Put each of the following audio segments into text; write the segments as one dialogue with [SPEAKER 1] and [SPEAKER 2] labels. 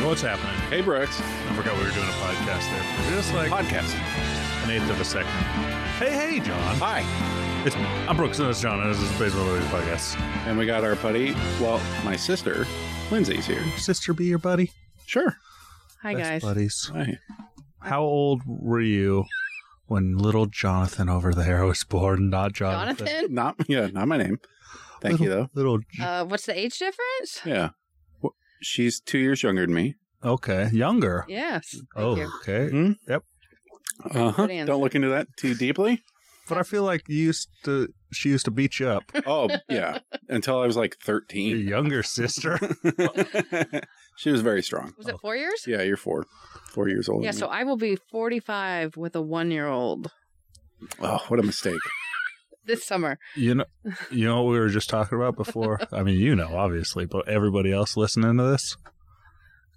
[SPEAKER 1] know what's happening.
[SPEAKER 2] Hey, Brooks.
[SPEAKER 1] I forgot we were doing a podcast there. We're just like
[SPEAKER 2] Podcast.
[SPEAKER 1] an eighth of a second. Hey, hey, John.
[SPEAKER 2] Hi.
[SPEAKER 1] It's, I'm Brooks, and it's John, and this is the Baseball Movies Podcast.
[SPEAKER 2] And we got our buddy, well, my sister, Lindsay's here.
[SPEAKER 1] Sister be your buddy?
[SPEAKER 2] Sure.
[SPEAKER 3] Hi guys.
[SPEAKER 1] buddies.
[SPEAKER 2] Hi.
[SPEAKER 1] How old were you when little Jonathan over there was born? Not Jonathan.
[SPEAKER 3] Jonathan.
[SPEAKER 2] Not, yeah, not my name. Thank you, though.
[SPEAKER 1] Little,
[SPEAKER 3] Uh, what's the age difference?
[SPEAKER 2] Yeah. Wh- She's two years younger than me.
[SPEAKER 1] okay, younger.
[SPEAKER 3] Yes.
[SPEAKER 2] Mm,
[SPEAKER 3] Thank
[SPEAKER 1] Oh,
[SPEAKER 3] you.
[SPEAKER 1] okay.
[SPEAKER 2] Hmm?
[SPEAKER 1] Yep.
[SPEAKER 2] Uh huh.
[SPEAKER 3] Good answer.
[SPEAKER 2] Don't look into that too deeply.
[SPEAKER 1] But I feel like you used to. She used to beat you up.
[SPEAKER 2] Oh, yeah. Until I was like
[SPEAKER 1] Your
[SPEAKER 2] 13.
[SPEAKER 1] younger sister.
[SPEAKER 2] she was very strong.
[SPEAKER 3] Was it four years?
[SPEAKER 2] Yeah, you're four. Four years old.
[SPEAKER 3] Yeah, so I will be 45 with a one year old
[SPEAKER 2] oh, what a mistake.
[SPEAKER 3] this summer.
[SPEAKER 1] You know, you know what we were just talking about before. I mean, you know, obviously, but everybody else listening to this,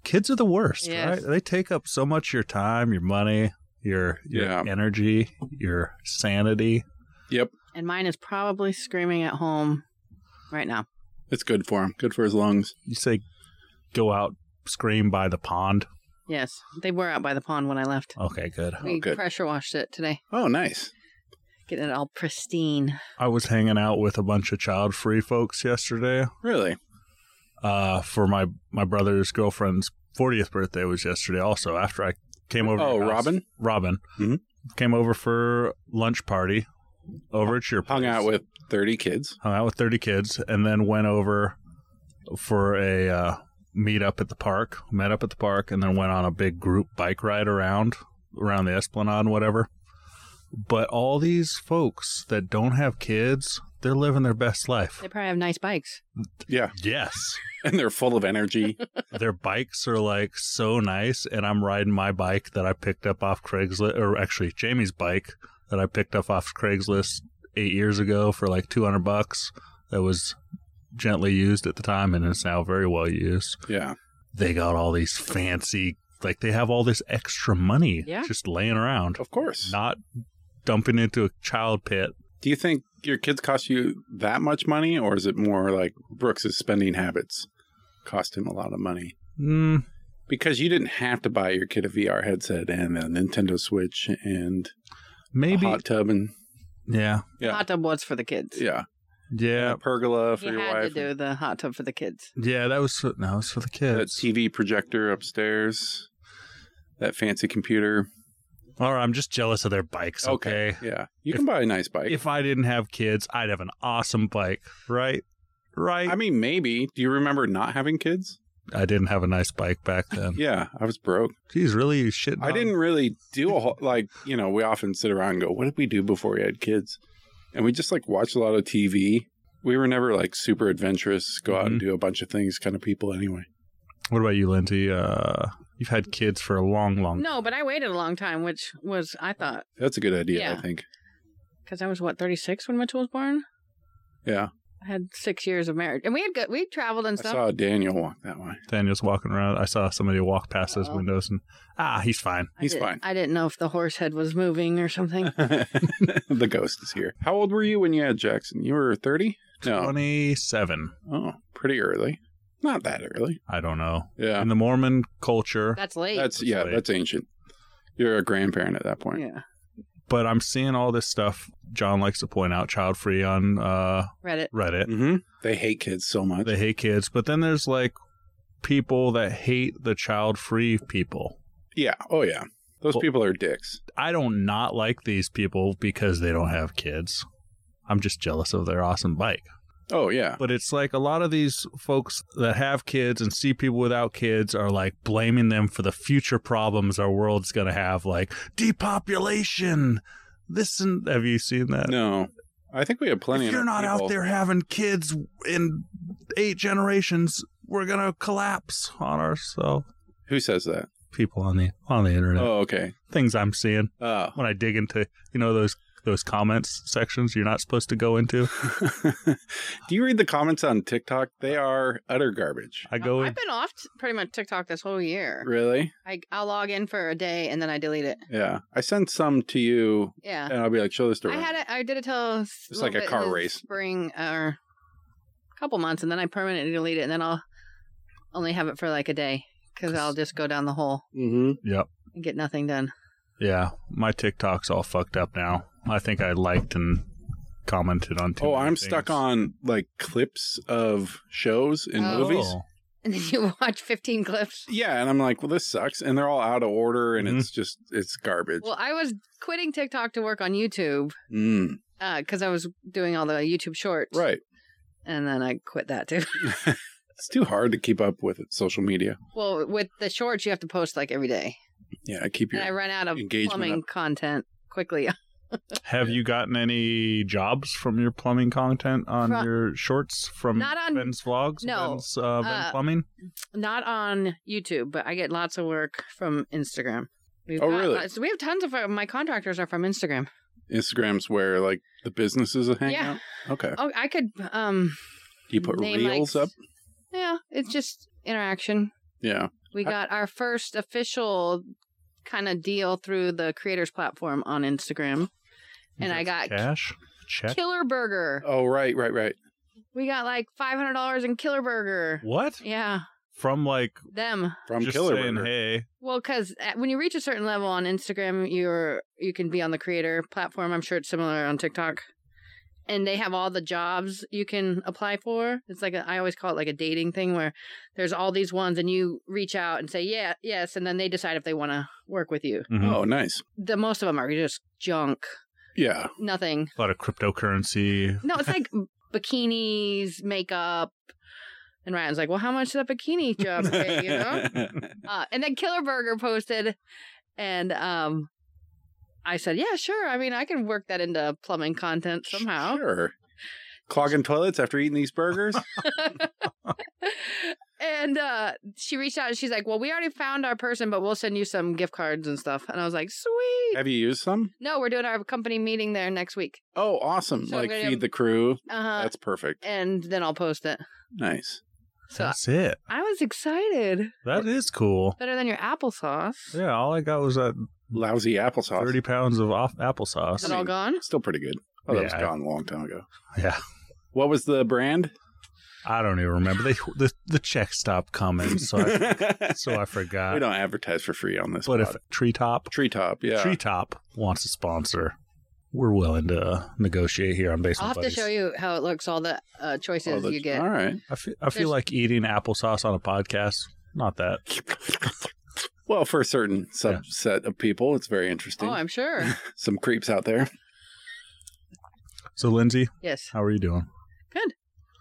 [SPEAKER 1] kids are the worst,
[SPEAKER 3] Yes.
[SPEAKER 1] right? They take up so much of your time, your money, your your
[SPEAKER 2] Yeah.
[SPEAKER 1] energy, your sanity.
[SPEAKER 2] Yep.
[SPEAKER 3] And mine is probably screaming at home right now.
[SPEAKER 2] It's good for him. Good for his lungs.
[SPEAKER 1] You say, go out, scream by the pond.
[SPEAKER 3] Yes. They were out by the pond when I left.
[SPEAKER 1] Okay, good.
[SPEAKER 3] We
[SPEAKER 2] Oh, good.
[SPEAKER 3] pressure washed it today,
[SPEAKER 2] Oh, nice.
[SPEAKER 3] getting it all pristine.
[SPEAKER 1] I was hanging out with a bunch of child free folks yesterday.
[SPEAKER 2] Really?
[SPEAKER 1] Uh, for my my brother's girlfriend's 40th birthday was yesterday. Also, after I came over. to
[SPEAKER 2] Oh,
[SPEAKER 1] her house.
[SPEAKER 2] Robin
[SPEAKER 1] Robin
[SPEAKER 2] Mhm.
[SPEAKER 1] came over for lunch party over at your
[SPEAKER 2] hung
[SPEAKER 1] place.
[SPEAKER 2] out with 30 kids.
[SPEAKER 1] hung out with thirty kids, and then went over for a uh, meet up at the park. Met up at the park, and then went on a big group bike ride around around the Esplanade, and whatever. But all these folks that don't have kids, they're living their best life.
[SPEAKER 3] They probably have nice bikes.
[SPEAKER 2] Yeah.
[SPEAKER 1] Yes,
[SPEAKER 2] And they're full of energy.
[SPEAKER 1] their bikes are like so nice, and I'm riding my bike that I picked up off Craigslist, or actually Jamie's bike that I picked up off Craigslist eight years ago for like 200 bucks. That was gently used at the time, and it's now very well used.
[SPEAKER 2] yeah.
[SPEAKER 1] They got all these fancy, like they have all this extra money
[SPEAKER 3] Yeah.
[SPEAKER 1] just laying around,
[SPEAKER 2] Of course.
[SPEAKER 1] not dumping into a child pit.
[SPEAKER 2] Do you think your kids cost you that much money, or is it more like Brooks's spending habits cost him a lot of money?
[SPEAKER 1] Mm,
[SPEAKER 2] Because you didn't have to buy your kid a VR headset and a Nintendo Switch and
[SPEAKER 1] maybe,
[SPEAKER 2] a hot tub and
[SPEAKER 1] yeah,
[SPEAKER 2] Yeah.
[SPEAKER 3] Hot tub was for the kids.
[SPEAKER 2] yeah,
[SPEAKER 1] yeah,
[SPEAKER 2] a pergola for
[SPEAKER 3] you
[SPEAKER 2] your
[SPEAKER 3] had
[SPEAKER 2] wife,
[SPEAKER 3] to do the hot tub for the kids.
[SPEAKER 1] yeah. That was for, no, it was for the
[SPEAKER 2] that
[SPEAKER 1] kids.
[SPEAKER 2] TV projector upstairs, that fancy computer.
[SPEAKER 1] All right, I'm just jealous of their bikes. okay.
[SPEAKER 2] yeah, you
[SPEAKER 1] If-
[SPEAKER 2] can buy a nice bike.
[SPEAKER 1] if I didn't have kids, I'd have an awesome bike, right? Right.
[SPEAKER 2] I mean, maybe. Do you remember not having kids?
[SPEAKER 1] I didn't have a nice bike back then.
[SPEAKER 2] Yeah, I was broke.
[SPEAKER 1] Geez, really? You shit.
[SPEAKER 2] I didn't really do a whole, like, you know, we often sit around and go, what did we do before we had kids? And we just like watched a lot of TV. We were never like super adventurous, go out and
[SPEAKER 1] Mm-hmm.
[SPEAKER 2] do a bunch of things kind of people anyway.
[SPEAKER 1] What about you, Lindsay? Uh, you've had kids for a long, long.
[SPEAKER 3] No, but I waited a long time, which was, I thought,
[SPEAKER 2] That's a good idea, I
[SPEAKER 3] Yeah.
[SPEAKER 2] think.
[SPEAKER 3] because I was, what, 36 when Mitchell was born?
[SPEAKER 2] Yeah.
[SPEAKER 3] I had six years of marriage, and we had good. We traveled and
[SPEAKER 2] I
[SPEAKER 3] stuff.
[SPEAKER 2] saw Daniel walk that way.
[SPEAKER 1] Daniel's walking around. I saw somebody walk past his
[SPEAKER 3] Oh.
[SPEAKER 1] windows, and ah, he's fine.
[SPEAKER 3] I
[SPEAKER 2] He's
[SPEAKER 3] didn't-
[SPEAKER 2] fine.
[SPEAKER 3] I didn't know if the horse head was moving or something.
[SPEAKER 2] the ghost is here. How old were you when you had Jackson? You were 30? No.
[SPEAKER 1] Twenty-seven.
[SPEAKER 2] Oh, pretty early. Not that early.
[SPEAKER 1] I don't know.
[SPEAKER 2] Yeah.
[SPEAKER 1] In the Mormon culture,
[SPEAKER 3] That's late.
[SPEAKER 2] That's, yeah,
[SPEAKER 1] Late.
[SPEAKER 2] that's ancient. You're a grandparent at that point.
[SPEAKER 3] yeah.
[SPEAKER 1] but I'm seeing all this stuff. John likes to point out child-free on uh,
[SPEAKER 3] Reddit.
[SPEAKER 1] Reddit.
[SPEAKER 2] hmm They hate kids so much.
[SPEAKER 1] they hate kids, but then there's like people that hate the child-free people.
[SPEAKER 2] yeah. Oh, yeah. Those
[SPEAKER 1] Well-
[SPEAKER 2] people are dicks.
[SPEAKER 1] I don't not like these people because they don't have kids. I'm just jealous of their awesome bike.
[SPEAKER 2] Oh yeah,
[SPEAKER 1] But it's like a lot of these folks that have kids and see people without kids are like blaming them for the future problems our world's going to have, like depopulation. This and have you seen that?
[SPEAKER 2] no, I think we have
[SPEAKER 1] Uh,
[SPEAKER 2] plenty.
[SPEAKER 1] if
[SPEAKER 2] of
[SPEAKER 1] you're not
[SPEAKER 2] people-
[SPEAKER 1] out there having kids in eight generations, we're going to collapse on ourselves.
[SPEAKER 2] who says that?
[SPEAKER 1] People on the on the internet,
[SPEAKER 2] Oh, okay.
[SPEAKER 1] things I'm seeing.
[SPEAKER 2] Oh,
[SPEAKER 1] when I dig into you know those those comments sections you're not supposed to go into.
[SPEAKER 2] do you read the comments on TikTok? They are utter garbage.
[SPEAKER 1] I go
[SPEAKER 3] I've
[SPEAKER 1] in.
[SPEAKER 3] been off t- pretty much TikTok this whole year.
[SPEAKER 2] Really?
[SPEAKER 3] I, I'll log in for a day and then I delete it.
[SPEAKER 2] Yeah. I sent some to you,
[SPEAKER 3] Yeah.
[SPEAKER 2] and I'll be like, "Show this to."
[SPEAKER 3] I
[SPEAKER 2] Ryan.
[SPEAKER 3] had it. I did it till it's
[SPEAKER 2] like a car race.
[SPEAKER 3] spring or a couple months, and then I permanently delete it, and then I'll only have it for like a day because I'll just go down the hole
[SPEAKER 2] Mm-hmm.
[SPEAKER 1] Yep.
[SPEAKER 3] and get nothing done.
[SPEAKER 1] Yeah. My TikTok's all fucked up now. I think I liked and commented on. Too
[SPEAKER 2] Oh,
[SPEAKER 1] many
[SPEAKER 2] I'm
[SPEAKER 1] things.
[SPEAKER 2] stuck on like clips of shows and
[SPEAKER 3] Oh.
[SPEAKER 2] movies.
[SPEAKER 1] Oh.
[SPEAKER 3] And then you watch 15 clips.
[SPEAKER 2] Yeah, and I'm like, well, this sucks, and they're all out of order, and
[SPEAKER 1] Mm-hmm.
[SPEAKER 2] it's just it's garbage.
[SPEAKER 3] Well, I was quitting TikTok to work on YouTube
[SPEAKER 2] mm,
[SPEAKER 3] because I was doing all the YouTube shorts.
[SPEAKER 2] right,
[SPEAKER 3] And then I quit that too.
[SPEAKER 2] it's too hard to keep up with it, social media.
[SPEAKER 3] well, with the shorts, you have to post like every day.
[SPEAKER 2] Yeah, I keep
[SPEAKER 3] And I
[SPEAKER 2] your
[SPEAKER 3] ran out of
[SPEAKER 2] engagement
[SPEAKER 3] plumbing content quickly.
[SPEAKER 1] Have you gotten any jobs from your plumbing content on
[SPEAKER 3] Fro-
[SPEAKER 1] your shorts from
[SPEAKER 3] Not on-
[SPEAKER 1] Ben's vlogs?
[SPEAKER 3] no.
[SPEAKER 1] Ben's, uh, ben
[SPEAKER 3] Uh,
[SPEAKER 1] Plumbing.
[SPEAKER 3] Not on YouTube, but I get lots of work from Instagram. We've
[SPEAKER 2] Oh, really?
[SPEAKER 3] lots- we have tons of our, my contractors are from Instagram.
[SPEAKER 2] Instagrams where like the businesses hang
[SPEAKER 3] yeah.
[SPEAKER 2] out. Okay,
[SPEAKER 3] Oh, I could. um
[SPEAKER 2] you put
[SPEAKER 3] name, like,
[SPEAKER 2] reels up.
[SPEAKER 3] Yeah, it's just interaction.
[SPEAKER 2] Yeah,
[SPEAKER 3] We
[SPEAKER 2] I-
[SPEAKER 3] got our first official kind of deal through the creators platform on Instagram, and I got
[SPEAKER 1] cash. Check.
[SPEAKER 3] Killer Burger.
[SPEAKER 2] Oh, right, right, right.
[SPEAKER 3] We got like five hundred dollars in Killer Burger.
[SPEAKER 1] What?
[SPEAKER 3] Yeah,
[SPEAKER 1] From like
[SPEAKER 3] them.
[SPEAKER 2] From
[SPEAKER 1] just
[SPEAKER 2] Killer
[SPEAKER 1] saying,
[SPEAKER 2] Burger.
[SPEAKER 1] hey,
[SPEAKER 3] Well, because when you reach a certain level on Instagram, you're you can be on the creator platform. I'm sure it's similar on TikTok, and they have all the jobs you can apply for. It's like a, I always call it like a dating thing, where there's all these ones, and you reach out and say yeah, yes, and then they decide if they want to work with you.
[SPEAKER 1] mhm,
[SPEAKER 2] Oh, nice.
[SPEAKER 3] The most of them are just junk,
[SPEAKER 2] Yeah,
[SPEAKER 3] nothing.
[SPEAKER 1] a lot of cryptocurrency.
[SPEAKER 3] No, it's like bikinis, makeup. And Ryan's like, well, how much did that bikini job pay? You know. Uh, and then Killer Burger posted, and um, I said, "Yeah, sure. I mean, I can work that into plumbing content somehow."
[SPEAKER 2] Sure. Clogging toilets after eating these burgers.
[SPEAKER 3] and uh, she reached out and she's like, "Well, we already found our person, but we'll send you some gift cards and stuff." And I was like, "Sweet."
[SPEAKER 2] Have you used some?
[SPEAKER 3] No, we're doing our company meeting there next week.
[SPEAKER 2] Oh, awesome!
[SPEAKER 3] So I'm
[SPEAKER 2] like
[SPEAKER 3] gonna-
[SPEAKER 2] feed the crew.
[SPEAKER 3] Uh huh.
[SPEAKER 2] That's perfect.
[SPEAKER 3] And then I'll post it.
[SPEAKER 2] Nice.
[SPEAKER 3] So
[SPEAKER 1] That's it.
[SPEAKER 3] I was excited.
[SPEAKER 1] That is cool.
[SPEAKER 3] Better than your applesauce.
[SPEAKER 1] Yeah, all I got was that
[SPEAKER 2] Lousy applesauce.
[SPEAKER 1] thirty pounds of off
[SPEAKER 3] Is
[SPEAKER 1] applesauce.
[SPEAKER 3] it all gone?
[SPEAKER 2] Still pretty good. Oh, that was
[SPEAKER 1] Yeah.
[SPEAKER 2] gone a long time ago.
[SPEAKER 1] Yeah.
[SPEAKER 2] What was the brand?
[SPEAKER 1] I don't even remember. They the the check stopped coming, so I, so I
[SPEAKER 2] we
[SPEAKER 1] forgot.
[SPEAKER 2] don't advertise for free on this.
[SPEAKER 1] But if
[SPEAKER 2] pod.
[SPEAKER 1] Treetop
[SPEAKER 2] Treetop, yeah,
[SPEAKER 1] Treetop wants a sponsor, we're willing to uh, negotiate here on Basement
[SPEAKER 3] I'll have
[SPEAKER 1] Buddies.
[SPEAKER 3] to show you how it looks. All the uh, choices
[SPEAKER 2] Oh, the-
[SPEAKER 3] you get.
[SPEAKER 2] All right.
[SPEAKER 1] I feel, I feel
[SPEAKER 3] There's-
[SPEAKER 1] like eating applesauce on a podcast. Not that.
[SPEAKER 2] Well, for a certain subset of people, it's very interesting.
[SPEAKER 3] Oh, I'm sure.
[SPEAKER 2] Some creeps out there.
[SPEAKER 1] So, Lindsay,
[SPEAKER 3] yes.
[SPEAKER 1] how are you doing?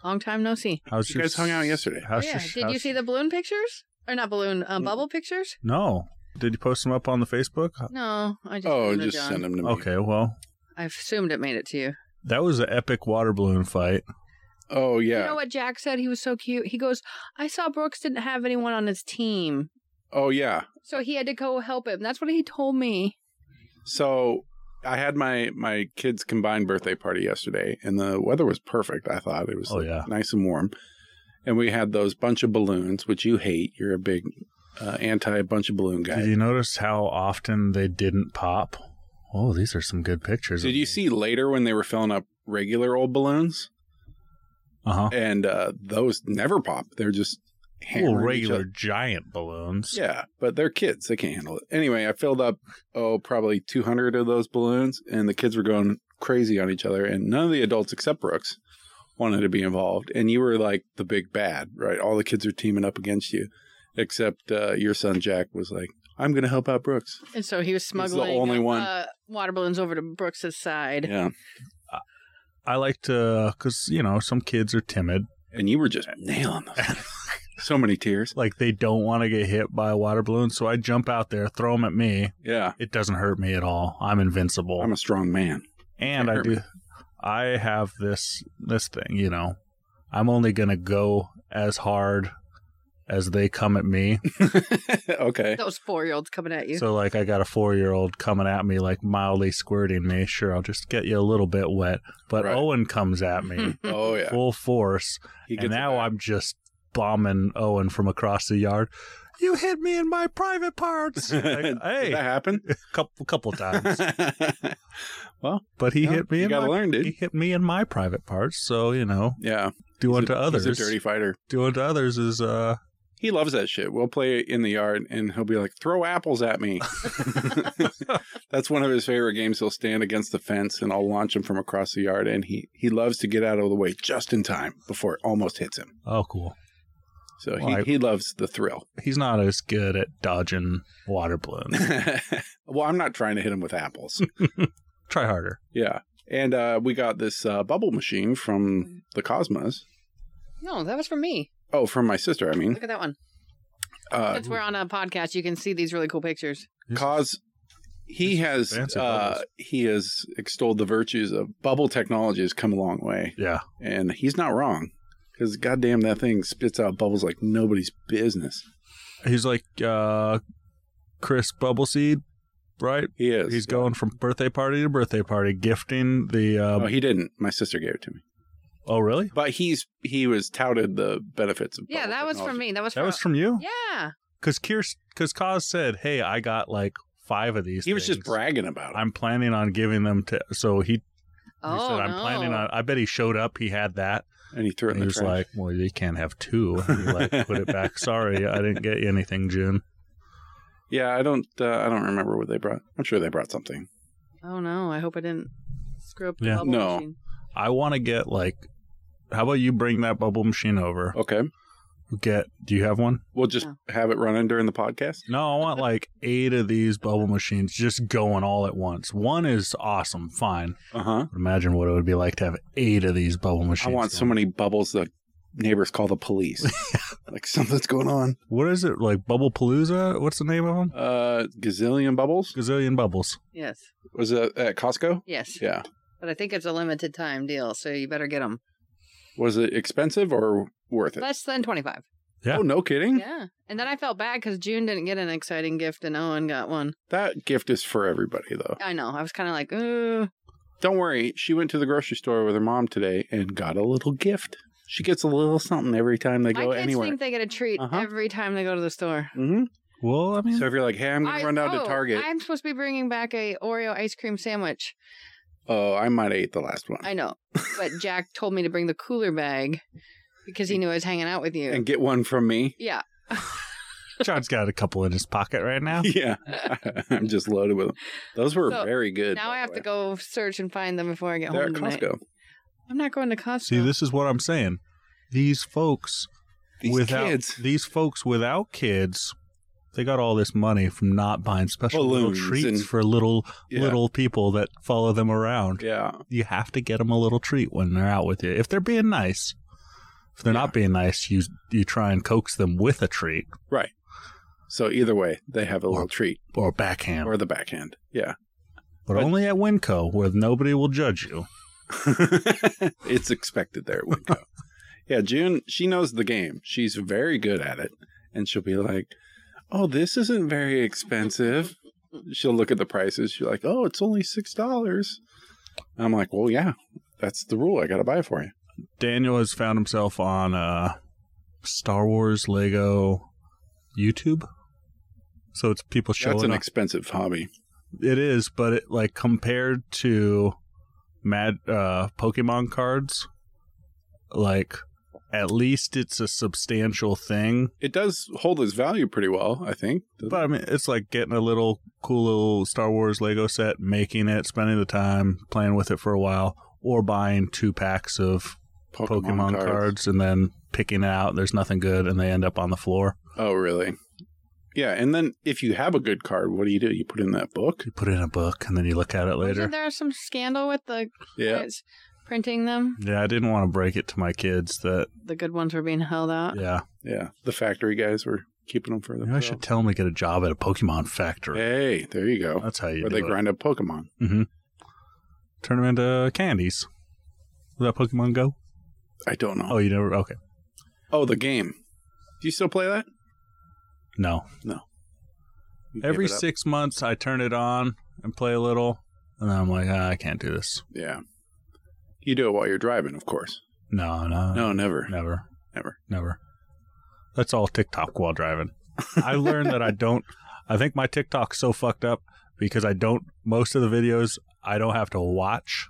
[SPEAKER 3] Long time no see.
[SPEAKER 1] How's
[SPEAKER 2] You
[SPEAKER 1] your
[SPEAKER 2] guys hung out yesterday.
[SPEAKER 1] How's
[SPEAKER 3] yeah.
[SPEAKER 1] your-
[SPEAKER 3] Did you
[SPEAKER 1] how's-
[SPEAKER 3] see the balloon pictures? Or not balloon, uh,
[SPEAKER 2] Mm.
[SPEAKER 3] bubble pictures?
[SPEAKER 1] No. Did you post them up on the Facebook?
[SPEAKER 3] No, I just,
[SPEAKER 2] Oh,
[SPEAKER 3] sent them to
[SPEAKER 2] just
[SPEAKER 3] John.
[SPEAKER 2] send them to me.
[SPEAKER 1] Okay, well,
[SPEAKER 3] I assumed it made it to you.
[SPEAKER 1] that was an epic water balloon fight.
[SPEAKER 2] Oh yeah.
[SPEAKER 3] You know what Jack said? He was so cute. He goes, I saw Brooks didn't have anyone on his team.
[SPEAKER 2] oh yeah.
[SPEAKER 3] So he had to go help him. That's what he told me.
[SPEAKER 2] So I had my my kids' combined birthday party yesterday, and the weather was perfect. I thought it was
[SPEAKER 1] Oh,
[SPEAKER 2] like,
[SPEAKER 1] yeah.
[SPEAKER 2] nice and warm, and we had those bunch of balloons, which you hate. You're a big uh, anti bunch of balloon guy.
[SPEAKER 1] Did you notice how often they didn't pop? Oh, these are some good pictures.
[SPEAKER 2] Did you see later when they were filling up regular old balloons,
[SPEAKER 1] Uh huh.
[SPEAKER 2] and uh, those never pop. They're just
[SPEAKER 1] Well,
[SPEAKER 2] hammering each
[SPEAKER 1] regular
[SPEAKER 2] other.
[SPEAKER 1] giant balloons.
[SPEAKER 2] Yeah, but they're kids; they can't handle it. Anyway, I filled up oh probably 200 of those balloons, and the kids were going crazy on each other, and none of the adults except Brooks wanted to be involved. And you were like the big bad, right? All the kids are teaming up against you, except uh, your son Jack was like, "I'm going to help out Brooks."
[SPEAKER 3] And so he was
[SPEAKER 2] the
[SPEAKER 3] smuggling
[SPEAKER 2] only one.
[SPEAKER 3] Uh, water balloons over to Brooks's side.
[SPEAKER 2] Yeah,
[SPEAKER 1] I like to, because, you know, some kids are timid.
[SPEAKER 2] and you were just nailing them. so many tears.
[SPEAKER 1] Like, they don't want to get hit by a water balloon. So I jump out there, throw them at me.
[SPEAKER 2] Yeah,
[SPEAKER 1] It doesn't hurt me at all. I'm invincible.
[SPEAKER 2] I'm a strong man.
[SPEAKER 1] and
[SPEAKER 2] It
[SPEAKER 1] I
[SPEAKER 2] hurt
[SPEAKER 1] do.
[SPEAKER 2] me.
[SPEAKER 1] I have this this thing, you know. I'm only gonna go as hard as they come at me.
[SPEAKER 2] okay.
[SPEAKER 3] Those four year olds coming at you.
[SPEAKER 1] so like, I got a four year old coming at me, like mildly squirting me. Sure, I'll just get you a little bit wet. But
[SPEAKER 2] Right.
[SPEAKER 1] Owen comes at me
[SPEAKER 2] Oh yeah.
[SPEAKER 1] full force,
[SPEAKER 2] He
[SPEAKER 1] and
[SPEAKER 2] it
[SPEAKER 1] now
[SPEAKER 2] back.
[SPEAKER 1] I'm just bombing Owen from across the yard. You hit me in my private parts. like,
[SPEAKER 2] Did
[SPEAKER 1] hey,
[SPEAKER 2] that
[SPEAKER 1] a
[SPEAKER 2] happen?
[SPEAKER 1] couple couple times, but he
[SPEAKER 2] Yeah,
[SPEAKER 1] hit me.
[SPEAKER 2] You
[SPEAKER 1] in
[SPEAKER 2] gotta
[SPEAKER 1] my,
[SPEAKER 2] learn,
[SPEAKER 1] He
[SPEAKER 2] dude.
[SPEAKER 1] hit me in my private parts. So you know,
[SPEAKER 2] Yeah,
[SPEAKER 1] do
[SPEAKER 2] He's
[SPEAKER 1] unto
[SPEAKER 2] a-
[SPEAKER 1] others.
[SPEAKER 2] He's a dirty fighter.
[SPEAKER 1] do unto others is uh
[SPEAKER 2] He loves that shit. We'll play in the yard and he'll be like, throw apples at me. That's one of his favorite games. He'll stand against the fence and I'll launch him from across the yard. And he, he loves to get out of the way just in time before it almost hits him.
[SPEAKER 1] Oh, cool.
[SPEAKER 2] So he,
[SPEAKER 1] Well, I-
[SPEAKER 2] he loves the thrill.
[SPEAKER 1] He's not as good at dodging water balloons.
[SPEAKER 2] well, I'm not trying to hit him with apples.
[SPEAKER 1] Try harder.
[SPEAKER 2] yeah. And uh, we got this uh, bubble machine from the Cosmos.
[SPEAKER 3] No, that was for me.
[SPEAKER 2] Oh, from my sister, I mean.
[SPEAKER 3] Look at that one.
[SPEAKER 2] Uh,
[SPEAKER 3] Since we're on a podcast, you can see these really cool pictures.
[SPEAKER 2] Cause he has
[SPEAKER 1] fancy
[SPEAKER 2] uh,
[SPEAKER 1] bubbles.
[SPEAKER 2] he has extolled the virtues of bubble technology has come a long way,
[SPEAKER 1] Yeah.
[SPEAKER 2] and he's not wrong. Because goddamn, that thing spits out bubbles like nobody's business.
[SPEAKER 1] He's like uh, Chris Bubbleseed, right?
[SPEAKER 2] He is.
[SPEAKER 1] He's going from birthday party to birthday party, gifting the. Um,
[SPEAKER 2] Oh, he didn't. My sister gave it to me.
[SPEAKER 1] oh, really?
[SPEAKER 2] But he's he was touted the benefits of.
[SPEAKER 3] Yeah,
[SPEAKER 2] bubble
[SPEAKER 3] that was for
[SPEAKER 2] technology.
[SPEAKER 3] me. That was
[SPEAKER 1] That
[SPEAKER 3] for
[SPEAKER 1] was from you?
[SPEAKER 3] yeah.
[SPEAKER 1] Because because Cause said, "Hey, I got like five of these."
[SPEAKER 2] He was just
[SPEAKER 1] things.
[SPEAKER 2] bragging about it.
[SPEAKER 1] I'm planning on giving them to. So he, he
[SPEAKER 3] Oh,
[SPEAKER 1] said, "I'm
[SPEAKER 3] no.
[SPEAKER 1] planning on." I bet he showed up. He had that.
[SPEAKER 2] and he threw it
[SPEAKER 1] And
[SPEAKER 2] in
[SPEAKER 1] he
[SPEAKER 2] the
[SPEAKER 1] was
[SPEAKER 2] trash.
[SPEAKER 1] like, "Well, you can't have two. And he like put it back. Sorry, I didn't get you anything, June.
[SPEAKER 2] yeah, I don't, uh, I don't remember what they brought. I'm sure they brought something.
[SPEAKER 3] Oh no! I hope I didn't screw up the
[SPEAKER 1] Yeah.
[SPEAKER 3] bubble
[SPEAKER 2] No.
[SPEAKER 3] machine.
[SPEAKER 1] I want to get like. How about you bring that bubble machine over?
[SPEAKER 2] Okay,
[SPEAKER 1] Get. Do you have one?
[SPEAKER 2] we'll just
[SPEAKER 3] No.
[SPEAKER 2] have it running during the podcast.
[SPEAKER 1] No, I want like eight of these bubble machines just going all at once. One is awesome, fine.
[SPEAKER 2] Uh huh.
[SPEAKER 1] Imagine what it would be like to have eight of these bubble
[SPEAKER 2] I
[SPEAKER 1] machines.
[SPEAKER 2] want so
[SPEAKER 1] going.
[SPEAKER 2] many bubbles that neighbors call the police. like something's going on.
[SPEAKER 1] What is it like? Bubble Palooza? What's the name of them?
[SPEAKER 2] Uh, gazillion bubbles.
[SPEAKER 1] Gazillion bubbles.
[SPEAKER 3] Yes,
[SPEAKER 2] Was it at Costco?
[SPEAKER 3] yes.
[SPEAKER 2] Yeah.
[SPEAKER 3] But I think it's a limited time deal, so you better get them.
[SPEAKER 2] Was it expensive or worth it?
[SPEAKER 3] Less than twenty five.
[SPEAKER 1] Yeah.
[SPEAKER 2] Oh, no kidding.
[SPEAKER 3] Yeah. And then I felt bad because June didn't get an exciting gift, and Owen got one.
[SPEAKER 2] That gift is for everybody, though.
[SPEAKER 3] I know. I was kind of like, ooh.
[SPEAKER 2] Don't worry. She went to the grocery store with her mom today and got a little gift. She gets a little something every time they
[SPEAKER 3] My
[SPEAKER 2] go
[SPEAKER 3] kids
[SPEAKER 2] anywhere.
[SPEAKER 3] think they get a treat
[SPEAKER 2] Uh-huh.
[SPEAKER 3] every time they go to the store.
[SPEAKER 2] hmm
[SPEAKER 1] Well, I mean,
[SPEAKER 2] So if you're like, hey, I'm going
[SPEAKER 3] I-
[SPEAKER 2] to run down
[SPEAKER 3] oh,
[SPEAKER 2] to Target.
[SPEAKER 3] I'm supposed to be bringing back a Oreo ice cream sandwich.
[SPEAKER 2] Oh, I might have ate the last one.
[SPEAKER 3] I know, but Jack told me to bring the cooler bag because he knew I was hanging out with you.
[SPEAKER 2] and get one from me.
[SPEAKER 3] yeah.
[SPEAKER 1] John's got a couple in his pocket right now.
[SPEAKER 2] yeah, I'm just loaded with them. Those were
[SPEAKER 3] So,
[SPEAKER 2] very good.
[SPEAKER 3] Now
[SPEAKER 2] by
[SPEAKER 3] I
[SPEAKER 2] the
[SPEAKER 3] have
[SPEAKER 2] way.
[SPEAKER 3] to go search and find them before I get
[SPEAKER 2] They're at
[SPEAKER 3] home tonight.
[SPEAKER 2] Costco.
[SPEAKER 3] I'm not going to Costco.
[SPEAKER 1] See, this is what I'm saying. These folks
[SPEAKER 2] These
[SPEAKER 1] without
[SPEAKER 2] kids.
[SPEAKER 1] these folks without kids, they got all this money from not buying special little
[SPEAKER 2] Balloons
[SPEAKER 1] treats
[SPEAKER 2] and-
[SPEAKER 1] for little
[SPEAKER 2] Yeah.
[SPEAKER 1] little people that follow them around.
[SPEAKER 2] Yeah.
[SPEAKER 1] You have to get them a little treat when they're out with you. If they're being nice, if they're not being nice, you you try and coax them with a treat
[SPEAKER 2] So either way, they have a little
[SPEAKER 1] Or-
[SPEAKER 2] treat
[SPEAKER 1] or backhand,
[SPEAKER 2] or the backhand. Yeah.
[SPEAKER 1] but,
[SPEAKER 2] but-
[SPEAKER 1] only at Winco where nobody will judge you.
[SPEAKER 2] it's expected there at Winco. yeah, June, she knows the game. She's very good at it. And she'll be like, oh, this isn't very expensive. She'll look at the prices. She's like, oh, it's only $6. I'm like, well, yeah, that's the rule. I got to buy it for you.
[SPEAKER 1] Daniel has found himself on uh, Star Wars Lego YouTube. So it's people
[SPEAKER 2] That's
[SPEAKER 1] showing
[SPEAKER 2] an
[SPEAKER 1] up.
[SPEAKER 2] expensive hobby.
[SPEAKER 1] it is, but it like compared to Mad uh, Pokemon cards, like at least it's a substantial thing.
[SPEAKER 2] It does hold its value pretty well, I think.
[SPEAKER 1] But I mean, it's like getting a little cool little Star Wars Lego set, making it, spending the time playing with it for a while, or buying two packs of Pokemon, cards. and then picking it out. There's nothing good, and they end up on the floor.
[SPEAKER 2] Oh, really? Yeah, and then if you have a good card, what do you do? You put it in that book.
[SPEAKER 1] You put it in a book, and then you look at it later.
[SPEAKER 3] Wasn't there some scandal with the
[SPEAKER 2] Yeah,
[SPEAKER 3] guys printing them?
[SPEAKER 1] Yeah, I didn't want to break it to my kids that,
[SPEAKER 3] The good ones were being held out.
[SPEAKER 1] yeah,
[SPEAKER 2] yeah. The factory guys were keeping them for
[SPEAKER 1] Maybe I
[SPEAKER 2] themselves.
[SPEAKER 1] should tell them to get a job at a Pokemon factory.
[SPEAKER 2] Hey, there you go.
[SPEAKER 1] That's how you
[SPEAKER 2] Where
[SPEAKER 1] do
[SPEAKER 2] they
[SPEAKER 1] it. Mm-hmm.
[SPEAKER 2] grind up Pokemon.
[SPEAKER 1] Turn them into candies. Was that Pokemon Go?
[SPEAKER 2] I don't know.
[SPEAKER 1] Oh, you never? Okay.
[SPEAKER 2] Oh, the game. Do you still play that?
[SPEAKER 1] No.
[SPEAKER 2] You gave
[SPEAKER 1] Every
[SPEAKER 2] it up.
[SPEAKER 1] six months, I turn it on and play a little, and then I'm like, ah, I can't do this.
[SPEAKER 2] Yeah. You do it while you're driving, of course.
[SPEAKER 1] No, Uh, no,
[SPEAKER 2] No, never.
[SPEAKER 1] Never.
[SPEAKER 2] Never.
[SPEAKER 1] Never. That's all TikTok while driving. I learned that I don't I think my TikTok's so fucked up because I don't most of the videos I don't have to watch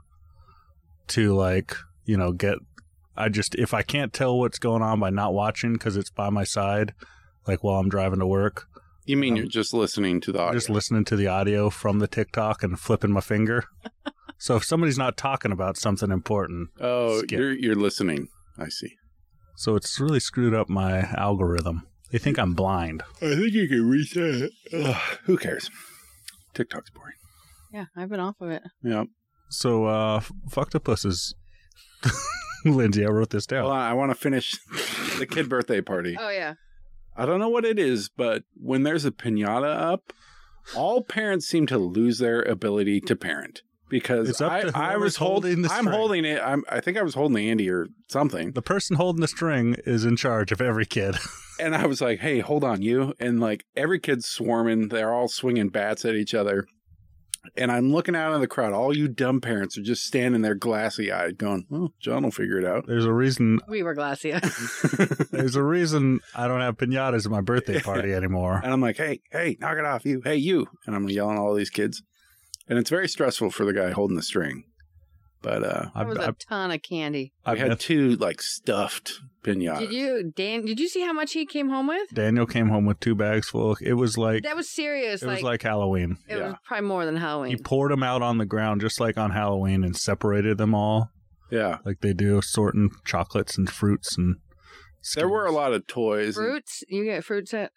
[SPEAKER 1] to like, you know, get I just if I can't tell what's going on by not watching cuz it's by my side, like while I'm driving to work.
[SPEAKER 2] You mean
[SPEAKER 1] Um,
[SPEAKER 2] you're just listening to the
[SPEAKER 3] Uh,
[SPEAKER 2] audio?
[SPEAKER 1] Just listening to the audio from the TikTok and flipping my finger. so if somebody's not talking about something important,
[SPEAKER 2] oh,
[SPEAKER 1] skip.
[SPEAKER 2] you're you're listening. I see.
[SPEAKER 1] so it's really screwed up my algorithm. They think I'm blind.
[SPEAKER 2] I think you can reset. Ugh, who cares? TikTok's boring.
[SPEAKER 3] Yeah, I've been off of it.
[SPEAKER 2] Yeah.
[SPEAKER 1] So uh fucktopus is Lindsay, I wrote this
[SPEAKER 2] Hold
[SPEAKER 1] down.
[SPEAKER 2] on, I want to finish the kid birthday party.
[SPEAKER 3] Oh yeah.
[SPEAKER 2] I don't know what it is, but when there's a pinata up, all parents seem to lose their ability to parent because
[SPEAKER 1] It's up
[SPEAKER 2] I,
[SPEAKER 1] to
[SPEAKER 2] I
[SPEAKER 1] whoever's
[SPEAKER 2] was hold-
[SPEAKER 1] holding the
[SPEAKER 2] I'm
[SPEAKER 1] string.
[SPEAKER 2] holding it. I'm, I think I was holding Andy or something,
[SPEAKER 1] The person holding the string is in charge of every kid.
[SPEAKER 2] and I was like, "Hey, hold on, you!" And like every kid's swarming, they're all swinging bats at each other, and I'm looking out in the crowd. All you dumb parents are just standing there, glassy eyed, going, "Well, John will figure it out."
[SPEAKER 1] There's a reason
[SPEAKER 3] We were glassy.
[SPEAKER 1] there's a reason I don't have piñatas at my birthday party anymore.
[SPEAKER 2] And I'm like, hey, hey, knock it off, you, hey, you. And I'm yelling at all these kids. And it's very stressful for the guy holding the string. But uh
[SPEAKER 3] That
[SPEAKER 1] I've,
[SPEAKER 3] was a
[SPEAKER 1] I've,
[SPEAKER 3] ton of candy.
[SPEAKER 2] I
[SPEAKER 1] I've
[SPEAKER 2] had
[SPEAKER 1] met-
[SPEAKER 2] two like stuffed pinatas.
[SPEAKER 3] Did you Dan did you see how much he came home with?
[SPEAKER 1] Daniel came home with two bags full. It was like
[SPEAKER 3] That was serious.
[SPEAKER 1] it
[SPEAKER 3] like,
[SPEAKER 1] was like Halloween.
[SPEAKER 3] it
[SPEAKER 2] yeah.
[SPEAKER 3] was probably more than Halloween.
[SPEAKER 1] He poured them out on the ground just like on Halloween and separated them all
[SPEAKER 2] Yeah.
[SPEAKER 1] like they do sorting chocolates and fruits and
[SPEAKER 2] There were a
[SPEAKER 1] Skittles.
[SPEAKER 2] lot of toys. and-
[SPEAKER 3] fruits? You get fruits at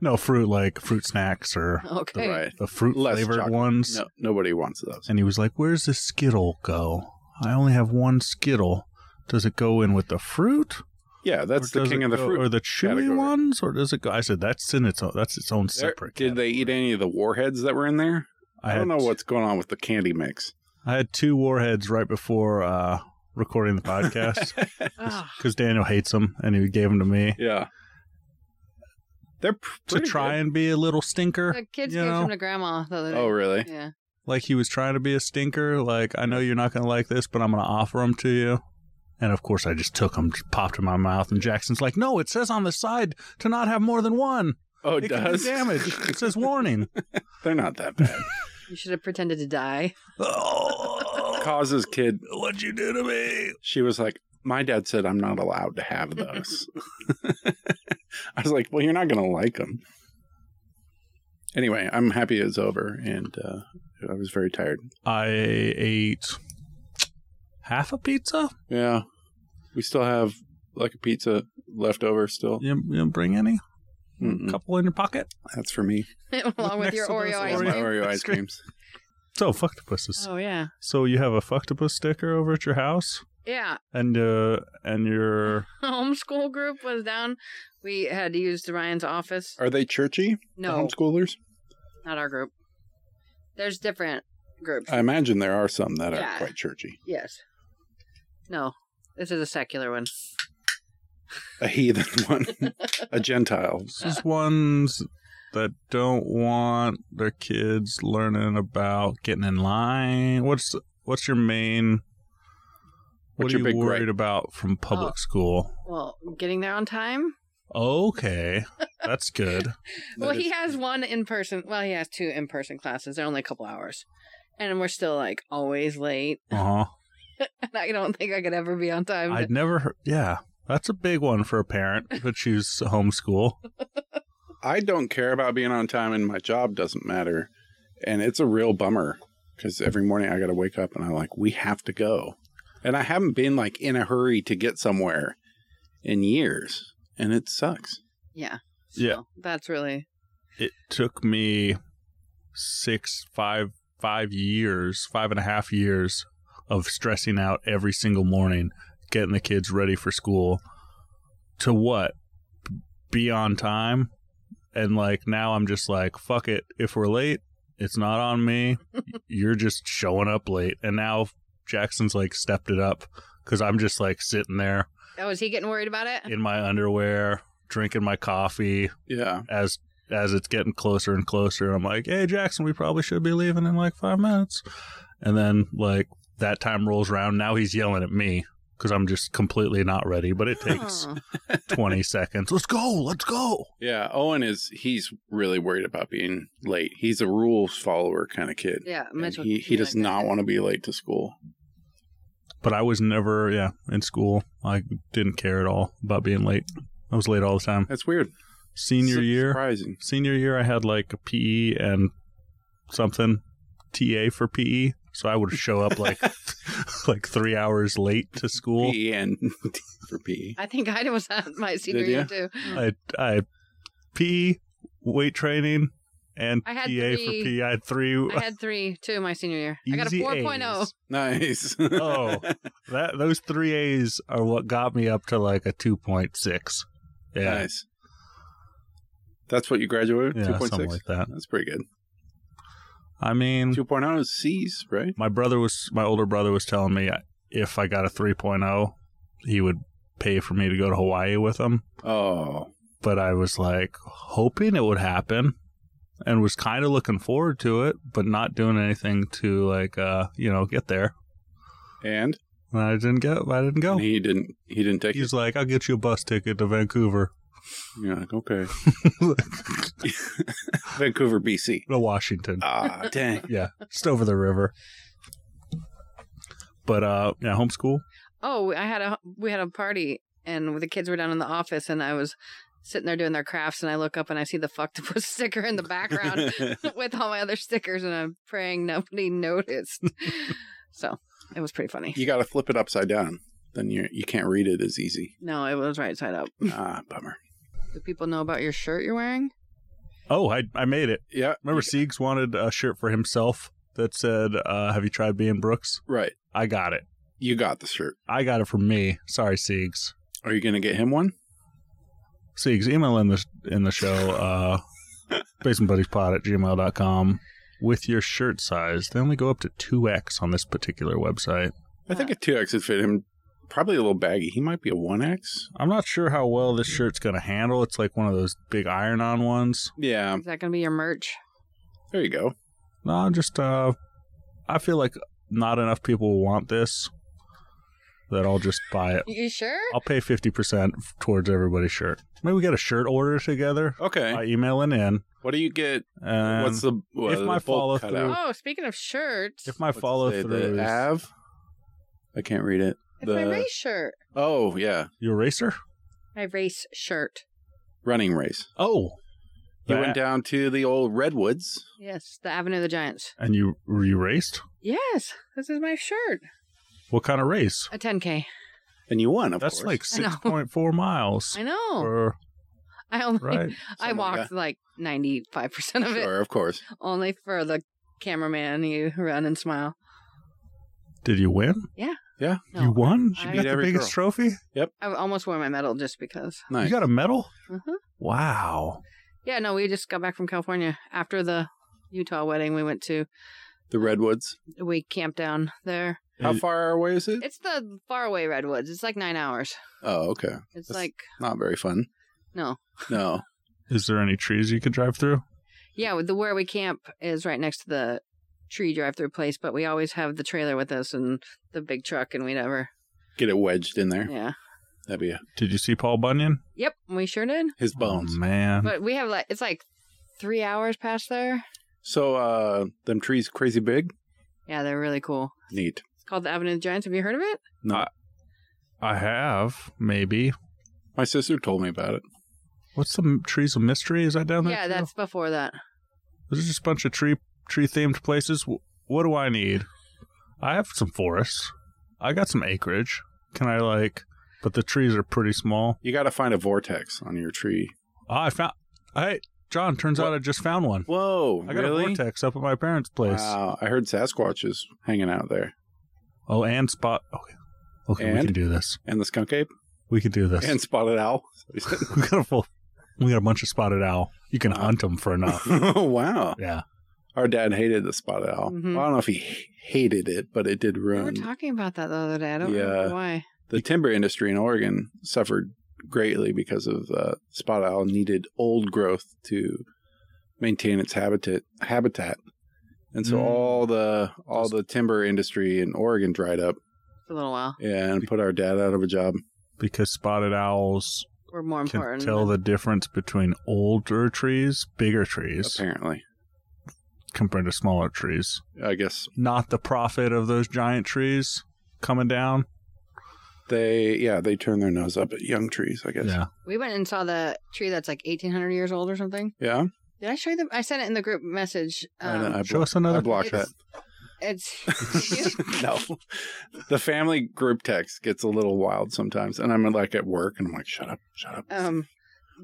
[SPEAKER 1] no fruit like fruit snacks or
[SPEAKER 3] okay.
[SPEAKER 2] Right.
[SPEAKER 1] the fruit
[SPEAKER 2] Less
[SPEAKER 1] flavored
[SPEAKER 2] chocolate.
[SPEAKER 1] ones.
[SPEAKER 2] No, nobody wants those.
[SPEAKER 1] And he was like, Where's the Skittle go? I only have one Skittle. Does it go in with the fruit?
[SPEAKER 2] Yeah, that's
[SPEAKER 1] Or
[SPEAKER 2] the
[SPEAKER 1] does
[SPEAKER 2] king
[SPEAKER 1] it
[SPEAKER 2] of the
[SPEAKER 1] go-
[SPEAKER 2] fruit.
[SPEAKER 1] Or the chewy
[SPEAKER 2] category.
[SPEAKER 1] ones? Or does it go? I said, That's in its own, that's its own
[SPEAKER 2] There-
[SPEAKER 1] separate.
[SPEAKER 2] did they eat
[SPEAKER 1] category."
[SPEAKER 2] any of the warheads that were in there? I,
[SPEAKER 1] had
[SPEAKER 2] don't know
[SPEAKER 1] t-
[SPEAKER 2] what's going on with the candy mix.
[SPEAKER 1] I had two warheads right before uh, recording the podcast
[SPEAKER 3] Ah,
[SPEAKER 1] because Daniel hates them and he gave them to me
[SPEAKER 2] Yeah. They're pr-
[SPEAKER 1] to
[SPEAKER 2] pretty
[SPEAKER 1] try and be a little stinker.
[SPEAKER 3] the kids
[SPEAKER 1] you
[SPEAKER 3] gave
[SPEAKER 1] know?
[SPEAKER 3] them to grandma the other
[SPEAKER 2] good.
[SPEAKER 3] day.
[SPEAKER 2] Oh, really?
[SPEAKER 3] Yeah.
[SPEAKER 1] Like he was trying to be a stinker. Like, I know you're not going to like this, but I'm going to offer them to you. And of course, I just took them, popped in my mouth, and Jackson's like, "No, it says on the side to not have more than one."
[SPEAKER 2] Oh,
[SPEAKER 1] it,
[SPEAKER 2] it,
[SPEAKER 1] can do
[SPEAKER 2] does.
[SPEAKER 1] damage. It says warning.
[SPEAKER 2] They're not that bad.
[SPEAKER 3] You should have pretended to die.
[SPEAKER 1] oh,
[SPEAKER 2] Causes kid
[SPEAKER 1] what'd you do to me?
[SPEAKER 2] she was like, My dad said I'm not allowed to have those. I was like, Well, you're not going to like them. Anyway, I'm happy it's over. And uh, I was very tired.
[SPEAKER 1] I ate half a pizza.
[SPEAKER 2] Yeah. We still have like a pizza left over still.
[SPEAKER 1] You, you didn't bring any?
[SPEAKER 2] Mm-mm.
[SPEAKER 1] Couple in your pocket.
[SPEAKER 2] That's for me.
[SPEAKER 3] Along with
[SPEAKER 1] Next
[SPEAKER 3] your
[SPEAKER 1] to those
[SPEAKER 3] Oreo ice
[SPEAKER 2] Yeah,
[SPEAKER 1] Oreo-
[SPEAKER 2] my
[SPEAKER 3] cream.
[SPEAKER 2] Oreo
[SPEAKER 1] Ice
[SPEAKER 2] ice
[SPEAKER 1] cream.
[SPEAKER 2] creams.
[SPEAKER 1] So fucktopus.
[SPEAKER 3] Oh yeah.
[SPEAKER 1] So you have a fucktopus sticker over at your house,
[SPEAKER 3] Yeah.
[SPEAKER 1] and uh, and your
[SPEAKER 3] Homeschool group was down. We had to use Ryan's office.
[SPEAKER 2] Are they churchy? The
[SPEAKER 3] No,
[SPEAKER 2] homeschoolers?
[SPEAKER 3] not our group. There's different groups.
[SPEAKER 2] I imagine there are some that
[SPEAKER 3] Yeah.
[SPEAKER 2] are quite churchy.
[SPEAKER 3] yes. No. This is a secular one.
[SPEAKER 2] A heathen one, a Gentile.
[SPEAKER 1] this is ones that don't want their kids learning about getting in line. What's what's your main? What
[SPEAKER 2] What's
[SPEAKER 1] are
[SPEAKER 2] your
[SPEAKER 1] you
[SPEAKER 2] big
[SPEAKER 1] worried
[SPEAKER 2] gripe?
[SPEAKER 1] about from public
[SPEAKER 3] Oh.
[SPEAKER 1] school?
[SPEAKER 3] Well, getting there on time.
[SPEAKER 1] Okay, that's good.
[SPEAKER 3] well,
[SPEAKER 2] That
[SPEAKER 3] he
[SPEAKER 2] is-
[SPEAKER 3] has one in person. Well, he has two in person classes. They're only a couple hours. And we're still like always late.
[SPEAKER 1] Uh huh.
[SPEAKER 3] And I don't think I could ever be on time.
[SPEAKER 1] I'd never. Heard, yeah, that's a big one for a parent to choose homeschool.
[SPEAKER 2] I don't care about being on time and my job doesn't matter. And it's a real bummer because every morning I got to wake up and I'm like, we have to go. And I haven't been like in a hurry to get somewhere in years. And it sucks.
[SPEAKER 3] yeah.
[SPEAKER 1] Yeah.
[SPEAKER 3] So That's really.
[SPEAKER 1] It took me six, five, five years, five and a half years of stressing out every single morning, getting the kids ready for school. To what? Be on time. And like now I'm just like, fuck it. If we're late, it's not on me. You're just showing up late. And now Jackson's like stepped it up because I'm just like sitting there
[SPEAKER 3] Oh, is he getting worried about it?
[SPEAKER 1] in my underwear, drinking my coffee,
[SPEAKER 2] Yeah.
[SPEAKER 1] as as it's getting closer and closer i'm like hey jackson we probably should be leaving in like five minutes and then like that time rolls around now he's yelling at me because i'm just completely not ready but it takes
[SPEAKER 3] Oh.
[SPEAKER 1] 20 seconds let's go let's go
[SPEAKER 2] Yeah. Owen is, he's really worried about being late. He's a rules follower kind of kid.
[SPEAKER 3] Yeah.
[SPEAKER 2] And
[SPEAKER 3] Mitchell.
[SPEAKER 2] he, he does not want to be late to school.
[SPEAKER 1] but i was never yeah in school i didn't care at all about being late i was late all the time
[SPEAKER 2] That's weird.
[SPEAKER 1] Senior year,
[SPEAKER 2] Surprising.
[SPEAKER 1] senior year, I had like a PE and something TA for PE, so I would show up like like three hours late to school.
[SPEAKER 2] PE and D E for E. PE.
[SPEAKER 3] I think I was at my senior
[SPEAKER 2] Did
[SPEAKER 3] year
[SPEAKER 2] ya? Mm.
[SPEAKER 3] too.
[SPEAKER 1] I I PE weight training and
[SPEAKER 3] I had
[SPEAKER 1] PA for
[SPEAKER 3] three-
[SPEAKER 1] PE. I had three.
[SPEAKER 3] I had three too my senior year. I got a oh.
[SPEAKER 1] easy
[SPEAKER 3] 4.0.
[SPEAKER 1] A's.
[SPEAKER 2] Nice.
[SPEAKER 1] Oh. That those three A's are what got me up to like a two point six. Yeah,
[SPEAKER 2] Nice. That's what you graduated?
[SPEAKER 1] yeah, something
[SPEAKER 2] 2.6?
[SPEAKER 1] like that.
[SPEAKER 2] That's pretty good.
[SPEAKER 1] I mean,
[SPEAKER 2] 2.0 is C's, right?
[SPEAKER 1] my brother was my older brother was telling me if I got a 3.0, he would pay for me to go to Hawaii with him.
[SPEAKER 2] Oh.
[SPEAKER 1] But I was like hoping it would happen, and was kind of looking forward to it, but not doing anything to like uh you know get there.
[SPEAKER 2] And
[SPEAKER 1] And I didn't get. I didn't go.
[SPEAKER 2] And he didn't he didn't take it.
[SPEAKER 1] Oh. He's like, I'll get you a bus ticket to Vancouver,
[SPEAKER 2] You're like, okay.
[SPEAKER 1] to
[SPEAKER 2] Vancouver, BC.
[SPEAKER 1] Washington.
[SPEAKER 2] Ah, dang.
[SPEAKER 1] yeah, just over the river. But uh, yeah, homeschool.
[SPEAKER 3] Oh, I had a we had a party and the kids were down in the office and I was sitting there doing their crafts and I look up and I see the fucktopus sticker in the background with all my other stickers and I'm praying nobody noticed. so it was pretty funny.
[SPEAKER 2] you got to flip it upside down. Then you you can't read it as easy.
[SPEAKER 3] No, it was right side up.
[SPEAKER 2] Ah, bummer.
[SPEAKER 3] Do people know about your shirt you're wearing?
[SPEAKER 1] Oh, I I made it.
[SPEAKER 2] Yeah,
[SPEAKER 1] Remember, Siegs wanted a shirt for himself that said, uh, "Have you tried being Brooks?"
[SPEAKER 2] right.
[SPEAKER 1] I got it.
[SPEAKER 2] You got the shirt.
[SPEAKER 1] I got it from me. Sorry, Siegs.
[SPEAKER 2] Are you going to get him one?
[SPEAKER 1] Siegs, email in the in the show, uh, basementbuddiespod at gmail.com with your shirt size. They only go up to two X on this particular website.
[SPEAKER 2] I think a two X would fit him. Probably a little baggy. He might be a one X.
[SPEAKER 1] I'm not sure how well this shirt's going to handle. It's like one of those big iron-on ones.
[SPEAKER 2] Yeah,
[SPEAKER 3] Is that going to be your merch?
[SPEAKER 2] there you go.
[SPEAKER 1] No, I'm just uh, I feel like not enough people want this that I'll just buy it.
[SPEAKER 3] You sure?
[SPEAKER 1] I'll pay fifty percent towards everybody's shirt. Maybe we get a shirt order together.
[SPEAKER 2] Okay.
[SPEAKER 1] I email it in.
[SPEAKER 2] what do you get?
[SPEAKER 1] And
[SPEAKER 2] Eh? What's the what,
[SPEAKER 1] if
[SPEAKER 2] the
[SPEAKER 1] my
[SPEAKER 2] bolt
[SPEAKER 1] follow
[SPEAKER 2] cut
[SPEAKER 1] through-
[SPEAKER 2] out?
[SPEAKER 3] Oh, speaking of shirts,
[SPEAKER 1] if my
[SPEAKER 2] What's it
[SPEAKER 1] follow
[SPEAKER 2] say? The
[SPEAKER 1] through is
[SPEAKER 2] Av. I can't read it.
[SPEAKER 3] it's my
[SPEAKER 2] the-
[SPEAKER 3] race shirt.
[SPEAKER 2] Oh yeah,
[SPEAKER 1] you eraser?
[SPEAKER 3] My race shirt.
[SPEAKER 2] running race.
[SPEAKER 1] Oh,
[SPEAKER 2] You
[SPEAKER 1] That-
[SPEAKER 2] went down to the old redwoods.
[SPEAKER 3] Yes, the Avenue of the Giants.
[SPEAKER 1] and you you raced.
[SPEAKER 3] Yes, this is my shirt.
[SPEAKER 1] What kind of race?
[SPEAKER 3] A 10K.
[SPEAKER 2] And you won, of
[SPEAKER 1] That's
[SPEAKER 2] course.
[SPEAKER 1] like
[SPEAKER 3] I know.
[SPEAKER 1] six point four miles.
[SPEAKER 3] I know.
[SPEAKER 1] Or,
[SPEAKER 3] I only
[SPEAKER 1] right?
[SPEAKER 3] I
[SPEAKER 2] Something like
[SPEAKER 3] walked like 95% of it
[SPEAKER 2] Sure, of course.
[SPEAKER 3] only for the cameraman you run and smile.
[SPEAKER 1] Did you win?
[SPEAKER 2] Yeah,
[SPEAKER 3] No,
[SPEAKER 1] you won.
[SPEAKER 3] She
[SPEAKER 1] you
[SPEAKER 3] beat
[SPEAKER 1] got the
[SPEAKER 2] every
[SPEAKER 1] biggest trophy.
[SPEAKER 3] I almost wore my medal just because.
[SPEAKER 2] nice.
[SPEAKER 1] You got a medal.
[SPEAKER 3] Mhm.
[SPEAKER 1] Wow.
[SPEAKER 3] Yeah, no, we just got back from California after the Utah wedding. We went to
[SPEAKER 2] the redwoods.
[SPEAKER 3] we camped down there.
[SPEAKER 2] How
[SPEAKER 1] It-
[SPEAKER 2] far away is it?
[SPEAKER 3] It's the faraway redwoods. It's like 9 hours.
[SPEAKER 2] Oh, okay.
[SPEAKER 3] It's
[SPEAKER 2] That's-
[SPEAKER 3] like
[SPEAKER 2] Not very fun.
[SPEAKER 3] no.
[SPEAKER 2] No.
[SPEAKER 1] Is there any trees you could drive through?
[SPEAKER 3] Yeah, the where we camp is right next to the tree drive-through place, but we always have the trailer with us and the big truck and we never
[SPEAKER 2] Get it wedged in there.
[SPEAKER 3] Yeah.
[SPEAKER 2] That'd be a,
[SPEAKER 1] Did you see Paul Bunyan?
[SPEAKER 3] Yep, we sure did.
[SPEAKER 2] his
[SPEAKER 1] Oh,
[SPEAKER 2] bones.
[SPEAKER 1] man.
[SPEAKER 3] But we have like it's like three hours past there.
[SPEAKER 2] So, uh, them trees crazy big.
[SPEAKER 3] Yeah, they're really cool.
[SPEAKER 2] Neat.
[SPEAKER 3] It's called the Avenue of the Giants. Have you heard of it?
[SPEAKER 2] Not.
[SPEAKER 1] I have maybe.
[SPEAKER 2] My sister told me about it.
[SPEAKER 1] What's the m- trees of mystery? Is that
[SPEAKER 2] Oh,
[SPEAKER 1] down there?
[SPEAKER 3] yeah,
[SPEAKER 1] too?
[SPEAKER 3] that's before that.
[SPEAKER 1] There's just a bunch of tree tree themed places. W- what do I need? I have some forests. I got some acreage. Can I like? But the trees are pretty small.
[SPEAKER 2] You got to find a vortex on your tree.
[SPEAKER 1] Oh, I found. Hey, John. Turns
[SPEAKER 2] What?
[SPEAKER 1] out I just found one.
[SPEAKER 2] Whoa.
[SPEAKER 1] I got
[SPEAKER 2] really?
[SPEAKER 1] a vortex up at my parents' place.
[SPEAKER 2] Wow. I heard Sasquatch is hanging out there.
[SPEAKER 1] Oh, and spot. Okay, okay, we
[SPEAKER 2] And?
[SPEAKER 1] can do this.
[SPEAKER 2] And the skunk ape
[SPEAKER 1] We can do this.
[SPEAKER 2] and spotted owl.
[SPEAKER 1] we got a full. We got a bunch of spotted owl. You can
[SPEAKER 2] Wow.
[SPEAKER 1] hunt them for enough.
[SPEAKER 2] wow.
[SPEAKER 1] yeah.
[SPEAKER 2] Our dad hated the spotted owl.
[SPEAKER 3] Mhm.
[SPEAKER 2] I don't know if he h- hated it, but it did
[SPEAKER 3] We were
[SPEAKER 2] ruin
[SPEAKER 3] talking about that the other day. I don't
[SPEAKER 2] Um, Yeah.
[SPEAKER 3] remember why.
[SPEAKER 2] the timber industry in Oregon suffered greatly because of uh, spotted owl needed old growth to maintain its habitat habitat, and so
[SPEAKER 1] Mm.
[SPEAKER 2] all the all the timber industry in Oregon dried up
[SPEAKER 3] For a little while.
[SPEAKER 2] and put our dad out of a job.
[SPEAKER 1] because spotted owls
[SPEAKER 3] We're more
[SPEAKER 1] can
[SPEAKER 3] important.
[SPEAKER 1] tell the difference between older trees, bigger trees,
[SPEAKER 2] Apparently,
[SPEAKER 1] compared to smaller trees.
[SPEAKER 2] I guess
[SPEAKER 1] Not the profit of those giant trees coming down.
[SPEAKER 2] They yeah, they turn their nose up at young trees, I guess. Yeah.
[SPEAKER 1] Yeah.
[SPEAKER 3] We went and saw the tree that's like 1800 years old or something. Did I show you the? I sent it in the group message.
[SPEAKER 2] I know,
[SPEAKER 3] Um,
[SPEAKER 2] I,
[SPEAKER 1] Show
[SPEAKER 2] blo-
[SPEAKER 1] us another.
[SPEAKER 2] I blocked that.
[SPEAKER 3] it's- It's did you?
[SPEAKER 2] no. The family group text gets a little wild sometimes. And I'm like at work and I'm like, shut up, shut up.
[SPEAKER 3] um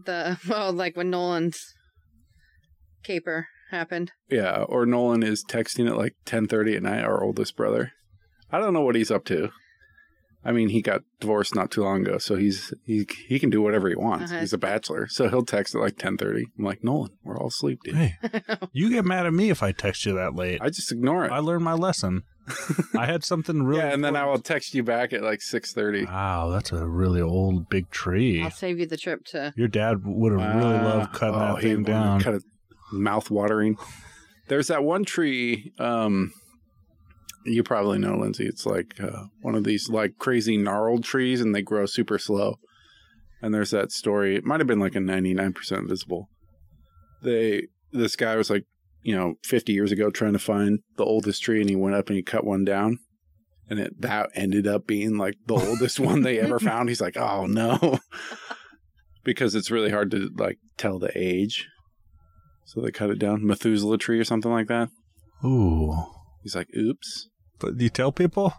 [SPEAKER 3] the well, like when Nolan's caper happened.
[SPEAKER 2] yeah. Or Nolan is texting at like 1030 at night, our oldest brother. I don't know what he's up to. I mean, he got divorced not too long ago, so he's he he can do whatever he wants.
[SPEAKER 3] Uh-huh.
[SPEAKER 2] He's a bachelor, so he'll text at like ten thirty. I'm like, Nolan, we're all asleep, dude.
[SPEAKER 1] Hey, you get mad at me if I text you that late. I,
[SPEAKER 2] I just ignore it.
[SPEAKER 1] learned my lesson. I had something really.
[SPEAKER 2] yeah, and then I will
[SPEAKER 1] important.
[SPEAKER 2] text you back at like six thirty.
[SPEAKER 1] Wow, that's a really old big tree.
[SPEAKER 3] I'll save you the trip to.
[SPEAKER 1] Your dad would have really loved cutting
[SPEAKER 2] Ah,
[SPEAKER 1] that
[SPEAKER 2] he
[SPEAKER 1] thing
[SPEAKER 2] wanted to
[SPEAKER 1] down.
[SPEAKER 2] Cut it, mouth watering. There's that one tree. Um, you probably know, Lindsay. It's like uh, one of these like crazy gnarled trees, and they grow super slow. And there's that story. It might have been like a 99% visible. They this guy was like, you know, 50 years ago trying to find the oldest tree, and he went up and he cut one down. And it, that ended up being like the oldest one they ever found. He's like, oh no because it's really hard to like tell the age. So they cut it down, Methuselah tree or something like that.
[SPEAKER 1] Ooh.
[SPEAKER 2] He's like, "Oops."
[SPEAKER 1] But do you tell people?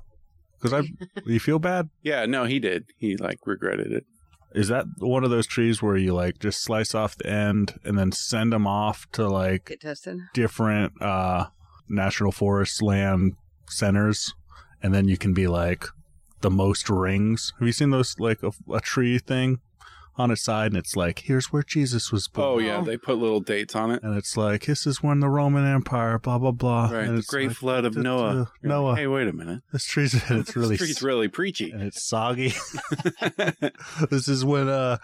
[SPEAKER 1] Because I, you feel bad.
[SPEAKER 2] Yeah, no, he did. He like regretted it.
[SPEAKER 1] Is that one of those trees where you like just slice off the end and then send them off to like
[SPEAKER 3] Get tested.
[SPEAKER 1] different uh, national forest land centers, and then you can be like the most rings. Have you seen those like a, a tree thing on its side, and it's like here's where Jesus was born,
[SPEAKER 2] Oh yeah, they put little dates on it.
[SPEAKER 1] and it's like this is when the Roman Empire, blah blah blah.
[SPEAKER 2] Right,
[SPEAKER 1] and
[SPEAKER 2] the
[SPEAKER 1] Oh, it's
[SPEAKER 2] great
[SPEAKER 1] like,
[SPEAKER 2] flood of
[SPEAKER 1] duh,
[SPEAKER 2] Noah.
[SPEAKER 1] duh,
[SPEAKER 2] You're like,
[SPEAKER 1] Noah.
[SPEAKER 2] hey, wait a minine.
[SPEAKER 1] this tree's and it's really
[SPEAKER 2] this tree's really preachy.
[SPEAKER 1] and it's soggy. this is when uh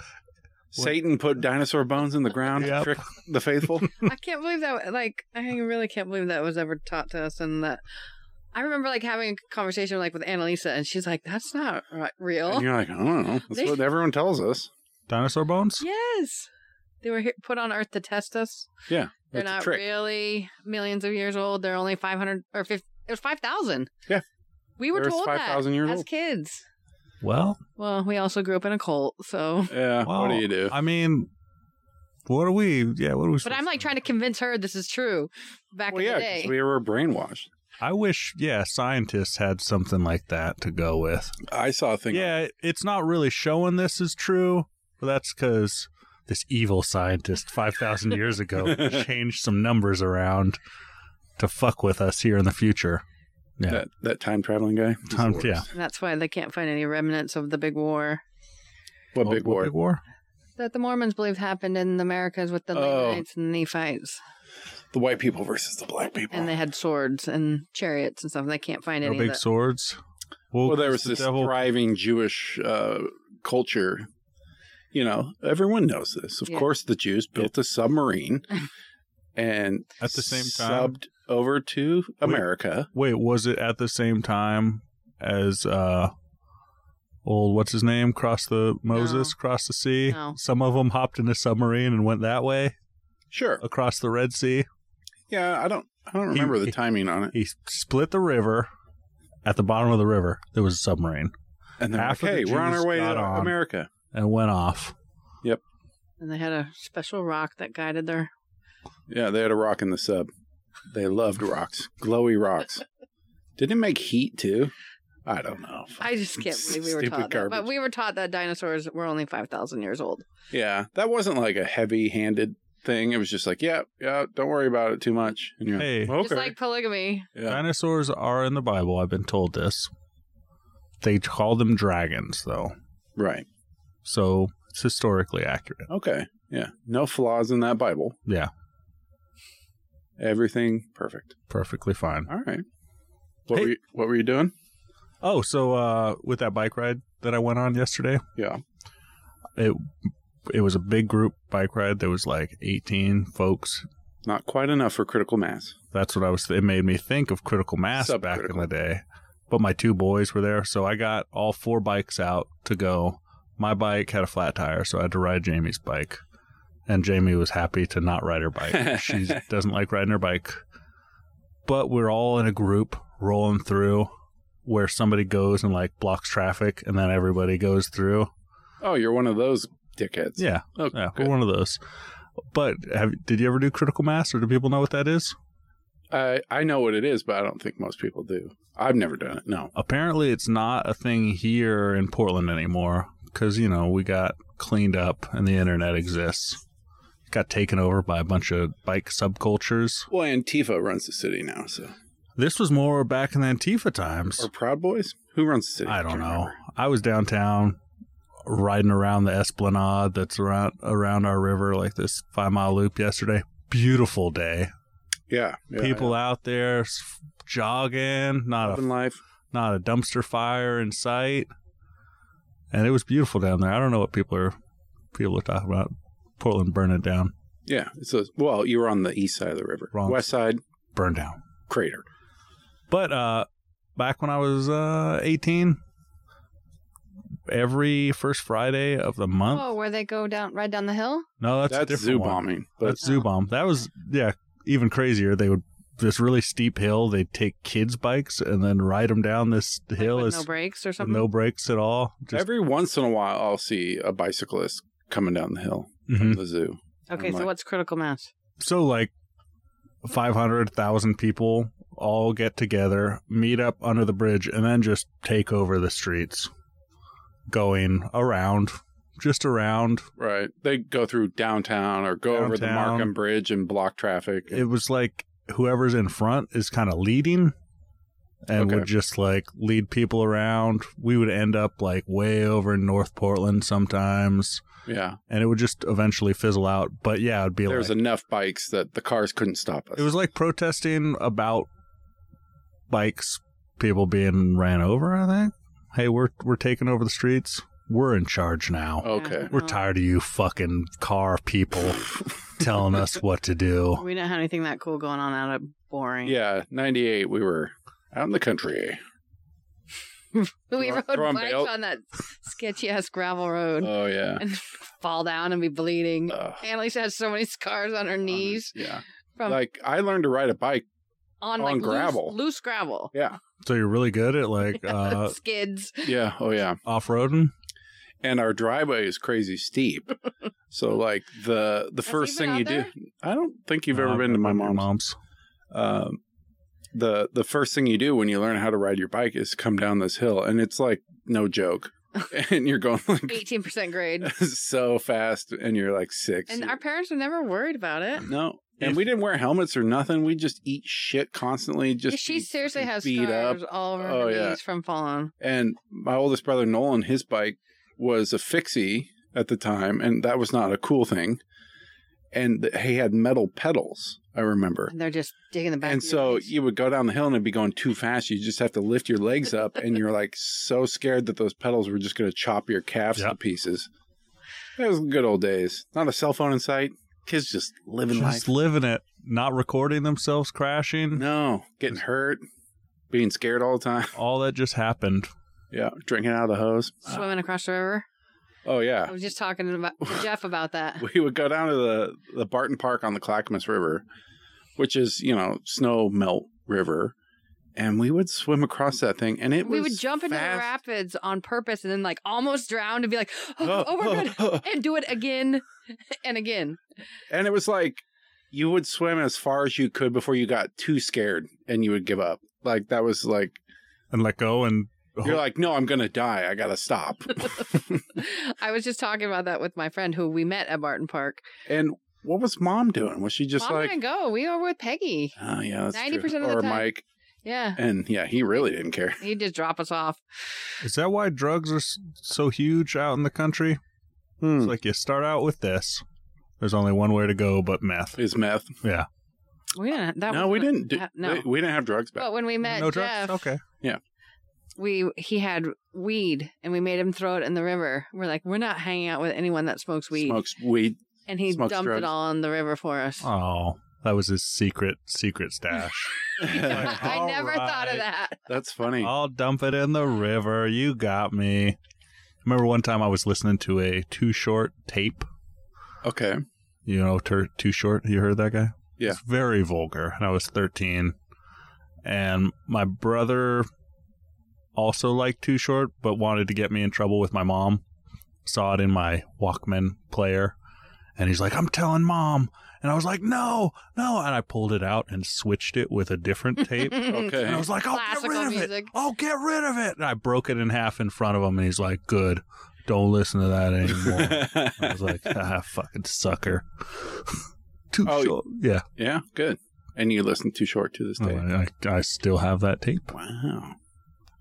[SPEAKER 2] Satan put dinosaur bones in the ground to
[SPEAKER 1] Yep.
[SPEAKER 2] trick the faithful.
[SPEAKER 3] I can't believe that. Like, I really can't believe that was ever taught to us. And that I remember like having a conversation like with Annalisa, and she's like, "That's not ri-
[SPEAKER 2] and
[SPEAKER 3] real."
[SPEAKER 2] you're like, I don't know. That's
[SPEAKER 3] They-
[SPEAKER 2] what everyone tells us.
[SPEAKER 1] dinosaur bones.
[SPEAKER 3] Yes, they were here, put on Earth to test us.
[SPEAKER 2] Yeah,
[SPEAKER 3] They're
[SPEAKER 2] it's a
[SPEAKER 3] not
[SPEAKER 2] trick.
[SPEAKER 3] really millions of years old. They're only five hundred or 50, it was five thousand.
[SPEAKER 2] Yeah.
[SPEAKER 3] we were
[SPEAKER 2] They're
[SPEAKER 3] told that
[SPEAKER 2] 5,000 years
[SPEAKER 3] as
[SPEAKER 2] old.
[SPEAKER 3] kids.
[SPEAKER 1] Well,
[SPEAKER 3] Well, we also grew up in a cult, so.
[SPEAKER 2] Yeah, what do
[SPEAKER 1] Well,
[SPEAKER 2] you do?
[SPEAKER 1] I mean, what are we? Yeah, what are we?
[SPEAKER 3] But I'm like trying to convince her this is true. Back
[SPEAKER 2] well,
[SPEAKER 3] in
[SPEAKER 2] yeah,
[SPEAKER 3] the
[SPEAKER 2] 'cause
[SPEAKER 3] day,
[SPEAKER 2] we were brainwashed.
[SPEAKER 1] I wish, yeah, scientists had something like that to go with.
[SPEAKER 2] I saw a thing.
[SPEAKER 1] Yeah, it's not really showing this is true, but that's because this evil scientist 5,000 years ago changed some numbers around to fuck with us here in the future. Yeah.
[SPEAKER 2] That that time traveling guy. He's the
[SPEAKER 1] Time-
[SPEAKER 2] worst.
[SPEAKER 1] yeah.
[SPEAKER 3] And that's why they can't find any remnants of the big war
[SPEAKER 2] What
[SPEAKER 1] What-
[SPEAKER 2] big
[SPEAKER 1] what
[SPEAKER 2] war?
[SPEAKER 1] Oh, Big war?
[SPEAKER 3] that the Mormons believe happened in the Americas with the
[SPEAKER 2] Oh.
[SPEAKER 3] Lamanites and the Nephites,
[SPEAKER 2] the white people versus the black people.
[SPEAKER 3] and they had swords and chariots and stuff. And they can't find
[SPEAKER 1] No
[SPEAKER 3] any
[SPEAKER 1] big
[SPEAKER 3] of that.
[SPEAKER 1] swords?
[SPEAKER 2] well, there was
[SPEAKER 1] the
[SPEAKER 2] this
[SPEAKER 1] devil-
[SPEAKER 2] thriving Jewish uh, culture. You know, everyone knows this. Of
[SPEAKER 3] Yeah.
[SPEAKER 2] course, the Jews built a submarine and
[SPEAKER 1] At the same time-
[SPEAKER 2] subbed over to
[SPEAKER 1] Wait.
[SPEAKER 2] America.
[SPEAKER 1] Wait, was it at the same time as uh old what's his name? Cross the Moses, cross the sea.
[SPEAKER 3] No.
[SPEAKER 1] Some of them hopped in a submarine and went that way
[SPEAKER 2] Sure.
[SPEAKER 1] across the Red Sea.
[SPEAKER 2] Yeah, I don't. I don't remember the
[SPEAKER 1] Uh, he-
[SPEAKER 2] timing on it.
[SPEAKER 1] He split the river. At the bottom of the river, there was a submarine
[SPEAKER 2] And they're like,
[SPEAKER 1] Half of
[SPEAKER 2] "Hey,
[SPEAKER 1] the
[SPEAKER 2] we're on
[SPEAKER 1] Jews
[SPEAKER 2] our way to
[SPEAKER 1] got on.
[SPEAKER 2] America."
[SPEAKER 1] and went off.
[SPEAKER 3] And they had a special rock that guided their.
[SPEAKER 2] Yeah, they had a rock in the sub. They loved rocks, glowy rocks. Did it make heat too? I don't know.
[SPEAKER 3] I just can't believe we were
[SPEAKER 2] Stupid
[SPEAKER 3] taught that. But
[SPEAKER 2] garbage.
[SPEAKER 3] we were taught that dinosaurs were only five thousand years old.
[SPEAKER 2] Yeah, that wasn't like a heavy-handed thing. It was just like, yeah, yeah, don't worry about it too much. And you're
[SPEAKER 1] Hey.
[SPEAKER 2] like, okay,
[SPEAKER 3] Just like polygamy.
[SPEAKER 2] yeah.
[SPEAKER 1] Dinosaurs are in the Bible. I've been told this. They call them dragons, though,
[SPEAKER 2] right,
[SPEAKER 1] so it's historically accurate.
[SPEAKER 2] okay, yeah, no flaws in that Bible.
[SPEAKER 1] Yeah,
[SPEAKER 2] Everything perfect.
[SPEAKER 1] perfectly fine.
[SPEAKER 2] All right. What
[SPEAKER 1] Hey.
[SPEAKER 2] were you, what were you doing?
[SPEAKER 1] Oh, so uh, with that bike ride that I went on yesterday,
[SPEAKER 2] Yeah.
[SPEAKER 1] it it was a big group bike ride. There was like eighteen folks.
[SPEAKER 2] Not quite enough for critical mass.
[SPEAKER 1] That's what I was. It made me think of Critical Mass back in
[SPEAKER 2] Subcritical.
[SPEAKER 1] the day. But my two boys were there, so I got all four bikes out to go. My bike had a flat tire, so I had to ride Jamie's bike, and Jamie was happy to not ride her bike. she doesn't like riding her bike. But we're all in a group rolling through. where somebody goes and like blocks traffic and then everybody goes through.
[SPEAKER 2] Oh, you're one of those dickheads.
[SPEAKER 1] Yeah,
[SPEAKER 2] Oh,
[SPEAKER 1] yeah,
[SPEAKER 2] good.
[SPEAKER 1] we're one of those. But have, did you ever do critical mass, or do people know what that is?
[SPEAKER 2] I I know what it is, but I don't think most people do. I've never done it. No.
[SPEAKER 1] Apparently, it's not a thing here in Portland anymore because you know we got cleaned up and the internet exists. Got taken over by a bunch of bike subcultures.
[SPEAKER 2] Well, Antifa runs the city now, so
[SPEAKER 1] This was more back in the Antifa times.
[SPEAKER 2] or Proud Boys. Who runs the city?
[SPEAKER 1] I don't
[SPEAKER 2] can't
[SPEAKER 1] know.
[SPEAKER 2] remember.
[SPEAKER 1] I was downtown riding around the esplanade that's around around our river, like this five mile loop yesterday. Beautiful day.
[SPEAKER 2] Yeah, yeah,
[SPEAKER 1] People out there s- jogging,
[SPEAKER 2] yeah.
[SPEAKER 1] not
[SPEAKER 2] Living
[SPEAKER 1] a
[SPEAKER 2] life.
[SPEAKER 1] not a dumpster fire in sight. And it was beautiful down there. I don't know what people are people are talking about. Portland burn it down.
[SPEAKER 2] Yeah. So well, you were on the east side of the river.
[SPEAKER 1] Wrong.
[SPEAKER 2] West side
[SPEAKER 1] Burn down.
[SPEAKER 2] crater.
[SPEAKER 1] But uh back when I was uh eighteen Every first Friday of the month.
[SPEAKER 3] Oh, where they go down, right down the hill.
[SPEAKER 1] No, that's,
[SPEAKER 2] That's,
[SPEAKER 1] a different
[SPEAKER 2] zoo
[SPEAKER 1] one.
[SPEAKER 2] bombing. But
[SPEAKER 1] That's zoo bomb. That was yeah, even crazier. They would this really steep hill. They'd take kids' bikes and then ride them down this
[SPEAKER 3] Like,
[SPEAKER 1] hill
[SPEAKER 3] with
[SPEAKER 1] is
[SPEAKER 3] no brakes or
[SPEAKER 1] with
[SPEAKER 3] something.
[SPEAKER 1] no brakes at all. Just
[SPEAKER 2] every once in a while, I'll see a bicyclist coming down the hill from
[SPEAKER 1] Mhm.
[SPEAKER 2] the zoo.
[SPEAKER 3] Okay,
[SPEAKER 2] I'm
[SPEAKER 3] so
[SPEAKER 2] like-
[SPEAKER 3] what's critical mass?
[SPEAKER 1] so like five hundred thousand people all get together, meet up under the bridge, and then just take over the streets, going around, just around.
[SPEAKER 2] Right. They go through downtown or go over the
[SPEAKER 1] Downtown.
[SPEAKER 2] Markham Bridge and block traffic.
[SPEAKER 1] It was like whoever's in front is kind of leading. And
[SPEAKER 2] Okay.
[SPEAKER 1] would just like lead people around. We would end up like way over in North Portland sometimes.
[SPEAKER 2] yeah.
[SPEAKER 1] and it would just eventually fizzle out. But yeah, it'd be
[SPEAKER 2] There's
[SPEAKER 1] like
[SPEAKER 2] enough bikes that the cars couldn't stop us.
[SPEAKER 1] it was like protesting about bikes, people being ran over. I think, hey, we're we're taking over the streets. We're in charge now.
[SPEAKER 2] okay.
[SPEAKER 1] We're tired of you fucking car people telling us what to do.
[SPEAKER 3] We didn't have anything that cool going on out at Boring.
[SPEAKER 2] Yeah, 98 we were out in the country.
[SPEAKER 3] we
[SPEAKER 2] Throw-
[SPEAKER 3] rode
[SPEAKER 2] throw 'em
[SPEAKER 3] bikes
[SPEAKER 2] bail-
[SPEAKER 3] on that sketchy ass gravel road
[SPEAKER 2] Oh yeah.
[SPEAKER 3] and fall down and be bleeding.
[SPEAKER 2] Ugh.
[SPEAKER 3] Annalisa has so many scars on her knees
[SPEAKER 2] Yeah.
[SPEAKER 3] from
[SPEAKER 2] Like I learned to ride a bike.
[SPEAKER 3] on,
[SPEAKER 2] on
[SPEAKER 3] like
[SPEAKER 2] gravel.
[SPEAKER 3] loose, loose gravel,
[SPEAKER 2] Yeah.
[SPEAKER 1] So you're really good at like uh,
[SPEAKER 3] skids.
[SPEAKER 2] Yeah, oh yeah.
[SPEAKER 1] off roading.
[SPEAKER 2] And our driveway is crazy steep. so like the the
[SPEAKER 3] Has he
[SPEAKER 2] first
[SPEAKER 3] been
[SPEAKER 2] thing
[SPEAKER 3] out
[SPEAKER 2] you
[SPEAKER 3] there?
[SPEAKER 2] do I don't think you've ever been to my
[SPEAKER 1] mom's.
[SPEAKER 2] mom's. Um the the first thing you do when you learn how to ride your bike is come down this hill and it's like no joke. and you're going like
[SPEAKER 3] Eighteen percent grade.
[SPEAKER 2] so fast and you're like 6.
[SPEAKER 3] And our parents were never worried about it.
[SPEAKER 2] No. And
[SPEAKER 1] If-
[SPEAKER 2] we didn't wear helmets or nothing. We just eat shit constantly. Just
[SPEAKER 3] she
[SPEAKER 2] be
[SPEAKER 3] seriously has
[SPEAKER 2] beat up.
[SPEAKER 3] scars all over
[SPEAKER 2] Oh,
[SPEAKER 3] her
[SPEAKER 2] yeah.
[SPEAKER 3] knees from falling.
[SPEAKER 2] And my oldest brother Nolan, his bike was a fixie at the time, and that was not a cool thing. And th- he had metal pedals. I remember.
[SPEAKER 3] And they're just digging the back.
[SPEAKER 2] And
[SPEAKER 3] of your
[SPEAKER 2] so
[SPEAKER 3] legs.
[SPEAKER 2] you would go down the hill and it'd be going too fast. You just have to lift your legs up, and you're like so scared that those pedals were just going to chop your calves to
[SPEAKER 1] Yep.
[SPEAKER 2] pieces. It was good old days. Not a cell phone in sight. Kids just living life.
[SPEAKER 1] Just living it, not recording themselves crashing.
[SPEAKER 2] No, getting hurt, being scared all the time.
[SPEAKER 1] All that just happened.
[SPEAKER 2] Yeah, drinking out of the hose.
[SPEAKER 3] swimming across the river.
[SPEAKER 2] Oh
[SPEAKER 3] I
[SPEAKER 2] yeah,
[SPEAKER 3] was just talking about to Jeff about that.
[SPEAKER 2] we would go down to the the Barton Park on the Clackamas River, which is you know snow melt river, and we would swim across that thing, and it
[SPEAKER 3] we
[SPEAKER 2] was
[SPEAKER 3] would jump into the
[SPEAKER 2] fast.
[SPEAKER 3] rapids on purpose and then like almost drown and be like, oh, oh, we're good, and do it again and again.
[SPEAKER 2] And it was like you would swim as far as you could before you got too scared and you would give up. Like that was like
[SPEAKER 1] And let go and
[SPEAKER 2] you're like, no, I'm gonna die. I gotta stop.
[SPEAKER 3] I was just talking about that with my friend who we met at Barton Park.
[SPEAKER 2] and what was mom doing? Was she just
[SPEAKER 3] Mom
[SPEAKER 2] like?
[SPEAKER 3] didn't go. We were with Peggy.
[SPEAKER 2] Oh yeah, that's true.
[SPEAKER 3] 90% of the
[SPEAKER 2] or
[SPEAKER 3] time.
[SPEAKER 2] Mike,
[SPEAKER 3] Yeah,
[SPEAKER 2] and yeah, he really didn't care.
[SPEAKER 3] he'd just drop us off.
[SPEAKER 1] Is that why drugs are s- so huge out in the country?
[SPEAKER 2] Hmm.
[SPEAKER 1] It's like you start out with this. There's only one way to go but meth.
[SPEAKER 2] Is meth?
[SPEAKER 3] We didn't. That
[SPEAKER 2] no, we
[SPEAKER 3] wasn't-
[SPEAKER 2] didn't. Do,
[SPEAKER 3] that- no.
[SPEAKER 2] we, we didn't have drugs back.
[SPEAKER 3] But when we met
[SPEAKER 1] no
[SPEAKER 3] Jeff,
[SPEAKER 1] drugs? Okay.
[SPEAKER 3] we he had weed and we made him throw it in the river. We're like, we're not hanging out with anyone that smokes weed.
[SPEAKER 2] Smokes weed.
[SPEAKER 3] and he
[SPEAKER 2] smokes
[SPEAKER 3] dumped
[SPEAKER 2] drugs.
[SPEAKER 3] it all in the river for us.
[SPEAKER 1] Oh, that was his secret, secret stash. Like,
[SPEAKER 3] I
[SPEAKER 1] all
[SPEAKER 3] never thought of
[SPEAKER 1] right.
[SPEAKER 3] that.
[SPEAKER 2] That's funny.
[SPEAKER 1] I'll dump it in the river. You got me. remember one time I was listening to a Too Short tape.
[SPEAKER 2] Okay.
[SPEAKER 1] You know, tur Too Short. You heard that guy?
[SPEAKER 2] Yeah.
[SPEAKER 1] It's very vulgar. And I was 13. And my brother also liked Too Short, but wanted to get me in trouble with my mom. Saw it in my Walkman player, and he's like, "I'm telling mom," and I was like, "No, no," and I pulled it out and switched it with a different tape. And I
[SPEAKER 2] Okay.
[SPEAKER 1] was like, I'll get
[SPEAKER 3] Classical
[SPEAKER 1] rid of it.
[SPEAKER 3] music.
[SPEAKER 1] I'll get rid of it. And I broke it in half in front of him, and he's like, Good. Don't listen to that anymore. I was like, Ah, fucking sucker. Too
[SPEAKER 2] Oh,
[SPEAKER 1] short. Yeah.
[SPEAKER 2] yeah, good. And you listen too short to this
[SPEAKER 1] Oh,
[SPEAKER 2] day.
[SPEAKER 1] I, I, I still have that tape.
[SPEAKER 2] Wow.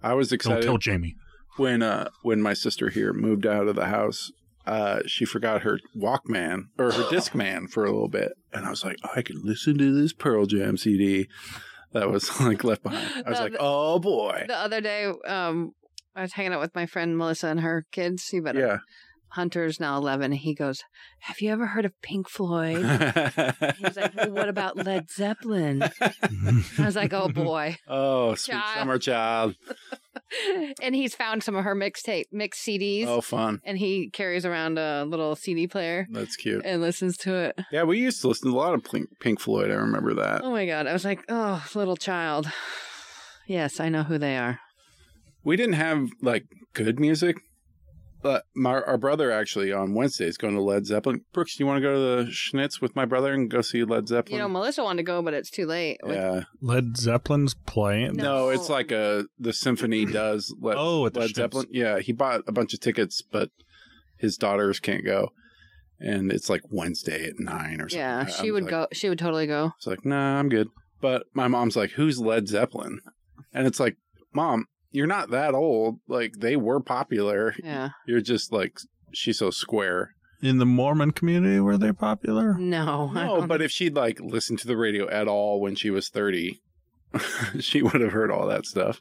[SPEAKER 2] I was
[SPEAKER 1] Don't
[SPEAKER 2] excited
[SPEAKER 1] tell Jamie.
[SPEAKER 2] when uh when my sister here moved out of the house. Uh, she forgot her Walkman or her Discman for a little bit, and I was like, "Oh, I can listen to this Pearl Jam CD that was like left behind. I was
[SPEAKER 3] No,
[SPEAKER 2] like,
[SPEAKER 3] the-
[SPEAKER 2] oh boy,
[SPEAKER 3] The other day, um, I was hanging out with my friend Melissa and her kids. You better.
[SPEAKER 2] yeah.
[SPEAKER 3] Hunter's now 11. He goes, Have you ever heard of Pink Floyd? He was like, well, What about Led Zeppelin? I was like, Oh boy.
[SPEAKER 2] Oh, sweet
[SPEAKER 3] Child.
[SPEAKER 2] summer child.
[SPEAKER 3] and he's found some of her mixtape, mix CDs,
[SPEAKER 2] Oh, fun.
[SPEAKER 3] and he carries around a little CD player
[SPEAKER 2] That's cute.
[SPEAKER 3] and listens to it.
[SPEAKER 2] Yeah, we used to listen to a lot of Plink- Pink Floyd. I remember that.
[SPEAKER 3] Oh my God. I was like, Oh, little child. Yes, I know who they are.
[SPEAKER 2] We didn't have like good music, but my our brother actually on Wednesday is going to Led Zeppelin. Brooks, you want to go to the Schnitz with my brother and go see Led
[SPEAKER 3] You
[SPEAKER 2] Zeppelin?
[SPEAKER 3] know, Melissa wanted to go, but it's too late. with-
[SPEAKER 2] yeah.
[SPEAKER 1] Led Zeppelin's playing.
[SPEAKER 2] No.
[SPEAKER 3] No.
[SPEAKER 2] it's like a the symphony does Led,
[SPEAKER 1] Oh, at the
[SPEAKER 2] Led
[SPEAKER 1] Schnitz.
[SPEAKER 2] Zeppelin. Yeah, he bought a bunch of tickets, but his daughters can't go, and it's like Wednesday at nine or something.
[SPEAKER 3] yeah,
[SPEAKER 2] I- I
[SPEAKER 3] she
[SPEAKER 2] was
[SPEAKER 3] would
[SPEAKER 2] like,
[SPEAKER 3] go. She would totally go.
[SPEAKER 2] It's like, nah, I'm good. But my mom's like, who's Led Zeppelin? And it's like, mom, you're not that old. Like they were popular.
[SPEAKER 3] Yeah.
[SPEAKER 2] You're just like, she's so square.
[SPEAKER 1] In the Mormon community, were they popular?
[SPEAKER 3] No. I
[SPEAKER 2] No,
[SPEAKER 3] don't
[SPEAKER 2] but if she'd like listened to the radio at all when she was 30, she would have heard all that stuff.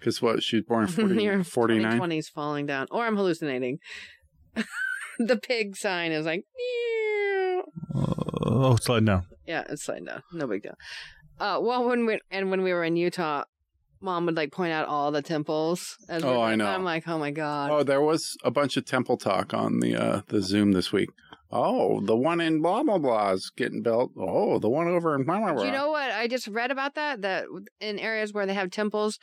[SPEAKER 2] Because what? She was born in 40, 49.
[SPEAKER 3] 2020's falling down, or I'm hallucinating. the pig sign is like, meow. Mm.
[SPEAKER 1] Oh, slide down.
[SPEAKER 3] yeah, it's sliding down. No big deal. Uh, well, when we and when we were in Utah, mom would like point out all the temples. As we
[SPEAKER 2] Oh,
[SPEAKER 3] were
[SPEAKER 2] I
[SPEAKER 3] going by.
[SPEAKER 2] know.
[SPEAKER 3] I'm like, oh my god.
[SPEAKER 2] Oh, there was a bunch of temple talk on the uh, the Zoom this week. Oh, the one in blah blah blah is getting built. Oh, the one over in blah blah blah.
[SPEAKER 3] Do you know what I just read about that? That in areas where they have temples,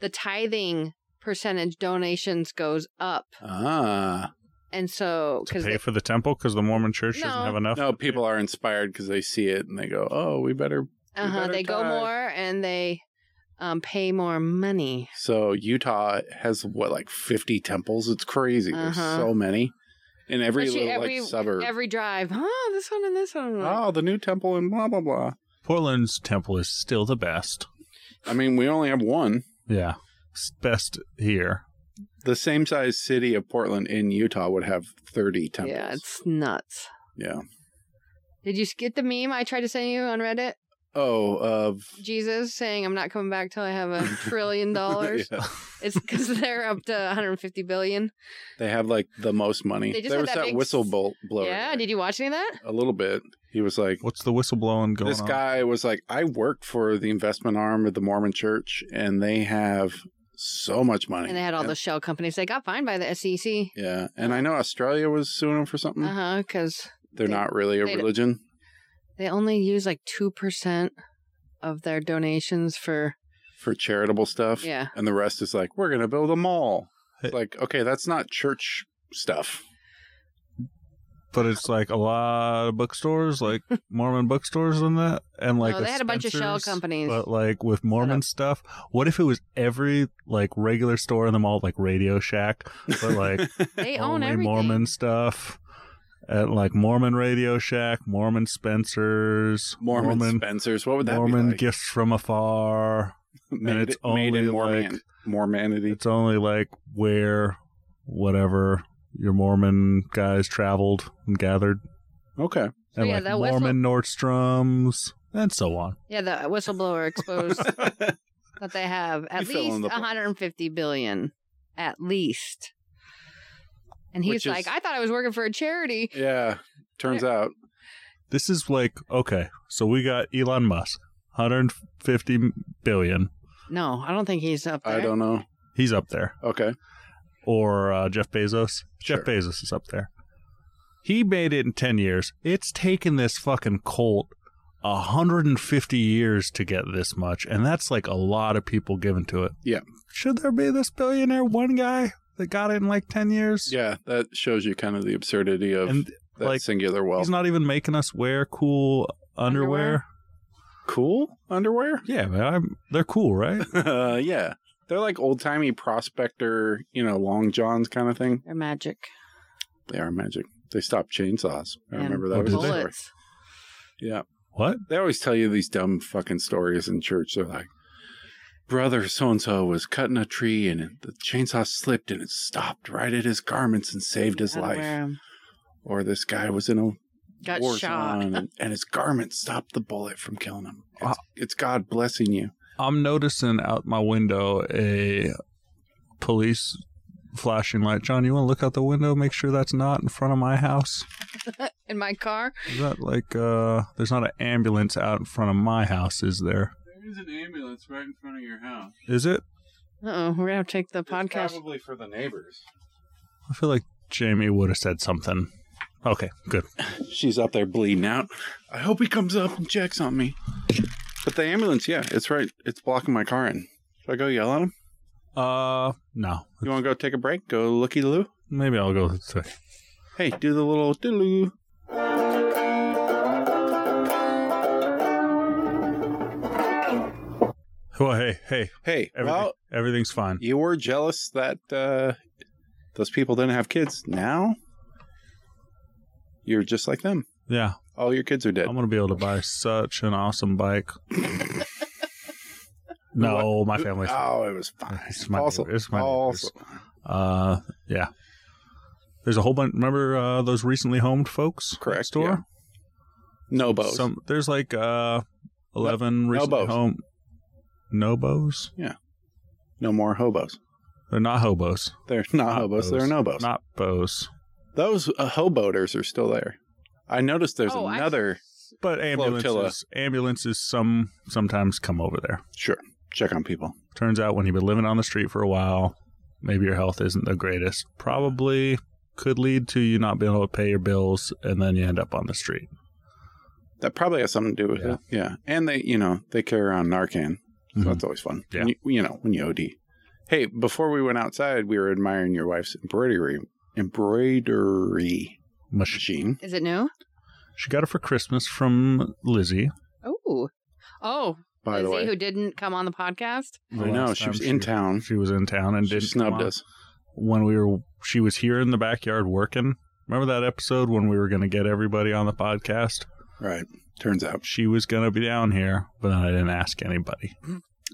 [SPEAKER 3] the tithing percentage donations goes up,
[SPEAKER 2] ah,
[SPEAKER 3] and so
[SPEAKER 1] To
[SPEAKER 3] because
[SPEAKER 1] pay for the temple because the Mormon church doesn't
[SPEAKER 3] No.
[SPEAKER 1] have enough.
[SPEAKER 2] No, people are inspired because they see it and they go, "Oh, we better." You
[SPEAKER 3] uh-huh,
[SPEAKER 2] better
[SPEAKER 3] they go
[SPEAKER 2] tithe.
[SPEAKER 3] more and they um, pay more money.
[SPEAKER 2] So Utah has what, like fifty temples? It's crazy. There's
[SPEAKER 3] Uh-huh.
[SPEAKER 2] so many in every
[SPEAKER 3] Especially
[SPEAKER 2] little
[SPEAKER 3] every-
[SPEAKER 2] like suburb.
[SPEAKER 3] every drive. Oh, this one and this one. I'm like,
[SPEAKER 2] oh, the new temple and blah blah blah.
[SPEAKER 1] Portland's temple is still the best.
[SPEAKER 2] I mean, we only have one.
[SPEAKER 1] Yeah. It's best here.
[SPEAKER 2] The same size city of Portland in Utah would have thirty Oh, temples.
[SPEAKER 3] yeah, it's nuts.
[SPEAKER 2] yeah.
[SPEAKER 3] Did you get the meme I tried to send you on Reddit?
[SPEAKER 2] Oh, of
[SPEAKER 3] Jesus saying, "I'm not coming back till I have a trillion dollars."
[SPEAKER 2] Yeah.
[SPEAKER 3] It's because they're up to 150 billion.
[SPEAKER 2] They have like the most money.
[SPEAKER 3] They just
[SPEAKER 2] there
[SPEAKER 3] had
[SPEAKER 2] was
[SPEAKER 3] that
[SPEAKER 2] that,
[SPEAKER 3] big s-
[SPEAKER 2] whistle whistleblower.
[SPEAKER 3] yeah, did you watch any of that?
[SPEAKER 2] a little bit. He was like,
[SPEAKER 1] What's the whistleblowing going
[SPEAKER 2] this
[SPEAKER 1] on?
[SPEAKER 2] guy was like, I worked for the investment arm of the Mormon Church, and they have so much money.
[SPEAKER 3] And they had all the shell companies. They got fined by the E SEC.
[SPEAKER 2] Yeah, Mm. and I know Australia was suing them for something.
[SPEAKER 3] Uh huh. Because
[SPEAKER 2] They're
[SPEAKER 3] they-
[SPEAKER 2] not really a
[SPEAKER 3] they-
[SPEAKER 2] religion.
[SPEAKER 3] they only use like two percent of their donations for.
[SPEAKER 2] For charitable stuff,
[SPEAKER 3] Yeah.
[SPEAKER 2] and the rest is like we're gonna build a mall. It's
[SPEAKER 1] Hey.
[SPEAKER 2] like, okay, that's not church stuff.
[SPEAKER 1] but it's like a lot of bookstores, like Mormon bookstores and that, and like
[SPEAKER 3] no, Oh, they had a bunch of shell
[SPEAKER 1] Spencer's,
[SPEAKER 3] companies.
[SPEAKER 1] But like with Mormon stuff, what if it was every like regular store in the mall, like Radio Shack, but like
[SPEAKER 3] they own
[SPEAKER 1] only
[SPEAKER 3] everything.
[SPEAKER 1] Mormon stuff, at like Mormon Radio Shack, Mormon Spencer's,
[SPEAKER 2] Mormon,
[SPEAKER 1] Mormon,
[SPEAKER 2] Spencers, what would that
[SPEAKER 1] Mormon
[SPEAKER 2] be like?
[SPEAKER 1] gifts from afar.
[SPEAKER 2] made,
[SPEAKER 1] it's
[SPEAKER 2] made in
[SPEAKER 1] only,
[SPEAKER 2] Mormon,
[SPEAKER 1] like-
[SPEAKER 2] Mormonity.
[SPEAKER 1] It's only like where, whatever your Mormon guys traveled and gathered,
[SPEAKER 2] Okay,
[SPEAKER 3] So,
[SPEAKER 1] and
[SPEAKER 3] yeah,
[SPEAKER 1] like
[SPEAKER 3] that whistle-
[SPEAKER 1] Mormon Nordstroms and so on.
[SPEAKER 3] Yeah, the whistleblower exposed that they have at
[SPEAKER 2] You fill in
[SPEAKER 3] least
[SPEAKER 2] the blanks.
[SPEAKER 3] 150 billion, at least. And he's
[SPEAKER 2] Which is-
[SPEAKER 3] like, I thought I was working for a charity.
[SPEAKER 2] yeah. Turns out,
[SPEAKER 1] This is like okay, so we got Elon Musk, 150 billion.
[SPEAKER 3] No, I don't think he's up there.
[SPEAKER 2] I don't know.
[SPEAKER 1] He's up there,
[SPEAKER 2] Okay,
[SPEAKER 1] or uh, Jeff Bezos.
[SPEAKER 2] Sure.
[SPEAKER 1] Jeff Bezos is up there. He made it in 10 years. It's taken this fucking cult 150 years to get this much, and that's like a lot of people giving to it.
[SPEAKER 2] Yeah.
[SPEAKER 1] Should there be this billionaire one guy that got it in like 10 years?
[SPEAKER 2] Yeah, that shows you kind of the absurdity of
[SPEAKER 1] And
[SPEAKER 2] that
[SPEAKER 1] like,
[SPEAKER 2] singular wealth.
[SPEAKER 1] he's not even making us wear cool underwear.
[SPEAKER 2] cool underwear?
[SPEAKER 1] Yeah, man, I'm, they're cool, right?
[SPEAKER 2] uh, yeah. They're like old timey prospector, you know, long johns kind of thing.
[SPEAKER 3] They're magic.
[SPEAKER 2] They are magic. They stop chainsaws. I
[SPEAKER 3] and
[SPEAKER 2] remember that
[SPEAKER 1] Oh,
[SPEAKER 2] was
[SPEAKER 1] did
[SPEAKER 2] a
[SPEAKER 1] they?
[SPEAKER 2] story.
[SPEAKER 3] bullets.
[SPEAKER 2] Yeah.
[SPEAKER 1] what?
[SPEAKER 2] They always tell you these dumb fucking stories in church. They're like, brother so and so was cutting a tree and it- the chainsaw slipped and it stopped right at his garments and saved his
[SPEAKER 3] Gotta
[SPEAKER 2] life.
[SPEAKER 3] wear 'em.
[SPEAKER 2] Or this guy was in a
[SPEAKER 3] Got
[SPEAKER 2] war
[SPEAKER 3] shot.
[SPEAKER 2] zone and, and his garment stopped the bullet from killing him.
[SPEAKER 1] Uh,
[SPEAKER 2] It's, it's God blessing you.
[SPEAKER 1] I'm noticing out my window a police flashing light. John, you want to look out the window, make sure that's not in front of my house?
[SPEAKER 3] in my car.
[SPEAKER 1] Is that like, uh, there's not an ambulance out in front of my house, is there?
[SPEAKER 2] There is an ambulance right in front of your house.
[SPEAKER 1] Is it?
[SPEAKER 3] Uh oh, we're gonna take the podcast.
[SPEAKER 2] probably for the neighbors.
[SPEAKER 1] I feel like Jamie would have said something. Okay, good.
[SPEAKER 2] She's up there bleeding out. I hope he comes up and checks on me. But the ambulance, yeah, it's right. It's blocking my car in. Should I go yell at him?
[SPEAKER 1] Uh, no.
[SPEAKER 2] You want to go take a break? Go looky loo?
[SPEAKER 1] Maybe I'll go to.
[SPEAKER 2] Hey, do the little doodaloo.
[SPEAKER 1] Well, hey, hey,
[SPEAKER 2] Hey,
[SPEAKER 1] everything,
[SPEAKER 2] well,
[SPEAKER 1] everything's fine.
[SPEAKER 2] you were jealous that uh, those people didn't have kids. Now you're just like them.
[SPEAKER 1] Yeah,
[SPEAKER 2] All your kids are dead.
[SPEAKER 1] I'm gonna be able to buy such an awesome bike. no, my family's.
[SPEAKER 2] Oh, it was fine.
[SPEAKER 1] It's my
[SPEAKER 2] also,
[SPEAKER 1] neighbor- it's my
[SPEAKER 2] also.
[SPEAKER 1] Uh, yeah. There's a whole bunch. Remember uh, those recently homed folks?
[SPEAKER 2] Correct,
[SPEAKER 1] Store.
[SPEAKER 2] no bows.
[SPEAKER 1] Some there's like uh, eleven recently
[SPEAKER 2] Nobos.
[SPEAKER 1] home. Nobos.
[SPEAKER 2] no more hobos.
[SPEAKER 1] They're not hobos.
[SPEAKER 2] They're not,
[SPEAKER 1] Not
[SPEAKER 2] hobos.
[SPEAKER 1] bows.
[SPEAKER 2] They're no bows.
[SPEAKER 1] Not bows.
[SPEAKER 2] Those uh, hoboters are still there. I noticed there's
[SPEAKER 3] Oh, I-
[SPEAKER 2] another.
[SPEAKER 1] But ambulances.
[SPEAKER 2] Flotilla.
[SPEAKER 1] Ambulances. Some sometimes come over there.
[SPEAKER 2] Sure, check on people.
[SPEAKER 1] Turns out when you've been living on the street for a while, maybe your health isn't the greatest. Probably could lead to you not being able to pay your bills, and then you end up on the street.
[SPEAKER 2] That probably has something to do with
[SPEAKER 1] Yeah.
[SPEAKER 2] it. Yeah, and they, you know, they carry around Narcan, so
[SPEAKER 1] Mhm.
[SPEAKER 2] that's always fun.
[SPEAKER 1] Yeah.
[SPEAKER 2] When you, you know, when you OD. Hey, before we went outside, we were admiring your wife's embroidery embroidery
[SPEAKER 1] Mush.
[SPEAKER 2] machine.
[SPEAKER 3] Is it new?
[SPEAKER 1] She got it for Christmas from Lizzie.
[SPEAKER 3] Oh, oh,
[SPEAKER 2] By the
[SPEAKER 3] Lizzie,
[SPEAKER 2] way,
[SPEAKER 3] who didn't come on the podcast?
[SPEAKER 1] the
[SPEAKER 2] I know
[SPEAKER 1] last
[SPEAKER 2] she
[SPEAKER 1] time
[SPEAKER 2] was in town.
[SPEAKER 1] She was in town and
[SPEAKER 2] She
[SPEAKER 1] didn't
[SPEAKER 2] snubbed
[SPEAKER 1] come on.
[SPEAKER 2] us.
[SPEAKER 1] when we were. She was here in the backyard working. Remember that episode when we were going to get everybody on the podcast?
[SPEAKER 2] Right. Turns out.
[SPEAKER 1] She was going to be down here, but then I didn't ask anybody,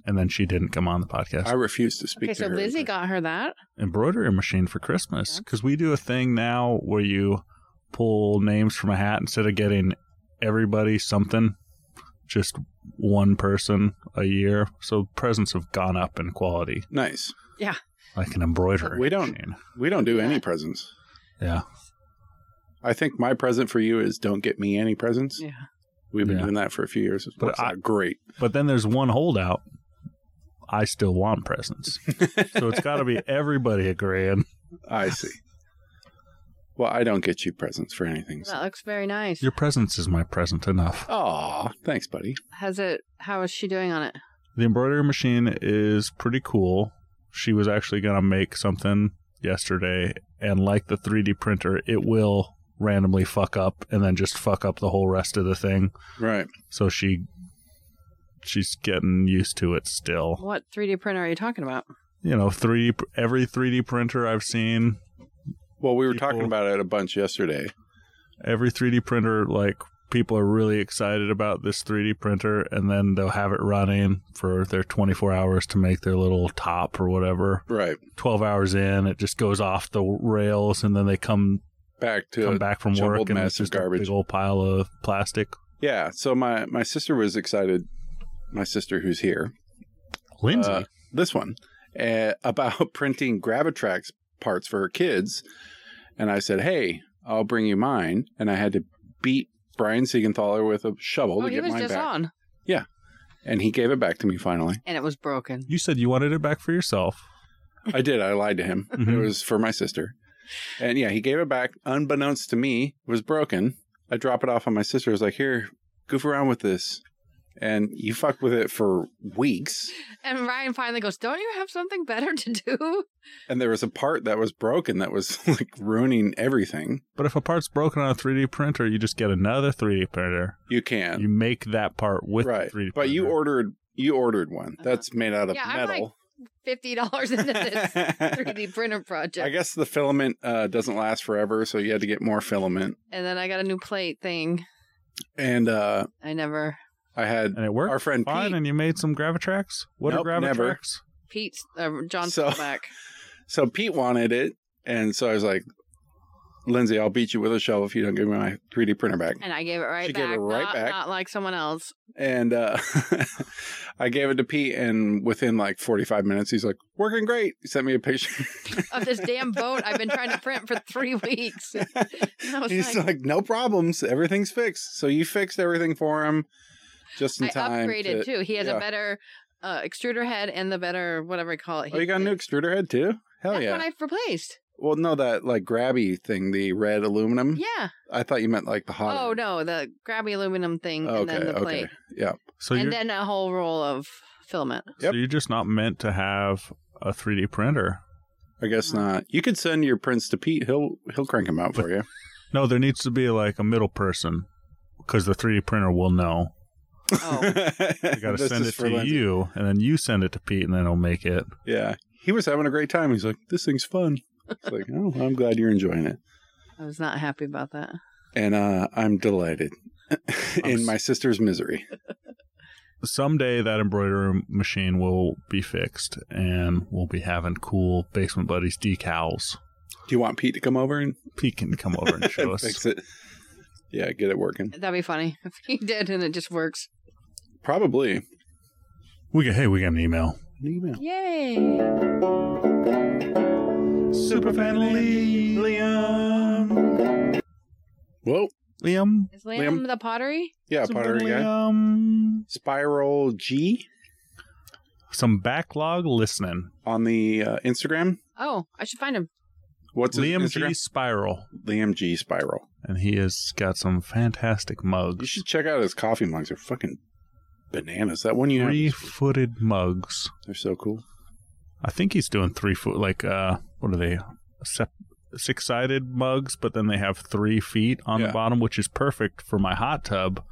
[SPEAKER 1] and then she didn't come on the podcast.
[SPEAKER 2] I refuse to speak
[SPEAKER 3] Okay,
[SPEAKER 2] to
[SPEAKER 3] so
[SPEAKER 2] her.
[SPEAKER 3] Lizzie got her that.
[SPEAKER 1] embroidery machine for Christmas because we do a thing now where you pull names from a hat instead of getting everybody something, just one person a year. So presents have gone up in quality,
[SPEAKER 2] nice.
[SPEAKER 1] like an embroidery.
[SPEAKER 2] We don't-
[SPEAKER 1] machine.
[SPEAKER 2] We don't do any presents.
[SPEAKER 1] Yeah.
[SPEAKER 2] I think my present for you is don't get me any presents.
[SPEAKER 3] Yeah.
[SPEAKER 2] We've been
[SPEAKER 1] Yeah.
[SPEAKER 2] doing that for a few years. It
[SPEAKER 1] But
[SPEAKER 2] works
[SPEAKER 1] I-
[SPEAKER 2] out great.
[SPEAKER 1] But then there's one holdout. I still want presents, so it's got to be everybody agreeing.
[SPEAKER 2] I see. Well, I don't get you presents for anything. So.
[SPEAKER 3] That looks very nice.
[SPEAKER 1] Your presence is my present enough.
[SPEAKER 2] Aw, thanks, buddy.
[SPEAKER 3] Has it? How is she doing on it?
[SPEAKER 1] The embroidery machine is pretty cool. She was actually going to make something yesterday, and like the 3D printer, it will randomly fuck up and then just fuck up the whole rest of the thing.
[SPEAKER 2] Right.
[SPEAKER 1] So she she's getting used to it still.
[SPEAKER 3] What 3D printer are you talking about?
[SPEAKER 1] You know, 3D pr- every 3D printer I've seen,
[SPEAKER 2] Well, we were
[SPEAKER 1] People-
[SPEAKER 2] talking about it a bunch yesterday.
[SPEAKER 1] every 3D printer like people are really excited about this 3D printer and then they'll have it running for their 24 hours to make their little top or whatever.
[SPEAKER 2] Right.
[SPEAKER 1] 12 hours in, it just goes off the rails, and then they come
[SPEAKER 2] Back to
[SPEAKER 1] come back from
[SPEAKER 2] jumbled
[SPEAKER 1] work and
[SPEAKER 2] mess
[SPEAKER 1] it's
[SPEAKER 2] of
[SPEAKER 1] just
[SPEAKER 2] garbage.
[SPEAKER 1] a big old pile of plastic.
[SPEAKER 2] Yeah. So my my sister was excited. My sister who's here.
[SPEAKER 1] Lindsay,
[SPEAKER 2] Uh, this one uh, about printing Gravitrax parts for her kids. And I said, hey, I'll bring you mine. And I had to beat Brian Siegenthaler with a shovel
[SPEAKER 3] oh,
[SPEAKER 2] to
[SPEAKER 3] he
[SPEAKER 2] get
[SPEAKER 3] was
[SPEAKER 2] mine
[SPEAKER 3] just
[SPEAKER 2] back.
[SPEAKER 3] on,
[SPEAKER 2] And he gave it back to me finally.
[SPEAKER 3] and it was broken.
[SPEAKER 1] you said you wanted it back for yourself.
[SPEAKER 2] I did. I lied to him. It
[SPEAKER 1] Mhm.
[SPEAKER 2] was for my sister. And yeah, he gave it back. Unbeknownst to me, it was broken. I drop it off on my sister. I was like, here, goof around with this. And you fuck with it for weeks.
[SPEAKER 3] And Ryan finally goes, Don't you have something better to do?
[SPEAKER 2] And there was a part that was broken that was like ruining everything.
[SPEAKER 1] But if a part's broken on a 3D printer, you just get another 3D printer.
[SPEAKER 2] You can.
[SPEAKER 1] You make that part with
[SPEAKER 2] right.
[SPEAKER 1] the 3D
[SPEAKER 2] But you
[SPEAKER 1] printer.
[SPEAKER 2] ordered you ordered one.
[SPEAKER 3] Uh-huh.
[SPEAKER 2] That's made out of
[SPEAKER 3] Yeah, I'm,
[SPEAKER 2] metal.
[SPEAKER 3] $50 into this 3D printer project.
[SPEAKER 2] I guess the filament uh, doesn't last forever, so you had to get more filament.
[SPEAKER 3] and then I got a new plate thing.
[SPEAKER 2] And uh,
[SPEAKER 3] I never.
[SPEAKER 2] I had
[SPEAKER 1] and it worked
[SPEAKER 2] our friend
[SPEAKER 1] fine,
[SPEAKER 2] Pete.
[SPEAKER 1] and you made some gravitrax. What
[SPEAKER 2] Nope,
[SPEAKER 1] are
[SPEAKER 2] never.
[SPEAKER 1] gravitrax?
[SPEAKER 3] Pete's, uh, John's
[SPEAKER 2] So-
[SPEAKER 3] back.
[SPEAKER 2] So Pete wanted it, and so I was like, "Lindsay, I'll beat you with a shovel if you don't give me my 3D printer back."
[SPEAKER 3] And I gave it right
[SPEAKER 2] She
[SPEAKER 3] back.
[SPEAKER 2] gave it right
[SPEAKER 3] not,
[SPEAKER 2] back.
[SPEAKER 3] Not like someone else.
[SPEAKER 2] And uh, I gave it to Pete, and within like 45 minutes, he's like, "Working great." He sent me a picture.
[SPEAKER 3] of this damn boat I've been trying to print for three weeks. And I was
[SPEAKER 2] he's
[SPEAKER 3] like,
[SPEAKER 2] like, "No problems. Everything's fixed." So you fixed everything for him, just in
[SPEAKER 3] I
[SPEAKER 2] time. to-
[SPEAKER 3] upgraded too. He has
[SPEAKER 2] yeah.
[SPEAKER 3] a better uh, extruder head and the better whatever I call it.
[SPEAKER 2] Oh, you got a new extruder head too? Hell
[SPEAKER 3] That's
[SPEAKER 2] yeah!
[SPEAKER 3] what I've replaced.
[SPEAKER 2] Well, no, that like grabby thing, the red aluminum.
[SPEAKER 3] Yeah.
[SPEAKER 2] I thought you meant like the hot.
[SPEAKER 3] Oh no, the grabby aluminum thing and then
[SPEAKER 2] Okay,
[SPEAKER 3] the
[SPEAKER 2] okay.
[SPEAKER 3] plate,
[SPEAKER 1] So
[SPEAKER 3] and
[SPEAKER 1] you're
[SPEAKER 3] then a whole roll of filament.
[SPEAKER 1] so you're just not meant to have a 3D printer.
[SPEAKER 2] I guess not. You could send your prints to Pete. He'll he'll crank them out for you.
[SPEAKER 1] No, there needs to be like a middle person because the 3D printer will know.
[SPEAKER 3] Oh,
[SPEAKER 1] You got to send it to you, and then you send it to Pete, and then he'll make it.
[SPEAKER 2] Yeah, he was having a great time. He's like, "This thing's fun." It's like, "Oh, I'm glad you're enjoying it,"
[SPEAKER 3] I was not happy about that.
[SPEAKER 2] and uh, I'm delighted
[SPEAKER 1] I'm
[SPEAKER 2] in
[SPEAKER 1] s-
[SPEAKER 2] my sister's misery.
[SPEAKER 1] Someday that embroidery machine will be fixed, and we'll be having cool basement buddies decals.
[SPEAKER 2] Do you want Pete to come over and
[SPEAKER 1] Pete can come over and show us.
[SPEAKER 2] fix it? Yeah, get it working.
[SPEAKER 3] That'd be funny if he did, and it just works.
[SPEAKER 2] Probably an
[SPEAKER 1] We get hey, we got an email.
[SPEAKER 2] email.
[SPEAKER 3] Yay!
[SPEAKER 1] Superfan Liam.
[SPEAKER 2] Whoa,
[SPEAKER 1] Liam.
[SPEAKER 3] Is Liam the pottery?
[SPEAKER 2] yeah,
[SPEAKER 1] Superfan
[SPEAKER 2] pottery guy.
[SPEAKER 1] Liam.
[SPEAKER 2] Spiral G
[SPEAKER 1] Some backlog listening.
[SPEAKER 2] on the uh, Instagram.
[SPEAKER 3] Oh, I should find him.
[SPEAKER 2] What's his
[SPEAKER 1] Liam
[SPEAKER 2] Instagram?
[SPEAKER 1] G Spiral.
[SPEAKER 2] Liam G Spiral.
[SPEAKER 1] And he has got some fantastic
[SPEAKER 2] You
[SPEAKER 1] mugs.
[SPEAKER 2] should check out his coffee mugs. They're fucking bananas. That one you have,
[SPEAKER 1] Three
[SPEAKER 2] is-
[SPEAKER 1] footed mugs.
[SPEAKER 2] they're so cool.
[SPEAKER 1] I think he's doing three foot, like, uh, what are they? Sep- Six sided mugs, but then they have three feet on
[SPEAKER 2] Yeah.
[SPEAKER 1] the bottom, which is perfect for my hot tub.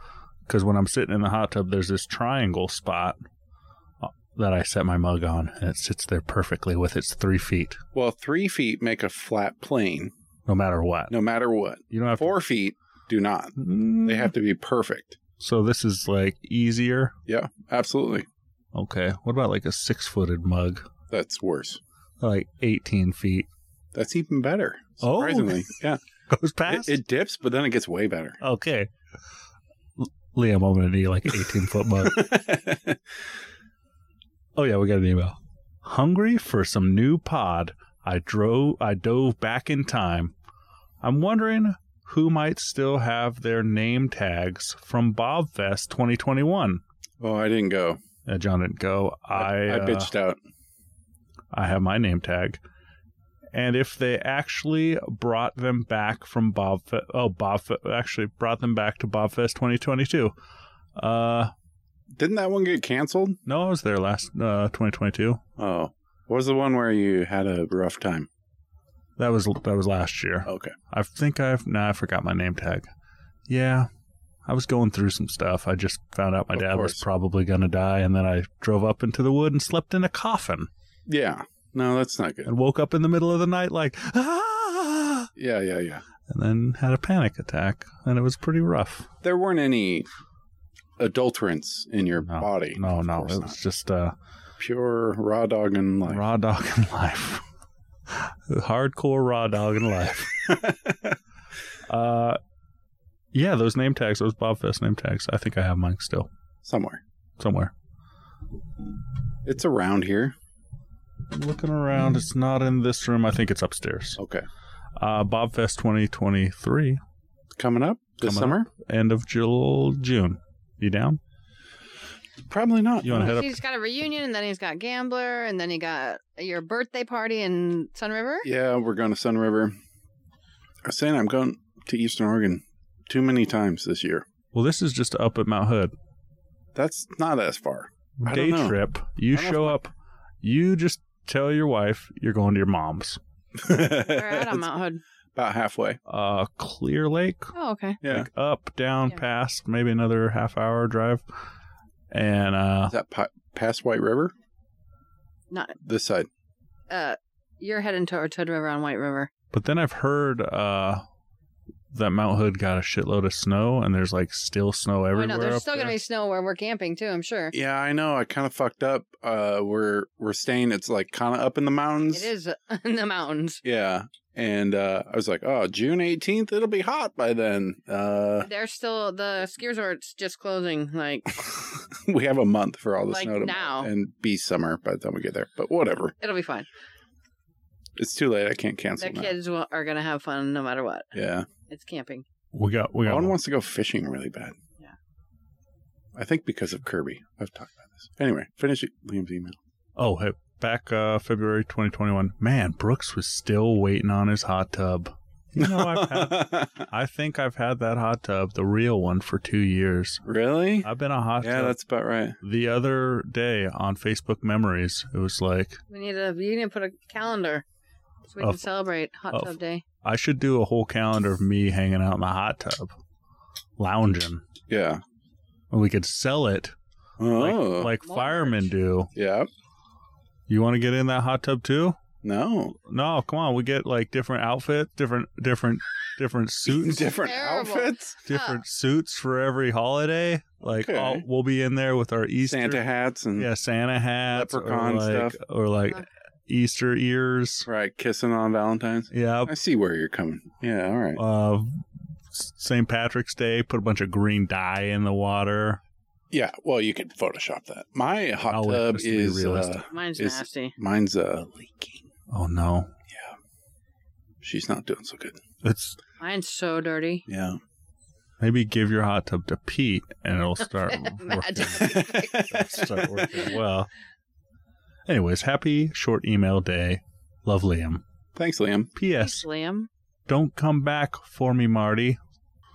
[SPEAKER 1] Because when I'm sitting in the hot tub, there's this triangle spot uh, that I set my mug on, and it sits there perfectly with its three feet,
[SPEAKER 2] Well, three feet make a flat plane,
[SPEAKER 1] no matter what.
[SPEAKER 2] no matter what.
[SPEAKER 1] You don't have
[SPEAKER 2] Four feet do not.
[SPEAKER 1] to. mm,
[SPEAKER 2] They have to be perfect.
[SPEAKER 1] So this is like easier.
[SPEAKER 2] Yeah, absolutely.
[SPEAKER 1] Okay. What about like a six footed mug?
[SPEAKER 2] That's worse.
[SPEAKER 1] Like 18 feet.
[SPEAKER 2] That's even better.
[SPEAKER 1] Oh.
[SPEAKER 2] Surprisingly, yeah.
[SPEAKER 1] Goes
[SPEAKER 2] It,
[SPEAKER 1] past?
[SPEAKER 2] it dips, but then it gets way better.
[SPEAKER 1] okay. L- Liam, I'm going to need like an 18 foot mug. Oh, yeah, we got an email. Hungry for some new pod. I drove, I dove back in time. I'm wondering who might still have their name tags from BobFest 2021.
[SPEAKER 2] oh, I didn't go.
[SPEAKER 1] Uh, John didn't go. I,
[SPEAKER 2] I
[SPEAKER 1] uh,
[SPEAKER 2] bitched out.
[SPEAKER 1] I have my name tag. And if they actually brought them back from Bob, Fe- oh Bob, Fe- actually brought them back to Bobfest 2022. Uh,
[SPEAKER 2] Didn't that one get canceled?
[SPEAKER 1] no, I was there last uh 2022.
[SPEAKER 2] Oh, what was the one where you had a rough time?
[SPEAKER 1] That was that was last year.
[SPEAKER 2] Okay.
[SPEAKER 1] I think I've nah, I forgot my name tag. Yeah, I was going through some stuff. I just found out my
[SPEAKER 2] Of
[SPEAKER 1] dad was
[SPEAKER 2] course.
[SPEAKER 1] probably gonna die, and then I drove up into the wood and slept in a coffin,
[SPEAKER 2] Yeah. No, that's not good.
[SPEAKER 1] and woke up in the middle of the night like ah,
[SPEAKER 2] Yeah, yeah, yeah.
[SPEAKER 1] and then had a panic attack, and it was pretty rough.
[SPEAKER 2] There weren't any adulterants in your
[SPEAKER 1] No,
[SPEAKER 2] body.
[SPEAKER 1] No,
[SPEAKER 2] Of
[SPEAKER 1] no,
[SPEAKER 2] course
[SPEAKER 1] it
[SPEAKER 2] not.
[SPEAKER 1] was just uh,
[SPEAKER 2] pure raw dog and life.
[SPEAKER 1] raw dog and life, hardcore raw dog and life. uh, yeah, those name tags, those Bobfest name tags. I think I have mine still
[SPEAKER 2] Somewhere.
[SPEAKER 1] somewhere.
[SPEAKER 2] It's around here.
[SPEAKER 1] Looking around, it's not in this room. I think it's upstairs.
[SPEAKER 2] Okay.
[SPEAKER 1] Uh, Bobfest 2023,
[SPEAKER 2] Coming up this
[SPEAKER 1] Coming
[SPEAKER 2] summer?
[SPEAKER 1] end of Jul- June. You down?
[SPEAKER 2] Probably not.
[SPEAKER 1] You want to head up?
[SPEAKER 3] He's got a reunion, and then he's got Gambler, and then he got your birthday party in Sun River.
[SPEAKER 2] Yeah, we're going to Sun River. I was saying I'm going to Eastern Oregon too many times this year.
[SPEAKER 1] Well, this is just up at Mount Hood.
[SPEAKER 2] That's not as far. I don't
[SPEAKER 1] Day
[SPEAKER 2] know.
[SPEAKER 1] trip. You
[SPEAKER 2] I don't know
[SPEAKER 1] show up. You just tell your wife you're going to your mom's.
[SPEAKER 3] We're out on Mount Hood.
[SPEAKER 2] About halfway.
[SPEAKER 1] Uh, Clear Lake,
[SPEAKER 3] Oh, okay.
[SPEAKER 2] Yeah.
[SPEAKER 1] like up, down,
[SPEAKER 3] Yeah.
[SPEAKER 1] past, maybe another half hour drive. And uh,
[SPEAKER 2] Is that pa- past White River?
[SPEAKER 3] Not-
[SPEAKER 2] this side.
[SPEAKER 3] Uh, you're heading towards Hood River on White River.
[SPEAKER 1] But then I've heard uh, that Mount Hood got a shitload of snow, and there's like still snow
[SPEAKER 3] Oh, I
[SPEAKER 1] everywhere.
[SPEAKER 3] know. There's
[SPEAKER 1] up
[SPEAKER 3] still
[SPEAKER 1] there.
[SPEAKER 3] gonna be snow where we're camping too. I'm sure.
[SPEAKER 2] Yeah, I know. I kind of fucked up. Uh, we're we're staying. It's like kind of up in the mountains.
[SPEAKER 3] It is in the mountains.
[SPEAKER 2] Yeah, and uh, I was like, oh, June eighteenth, it'll be hot by then. Uh,
[SPEAKER 3] They're still the ski resort's just closing. Like
[SPEAKER 2] we have a month for all the
[SPEAKER 3] Like
[SPEAKER 2] snow to
[SPEAKER 3] now.
[SPEAKER 2] melt and be summer by the time we get there. But whatever,
[SPEAKER 3] it'll be fine.
[SPEAKER 2] it's too late. I can't
[SPEAKER 3] The
[SPEAKER 2] cancel now.
[SPEAKER 3] kids will, are gonna have fun no matter what.
[SPEAKER 2] Yeah,
[SPEAKER 3] It's camping.
[SPEAKER 1] We got we got
[SPEAKER 2] Owen
[SPEAKER 1] one.
[SPEAKER 2] wants to go fishing really bad.
[SPEAKER 3] Yeah.
[SPEAKER 2] I think because of Kirby. I've talked about this. Anyway, finish Liam's email.
[SPEAKER 1] Oh, hey, back uh, February 2021. Man, Brooks was still waiting on his hot tub. You know, I've had, I think I've had that hot tub, the real one, for two years.
[SPEAKER 2] really?
[SPEAKER 1] I've been a hot
[SPEAKER 2] Yeah,
[SPEAKER 1] tub.
[SPEAKER 2] that's about right.
[SPEAKER 1] The other day on Facebook Memories, it was like
[SPEAKER 3] We need a. You need to put a calendar so we
[SPEAKER 1] Of-
[SPEAKER 3] can celebrate Hot
[SPEAKER 1] of-
[SPEAKER 3] Tub Day.
[SPEAKER 1] I should do a whole calendar of me hanging out in the hot tub, lounging,
[SPEAKER 2] Yeah.
[SPEAKER 1] and we could sell it
[SPEAKER 2] Oh.
[SPEAKER 1] like, like
[SPEAKER 3] March.
[SPEAKER 1] firemen do.
[SPEAKER 2] yeah.
[SPEAKER 1] You want to get in that hot tub too?
[SPEAKER 2] No.
[SPEAKER 1] No, come on. We get like different outfits, different, different, different suits,
[SPEAKER 2] Different
[SPEAKER 3] Terrible.
[SPEAKER 2] outfits.
[SPEAKER 1] different suits for every holiday. Like,
[SPEAKER 2] Okay.
[SPEAKER 1] all, we'll be in there with our Easter,
[SPEAKER 2] Santa hats and
[SPEAKER 1] yeah, Santa hats,
[SPEAKER 2] Leprechaun
[SPEAKER 1] or like,
[SPEAKER 2] stuff.
[SPEAKER 1] or like
[SPEAKER 3] Okay.
[SPEAKER 1] Easter ears.
[SPEAKER 2] right kissing on Valentine's.
[SPEAKER 1] Yeah.
[SPEAKER 2] I see where you're coming. Yeah. All right.
[SPEAKER 1] Uh, St. Patrick's Day, put a bunch of green dye in the water.
[SPEAKER 2] Yeah. Well, you could Photoshop that. My hot
[SPEAKER 1] I'll
[SPEAKER 2] tub
[SPEAKER 1] just be
[SPEAKER 2] is
[SPEAKER 1] realistic.
[SPEAKER 2] uh,
[SPEAKER 3] Mine's
[SPEAKER 2] is-
[SPEAKER 3] nasty.
[SPEAKER 2] mine's uh, leaking.
[SPEAKER 1] Oh no,
[SPEAKER 2] She's not doing so good.
[SPEAKER 1] it's
[SPEAKER 3] Mine's so dirty.
[SPEAKER 2] Yeah.
[SPEAKER 1] maybe give your hot tub to Pete, and it'll start working.
[SPEAKER 3] Imagine.
[SPEAKER 1] start working well. Anyways, happy short email day. Love Liam.
[SPEAKER 2] Thanks, Liam.
[SPEAKER 1] P.S.
[SPEAKER 3] Thanks, Liam.
[SPEAKER 1] Don't come back for me, Marty.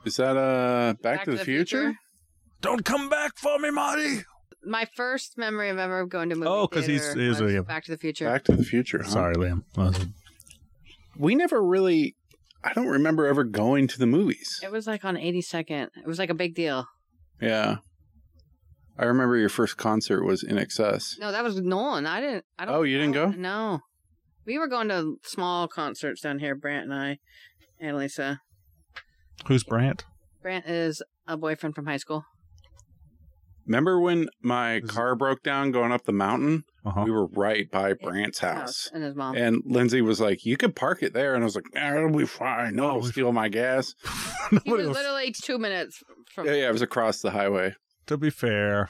[SPEAKER 2] Is that uh Back, to, the, future?
[SPEAKER 1] Don't come back for me, Marty.
[SPEAKER 3] My first memory of ever going to movie
[SPEAKER 1] Oh, 'cause
[SPEAKER 3] because
[SPEAKER 1] he's- he's a-
[SPEAKER 3] Back to the Future.
[SPEAKER 2] Back to the future. Huh?
[SPEAKER 1] Sorry, Liam. Uh, That was-
[SPEAKER 2] We never really. I don't remember ever going to the movies.
[SPEAKER 3] It was like on 82nd. It was like a big deal.
[SPEAKER 2] Yeah. I remember your first concert was in excess.
[SPEAKER 3] No, that was Nolan. I didn't. I don't.
[SPEAKER 2] Oh, you didn't
[SPEAKER 3] I don't-
[SPEAKER 2] go?
[SPEAKER 3] No, we were going to small concerts down here. Brant and I, and Lisa.
[SPEAKER 1] Who's Brant?
[SPEAKER 3] Brant is a boyfriend from high school.
[SPEAKER 2] Remember when my
[SPEAKER 1] Was-
[SPEAKER 2] car broke down going up the mountain?
[SPEAKER 1] Uh-huh.
[SPEAKER 2] We were right by Brant's house.
[SPEAKER 3] and his mom.
[SPEAKER 2] And Lindsay was like, You could park it there. And I was like, "Nah, It'll be fine.
[SPEAKER 1] Oh,
[SPEAKER 2] No, I'll steal my gas.
[SPEAKER 3] he was
[SPEAKER 1] Nobody was-
[SPEAKER 3] literally two minutes from.
[SPEAKER 2] Yeah, yeah, it was across the highway.
[SPEAKER 1] to be fair,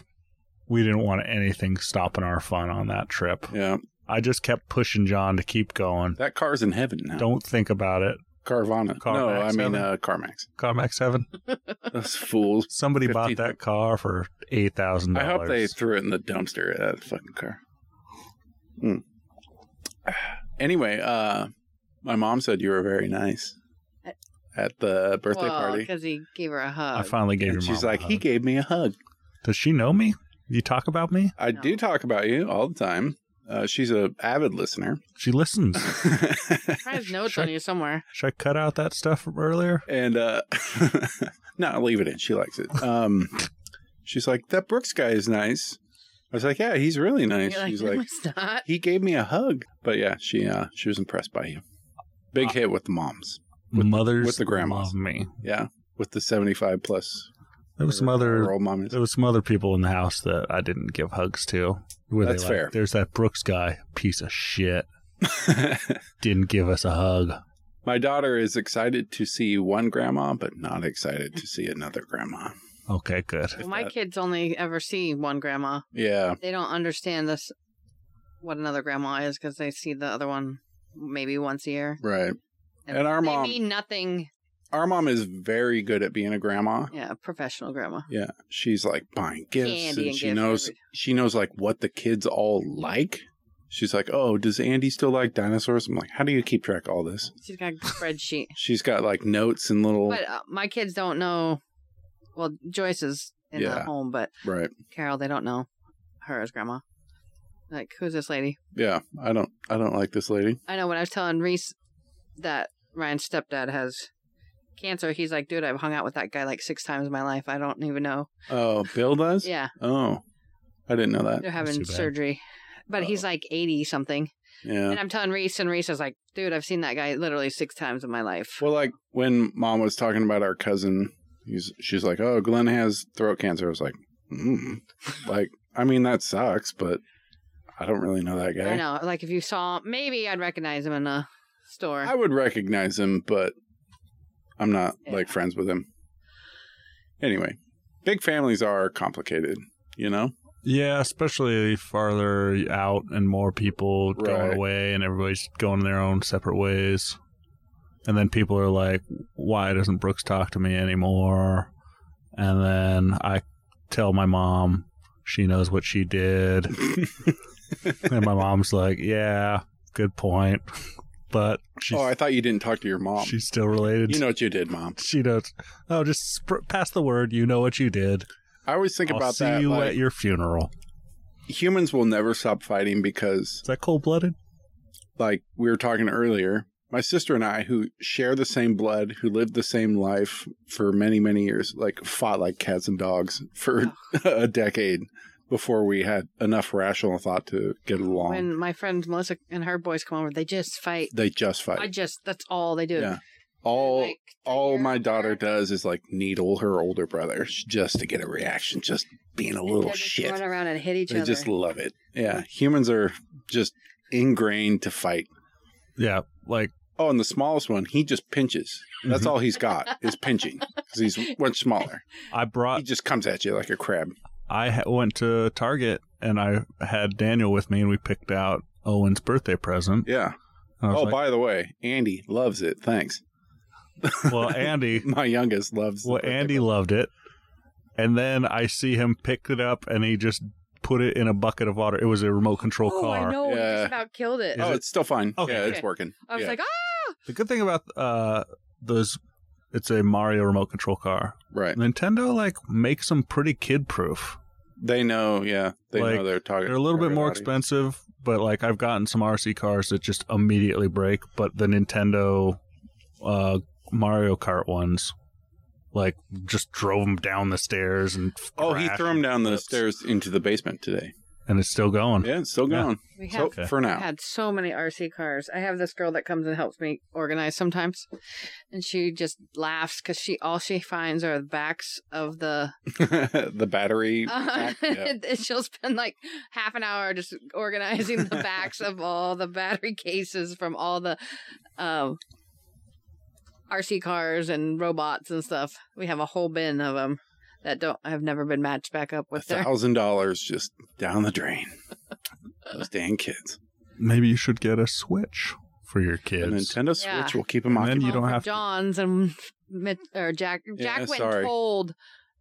[SPEAKER 1] we didn't want anything stopping our fun on that trip.
[SPEAKER 2] Yeah.
[SPEAKER 1] I just kept pushing John to keep going.
[SPEAKER 2] That car's in heaven now.
[SPEAKER 1] Don't think about it.
[SPEAKER 2] Carvana. no,
[SPEAKER 1] CarMax
[SPEAKER 2] I mean
[SPEAKER 1] heaven?
[SPEAKER 2] uh, CarMax.
[SPEAKER 1] CarMax Heaven.
[SPEAKER 2] Those fools.
[SPEAKER 1] Somebody bought
[SPEAKER 2] 15.
[SPEAKER 1] that car for eight thousand
[SPEAKER 2] I
[SPEAKER 1] dollars.
[SPEAKER 2] hope they threw it in the dumpster at that fucking car. Hmm. Anyway, uh, my mom said you were very nice at the birthday party.
[SPEAKER 3] because he gave her a hug.
[SPEAKER 1] I finally gave your
[SPEAKER 2] And
[SPEAKER 1] mom.
[SPEAKER 2] she's
[SPEAKER 1] a
[SPEAKER 2] like,
[SPEAKER 1] hug.
[SPEAKER 2] he gave me a hug.
[SPEAKER 1] Does she know me? You talk about me?
[SPEAKER 2] I
[SPEAKER 3] No.
[SPEAKER 2] do talk about you all the time. Uh, she's a avid listener.
[SPEAKER 1] She listens.
[SPEAKER 3] I have notes
[SPEAKER 1] Sure.
[SPEAKER 3] on you somewhere.
[SPEAKER 1] Should I cut out that stuff from earlier?
[SPEAKER 2] and uh, no, I'll leave it in. She likes it. Um, she's like, that Brooks guy is nice. I was like, yeah, he's really nice.
[SPEAKER 3] You're like,
[SPEAKER 2] she's
[SPEAKER 3] "No,
[SPEAKER 2] like,
[SPEAKER 3] it's not.
[SPEAKER 2] he gave me a hug. But yeah, she uh, she was impressed by you. Big hit with the moms. With-
[SPEAKER 1] mothers
[SPEAKER 2] with the grandmas.
[SPEAKER 1] love me.
[SPEAKER 2] Yeah, with the seventy five plus.
[SPEAKER 1] There was some
[SPEAKER 2] or
[SPEAKER 1] other
[SPEAKER 2] old mommies.
[SPEAKER 1] there was some other people in the house that I didn't give hugs to. Where they
[SPEAKER 2] That's
[SPEAKER 1] like,
[SPEAKER 2] fair.
[SPEAKER 1] There's that Brooks guy, piece of shit. Didn't give us a hug.
[SPEAKER 2] My daughter is excited to see one grandma, but not excited to see another grandma.
[SPEAKER 1] Okay, good.
[SPEAKER 3] Well, my
[SPEAKER 2] that-
[SPEAKER 3] kids only ever see one grandma.
[SPEAKER 2] Yeah,
[SPEAKER 3] They don't understand this, what another grandma is, because they see the other one maybe once a year.
[SPEAKER 2] right. And our
[SPEAKER 3] they
[SPEAKER 2] mom-
[SPEAKER 3] mean nothing.
[SPEAKER 2] Our mom is very good at being a grandma.
[SPEAKER 3] Yeah, professional grandma.
[SPEAKER 2] Yeah, she's like buying gifts,
[SPEAKER 3] Candy
[SPEAKER 2] and,
[SPEAKER 3] and
[SPEAKER 2] she
[SPEAKER 3] gifts,
[SPEAKER 2] knows
[SPEAKER 3] everything.
[SPEAKER 2] she knows like what the kids all like. She's like, "Oh, does Andy still like dinosaurs?" I'm like, "How do you keep track of all this?"
[SPEAKER 3] She's got a spreadsheet.
[SPEAKER 2] She's got like notes and little.
[SPEAKER 3] But uh, my kids don't know Well, Joyce is in
[SPEAKER 2] Yeah.
[SPEAKER 3] the home, but
[SPEAKER 2] Right.
[SPEAKER 3] Carol, they don't know her as grandma. Like, who's this lady?
[SPEAKER 2] Yeah. I don't I don't like this lady.
[SPEAKER 3] I know when I was telling Reese that Ryan's stepdad has cancer, he's like, dude, I've hung out with that guy like six times in my life. I don't even know.
[SPEAKER 2] Oh, Bill does?
[SPEAKER 3] Yeah,
[SPEAKER 2] Oh. I didn't know that.
[SPEAKER 3] they're
[SPEAKER 1] too
[SPEAKER 3] having
[SPEAKER 1] bad.
[SPEAKER 3] surgery. But he's like 80 something.
[SPEAKER 2] Yeah.
[SPEAKER 3] And I'm telling Reese, and Reese is like, dude, I've seen that guy literally six times in my life.
[SPEAKER 2] Well, like when mom was talking about our cousin, he's she's like, "Oh, Glenn has throat cancer." I was like, mm. "Like, I mean, that sucks, but I don't really know that guy.
[SPEAKER 3] I know. Like, if you saw, maybe I'd recognize him in a store.
[SPEAKER 2] I would recognize him, but I'm not
[SPEAKER 3] Yeah.
[SPEAKER 2] like friends with him." Anyway, big families are complicated, you know.
[SPEAKER 1] Yeah, especially farther out and more people
[SPEAKER 2] Right.
[SPEAKER 1] going away and everybody's going their own separate ways. And then people are like, why doesn't Brooks talk to me anymore? And then I tell my mom she knows what she did. and my mom's like, yeah, good point. But she's,
[SPEAKER 2] oh, I thought you didn't talk to your mom.
[SPEAKER 1] she's still related.
[SPEAKER 2] You
[SPEAKER 1] to-
[SPEAKER 2] know what you did, mom.
[SPEAKER 1] she knows. Oh, just sp- pass the word. You know what you did.
[SPEAKER 2] I always think
[SPEAKER 1] I'll
[SPEAKER 2] about
[SPEAKER 1] see
[SPEAKER 2] that.
[SPEAKER 1] you
[SPEAKER 2] like,
[SPEAKER 1] at your funeral.
[SPEAKER 2] humans will never stop fighting because
[SPEAKER 1] Is that cold blooded?
[SPEAKER 2] like we were talking earlier, my sister and I, who share the same blood, who lived the same life for many, many years, like fought like cats and dogs for a decade before we had enough rational thought to get along.
[SPEAKER 3] when my friend Melissa and her boys come over, they just fight.
[SPEAKER 2] they just fight.
[SPEAKER 3] I just, that's all they do.
[SPEAKER 2] Yeah. all
[SPEAKER 3] Like,
[SPEAKER 2] all
[SPEAKER 3] you're-
[SPEAKER 2] my daughter does is like needle her older brother just to get a reaction, just being a
[SPEAKER 3] and
[SPEAKER 2] little
[SPEAKER 3] they just
[SPEAKER 2] shit.
[SPEAKER 3] Run around and hit each
[SPEAKER 2] They
[SPEAKER 3] other.
[SPEAKER 2] just love it. Yeah, humans are just ingrained to fight.
[SPEAKER 1] Yeah. Like,
[SPEAKER 2] Oh, and the smallest one, he just pinches. That's
[SPEAKER 1] Mm-hmm.
[SPEAKER 2] all he's got is pinching because he's much smaller.
[SPEAKER 1] I brought
[SPEAKER 2] He just comes at you like a crab.
[SPEAKER 1] I ha- went to Target and I had Daniel with me, and we picked out Owen's birthday present.
[SPEAKER 2] Yeah.
[SPEAKER 1] And I
[SPEAKER 2] Oh,
[SPEAKER 1] was like,
[SPEAKER 2] by the way, Andy loves it. Thanks.
[SPEAKER 1] well, Andy,
[SPEAKER 2] My youngest loves. the
[SPEAKER 1] well,
[SPEAKER 2] birthday
[SPEAKER 1] Andy
[SPEAKER 2] present.
[SPEAKER 1] loved it, and then I see him pick it up and he just put it in a bucket of water. It was a remote control
[SPEAKER 3] oh,
[SPEAKER 1] car.
[SPEAKER 3] I know. You
[SPEAKER 2] Yeah.
[SPEAKER 3] just about killed it.
[SPEAKER 2] Oh,
[SPEAKER 1] it-
[SPEAKER 2] it's still fine.
[SPEAKER 1] Okay.
[SPEAKER 2] Yeah, it's
[SPEAKER 3] Okay.
[SPEAKER 2] working.
[SPEAKER 3] I was
[SPEAKER 2] yeah.
[SPEAKER 3] like, ah!
[SPEAKER 1] The good thing about uh, those, it's a Mario remote control car.
[SPEAKER 2] right.
[SPEAKER 1] Nintendo like makes them pretty kid proof.
[SPEAKER 2] They know. Yeah, they
[SPEAKER 1] Like,
[SPEAKER 2] know they're talking.
[SPEAKER 1] They're a little bit more
[SPEAKER 2] target audience.
[SPEAKER 1] expensive, but like I've gotten some RC cars that just immediately break, but the Nintendo uh, Mario Kart ones, like just drove them down the stairs and f-
[SPEAKER 2] Oh, he
[SPEAKER 1] crashed
[SPEAKER 2] threw him
[SPEAKER 1] and
[SPEAKER 2] down the
[SPEAKER 1] flips.
[SPEAKER 2] stairs into the basement today.
[SPEAKER 1] and it's still going.
[SPEAKER 2] Yeah, it's still
[SPEAKER 1] Yeah.
[SPEAKER 2] going.
[SPEAKER 3] We
[SPEAKER 2] So
[SPEAKER 3] have
[SPEAKER 1] Okay.
[SPEAKER 2] for now,
[SPEAKER 3] had so many RC cars. I have this girl that comes and helps me organize sometimes, and she just laughs because she all she finds are the backs of the.
[SPEAKER 2] the battery.
[SPEAKER 3] Uh,
[SPEAKER 2] pack, yeah.
[SPEAKER 3] and she'll spend like half an hour just organizing the backs of all the battery cases from all the um, RC cars and robots and stuff. We have a whole bin of them that don't have never been matched back up
[SPEAKER 2] A
[SPEAKER 3] with their
[SPEAKER 2] thousand dollars just down the drain. Those dang kids.
[SPEAKER 1] Maybe you should get a Switch for your
[SPEAKER 2] The
[SPEAKER 1] kids.
[SPEAKER 2] Nintendo
[SPEAKER 3] Yeah.
[SPEAKER 2] Switch will keep them
[SPEAKER 1] And then
[SPEAKER 2] occupied.
[SPEAKER 1] you
[SPEAKER 3] phone
[SPEAKER 1] don't
[SPEAKER 3] from
[SPEAKER 1] have to-
[SPEAKER 3] John's and Mit- or Jack. Jack went
[SPEAKER 2] sorry.
[SPEAKER 3] and told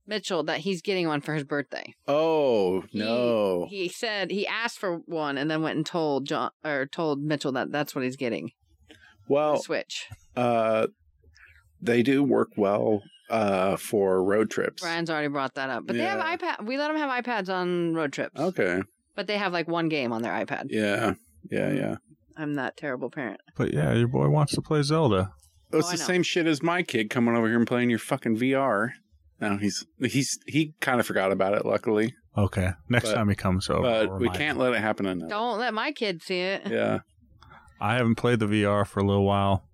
[SPEAKER 3] Mitchell that he's getting one for his birthday.
[SPEAKER 2] Oh
[SPEAKER 3] He-
[SPEAKER 2] no!
[SPEAKER 3] He said he asked for one and then went and told John or told Mitchell that that's what he's getting. the
[SPEAKER 2] well,
[SPEAKER 3] Switch.
[SPEAKER 2] uh, they do work well uh, for road trips.
[SPEAKER 3] Brian's already brought that up, but they
[SPEAKER 2] Yeah.
[SPEAKER 3] have iPad. We let them have iPads on road trips,
[SPEAKER 2] Okay.
[SPEAKER 3] but they have like one game on their iPad.
[SPEAKER 2] Yeah. Yeah. Yeah.
[SPEAKER 3] I'm that terrible parent.
[SPEAKER 1] But yeah, your boy wants to play Zelda.
[SPEAKER 2] Oh, it's
[SPEAKER 3] I
[SPEAKER 2] the
[SPEAKER 3] know.
[SPEAKER 2] same shit as my kid coming over here and playing your fucking VR. No, he's he's he kind of forgot about it. Luckily,
[SPEAKER 1] Okay, next
[SPEAKER 2] But-
[SPEAKER 1] time he comes over, I'll
[SPEAKER 2] but we
[SPEAKER 1] remind
[SPEAKER 2] can't
[SPEAKER 1] him.
[SPEAKER 2] let it happen enough.
[SPEAKER 3] Don't let my kid see it.
[SPEAKER 2] Yeah.
[SPEAKER 1] I haven't played the VR for a little while.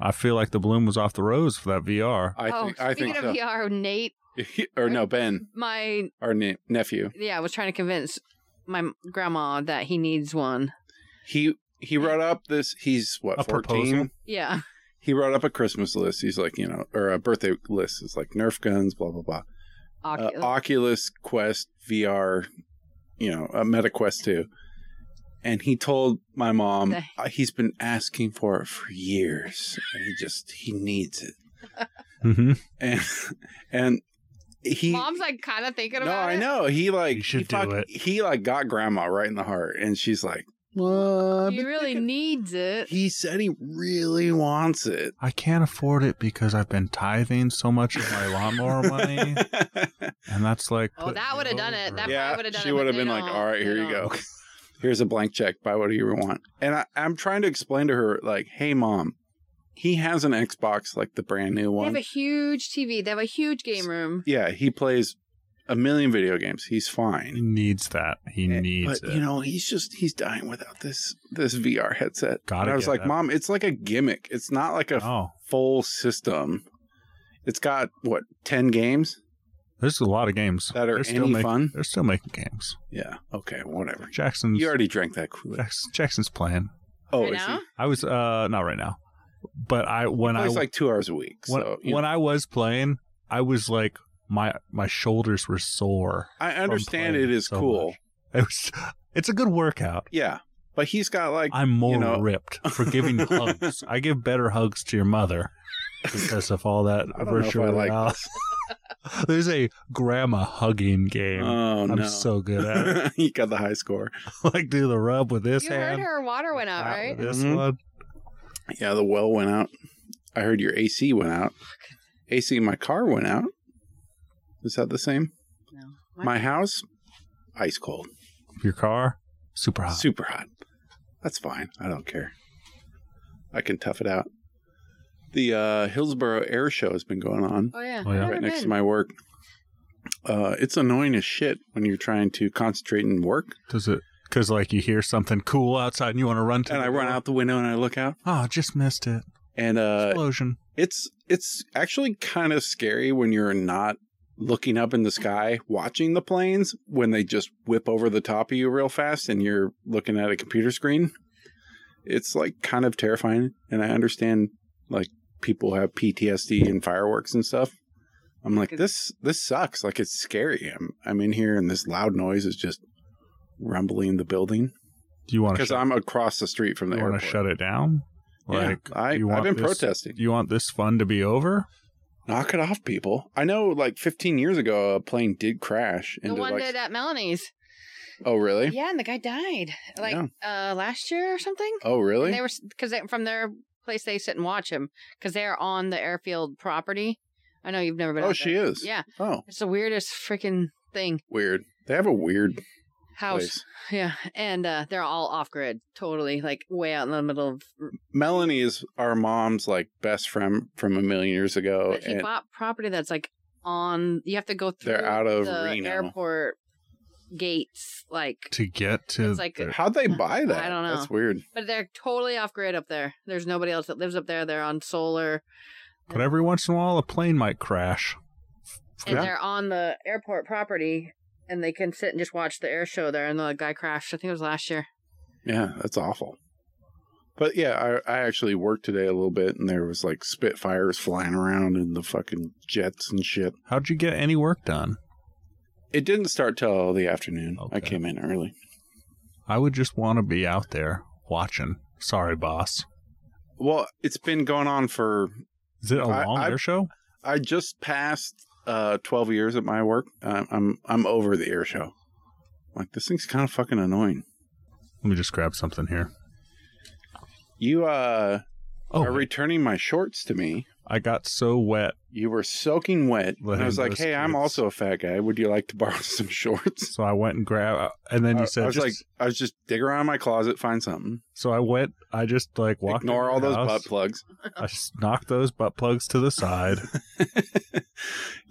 [SPEAKER 1] I feel like the bloom was off the rose for that VR.
[SPEAKER 2] I
[SPEAKER 3] oh,
[SPEAKER 2] think I
[SPEAKER 3] speaking
[SPEAKER 2] think
[SPEAKER 3] of
[SPEAKER 2] so.
[SPEAKER 3] VR, Nate,
[SPEAKER 2] or no, Ben,
[SPEAKER 3] my
[SPEAKER 2] our ne- nephew.
[SPEAKER 3] yeah, I was trying to convince my grandma that he needs one.
[SPEAKER 2] He he wrote up this. He's what
[SPEAKER 1] A
[SPEAKER 2] fourteen.
[SPEAKER 1] proposal?
[SPEAKER 3] Yeah.
[SPEAKER 2] He wrote up a Christmas list. He's like, you know, or a birthday list. It's like Nerf guns, blah blah blah. uh,
[SPEAKER 3] Oculus.
[SPEAKER 2] Oculus Quest VR, you know, uh, Meta Quest 2. And he told my mom
[SPEAKER 3] The-
[SPEAKER 2] uh, he's been asking for it for years. And he just he needs it.
[SPEAKER 1] Mm-hmm.
[SPEAKER 2] And and he
[SPEAKER 3] Mom's like kind of thinking
[SPEAKER 2] No,
[SPEAKER 3] about it.
[SPEAKER 2] I know. He like
[SPEAKER 1] You should
[SPEAKER 2] he,
[SPEAKER 1] do
[SPEAKER 2] fuck-
[SPEAKER 1] it.
[SPEAKER 2] he like got grandma right in the heart and she's like, Well, I've
[SPEAKER 3] he
[SPEAKER 2] been
[SPEAKER 3] really
[SPEAKER 2] thinking-
[SPEAKER 3] needs it.
[SPEAKER 2] He said he really wants it.
[SPEAKER 1] I can't afford it because I've been tithing so much of my lawnmower money, and that's like.
[SPEAKER 3] Oh, that
[SPEAKER 1] putting
[SPEAKER 3] would have
[SPEAKER 1] me
[SPEAKER 3] done it.
[SPEAKER 1] over.
[SPEAKER 3] That
[SPEAKER 2] yeah,
[SPEAKER 3] probably would've done
[SPEAKER 2] she
[SPEAKER 3] it, but
[SPEAKER 2] would have
[SPEAKER 3] they
[SPEAKER 2] been like,
[SPEAKER 3] don't.
[SPEAKER 2] "All right, here
[SPEAKER 3] They
[SPEAKER 2] you go.
[SPEAKER 3] don't."
[SPEAKER 2] Here's a blank check. Buy whatever you want." And I, I'm trying to explain to her, like, "Hey, mom, he has an Xbox, like the brand new
[SPEAKER 3] They have
[SPEAKER 2] one.
[SPEAKER 3] a huge TV. They have a huge game room.
[SPEAKER 2] yeah, he plays a million video games. He's
[SPEAKER 1] He
[SPEAKER 2] fine.
[SPEAKER 1] needs that. He
[SPEAKER 2] Eh,
[SPEAKER 1] needs
[SPEAKER 2] but
[SPEAKER 1] it.
[SPEAKER 2] you know, he's just he's dying without this this VR headset."
[SPEAKER 1] Gotta
[SPEAKER 2] and I was
[SPEAKER 1] get
[SPEAKER 2] like,
[SPEAKER 1] it.
[SPEAKER 2] "Mom, it's like a gimmick. It's not like a
[SPEAKER 1] oh,
[SPEAKER 2] full system. It's got what ten games
[SPEAKER 1] there's a lot of games
[SPEAKER 2] that are
[SPEAKER 1] They're
[SPEAKER 2] any
[SPEAKER 1] making,
[SPEAKER 2] fun.
[SPEAKER 1] They're still making games.
[SPEAKER 2] Yeah. Okay. Whatever.
[SPEAKER 1] Jackson's
[SPEAKER 2] You already drank that. Kool-Aid.
[SPEAKER 1] Jackson- Jackson's playing.
[SPEAKER 2] Oh,
[SPEAKER 3] right
[SPEAKER 2] is he?
[SPEAKER 3] now?
[SPEAKER 1] I was uh not right now, but I when I
[SPEAKER 2] plays like two hours a week.
[SPEAKER 1] when,
[SPEAKER 2] so you
[SPEAKER 1] when I was playing, I was like my my shoulders were sore.
[SPEAKER 2] I understand
[SPEAKER 1] playing
[SPEAKER 2] it is
[SPEAKER 1] so
[SPEAKER 2] cool.
[SPEAKER 1] much. It was it's a good workout.
[SPEAKER 2] Yeah. But he's got like
[SPEAKER 1] I'm more
[SPEAKER 2] you know-
[SPEAKER 1] ripped for giving hugs. I give better hugs to your mother because of all that
[SPEAKER 2] I don't know if I
[SPEAKER 1] virtual
[SPEAKER 2] like
[SPEAKER 1] reality. There's a grandma hugging game.
[SPEAKER 2] Oh
[SPEAKER 1] I'm
[SPEAKER 2] no.
[SPEAKER 1] so good at it.
[SPEAKER 2] he got the high score.
[SPEAKER 1] like do the rub with this
[SPEAKER 3] You heard
[SPEAKER 1] hand.
[SPEAKER 3] her water went out,
[SPEAKER 1] tap
[SPEAKER 3] right?
[SPEAKER 1] with This
[SPEAKER 2] Mhm.
[SPEAKER 1] one.
[SPEAKER 2] Yeah, the well went out. I heard your AC went out. AC in my car went out. Is that the same?
[SPEAKER 3] No.
[SPEAKER 2] My house, ice cold,
[SPEAKER 1] Your car, super hot.
[SPEAKER 2] super hot. That's fine. I don't care. I can tough it out. The uh, Hillsboro Air Show has been going on.
[SPEAKER 3] Oh yeah.
[SPEAKER 1] Oh, yeah.
[SPEAKER 3] I've
[SPEAKER 2] right
[SPEAKER 3] never
[SPEAKER 2] next to
[SPEAKER 3] been.
[SPEAKER 2] my work. Uh, it's annoying as shit when you're trying to concentrate and work.
[SPEAKER 1] Does it? Because like you hear something cool outside and you want to run to.
[SPEAKER 2] And
[SPEAKER 1] the
[SPEAKER 2] I run
[SPEAKER 1] door.
[SPEAKER 2] out the window and I look out,
[SPEAKER 1] Oh, just missed it.
[SPEAKER 2] Uh, and uh,
[SPEAKER 1] Explosion.
[SPEAKER 2] it's it's actually kind of scary when you're not looking up in the sky watching the planes when they just whip over the top of you real fast and you're looking at a computer screen. It's like kind of terrifying, and I understand like people have PTSD and fireworks and stuff. I'm like this this sucks. Like it's scary. I'm I'm in here and this loud noise is just rumbling the building
[SPEAKER 1] Do you want to?
[SPEAKER 2] because I'm across the street from the
[SPEAKER 1] you
[SPEAKER 2] airport.
[SPEAKER 1] want to shut it down?
[SPEAKER 2] Yeah,
[SPEAKER 1] Like
[SPEAKER 2] I,
[SPEAKER 1] you want
[SPEAKER 2] I've been
[SPEAKER 1] this-
[SPEAKER 2] protesting.
[SPEAKER 1] Do you want this fun to be over?
[SPEAKER 2] Knock it off, people. I know like 15 years ago, a plane did crash
[SPEAKER 3] The
[SPEAKER 2] into
[SPEAKER 3] one
[SPEAKER 2] like.
[SPEAKER 3] did at Melanie's.
[SPEAKER 2] Oh, really?
[SPEAKER 3] Yeah, and the guy died like uh last year or something.
[SPEAKER 2] Oh, really?
[SPEAKER 3] And they were because from their place they sit and watch him because they're on the airfield property. I know you've never been.
[SPEAKER 2] Oh,
[SPEAKER 3] out
[SPEAKER 2] she
[SPEAKER 3] there.
[SPEAKER 2] is.
[SPEAKER 3] Yeah,
[SPEAKER 2] Oh,
[SPEAKER 3] it's the weirdest freaking thing.
[SPEAKER 2] weird. They have a weird
[SPEAKER 3] House,
[SPEAKER 2] place.
[SPEAKER 3] yeah, and uh, they're all off grid, totally like way out in the middle of.
[SPEAKER 2] Melanie is our mom's like best friend from a million years ago.
[SPEAKER 3] But he
[SPEAKER 2] Oh, And
[SPEAKER 3] bought property that's like on. You have to go through.
[SPEAKER 2] They're out of
[SPEAKER 3] the
[SPEAKER 2] Reno.
[SPEAKER 3] airport gates, like,
[SPEAKER 1] To get to
[SPEAKER 3] It's like-
[SPEAKER 1] the-
[SPEAKER 2] how'd they buy that?
[SPEAKER 3] I don't know.
[SPEAKER 2] That's weird.
[SPEAKER 3] but they're totally off grid up there. There's nobody else that lives up there. They're on solar,
[SPEAKER 1] but every once in a while a plane might crash.
[SPEAKER 3] and
[SPEAKER 2] Yeah.
[SPEAKER 3] they're on the airport property. And they can sit and just watch the air show there. And the guy crashed. I think it was last year.
[SPEAKER 2] Yeah, that's awful. But yeah, I, I actually worked today a little bit and there was like Spitfires flying around and the fucking jets and shit.
[SPEAKER 1] How'd you get any work done?
[SPEAKER 2] It didn't start till the afternoon. I
[SPEAKER 1] Okay.
[SPEAKER 2] came in early.
[SPEAKER 1] I would just want to be out there watching. Sorry, boss.
[SPEAKER 2] Well, it's been going on for
[SPEAKER 1] Is it a
[SPEAKER 2] I-
[SPEAKER 1] long
[SPEAKER 2] I-
[SPEAKER 1] air show?
[SPEAKER 2] I just passed uh, 12 years at my work. I'm I'm, I'm over the air show. Like this thing's kind of fucking annoying.
[SPEAKER 1] Let me just grab something here.
[SPEAKER 2] You uh,
[SPEAKER 1] Oh,
[SPEAKER 2] are returning my shorts to me.
[SPEAKER 1] I got so wet,
[SPEAKER 2] You were soaking wet.
[SPEAKER 1] Let
[SPEAKER 2] and I
[SPEAKER 1] him
[SPEAKER 2] was like,
[SPEAKER 1] roast
[SPEAKER 2] "Hey, I'm
[SPEAKER 1] kids."
[SPEAKER 2] also a fat guy. Would you like to borrow some shorts?"
[SPEAKER 1] so I went and grabbed. And then you
[SPEAKER 2] I, Uh, I
[SPEAKER 1] said,
[SPEAKER 2] was
[SPEAKER 1] just-
[SPEAKER 2] like, "I was just dig around in my closet, find something.
[SPEAKER 1] so I went. I just like walked.
[SPEAKER 2] Ignore
[SPEAKER 1] into
[SPEAKER 2] all
[SPEAKER 1] the
[SPEAKER 2] those
[SPEAKER 1] house.
[SPEAKER 2] butt plugs.
[SPEAKER 1] I just knocked those butt plugs to the side.
[SPEAKER 2] you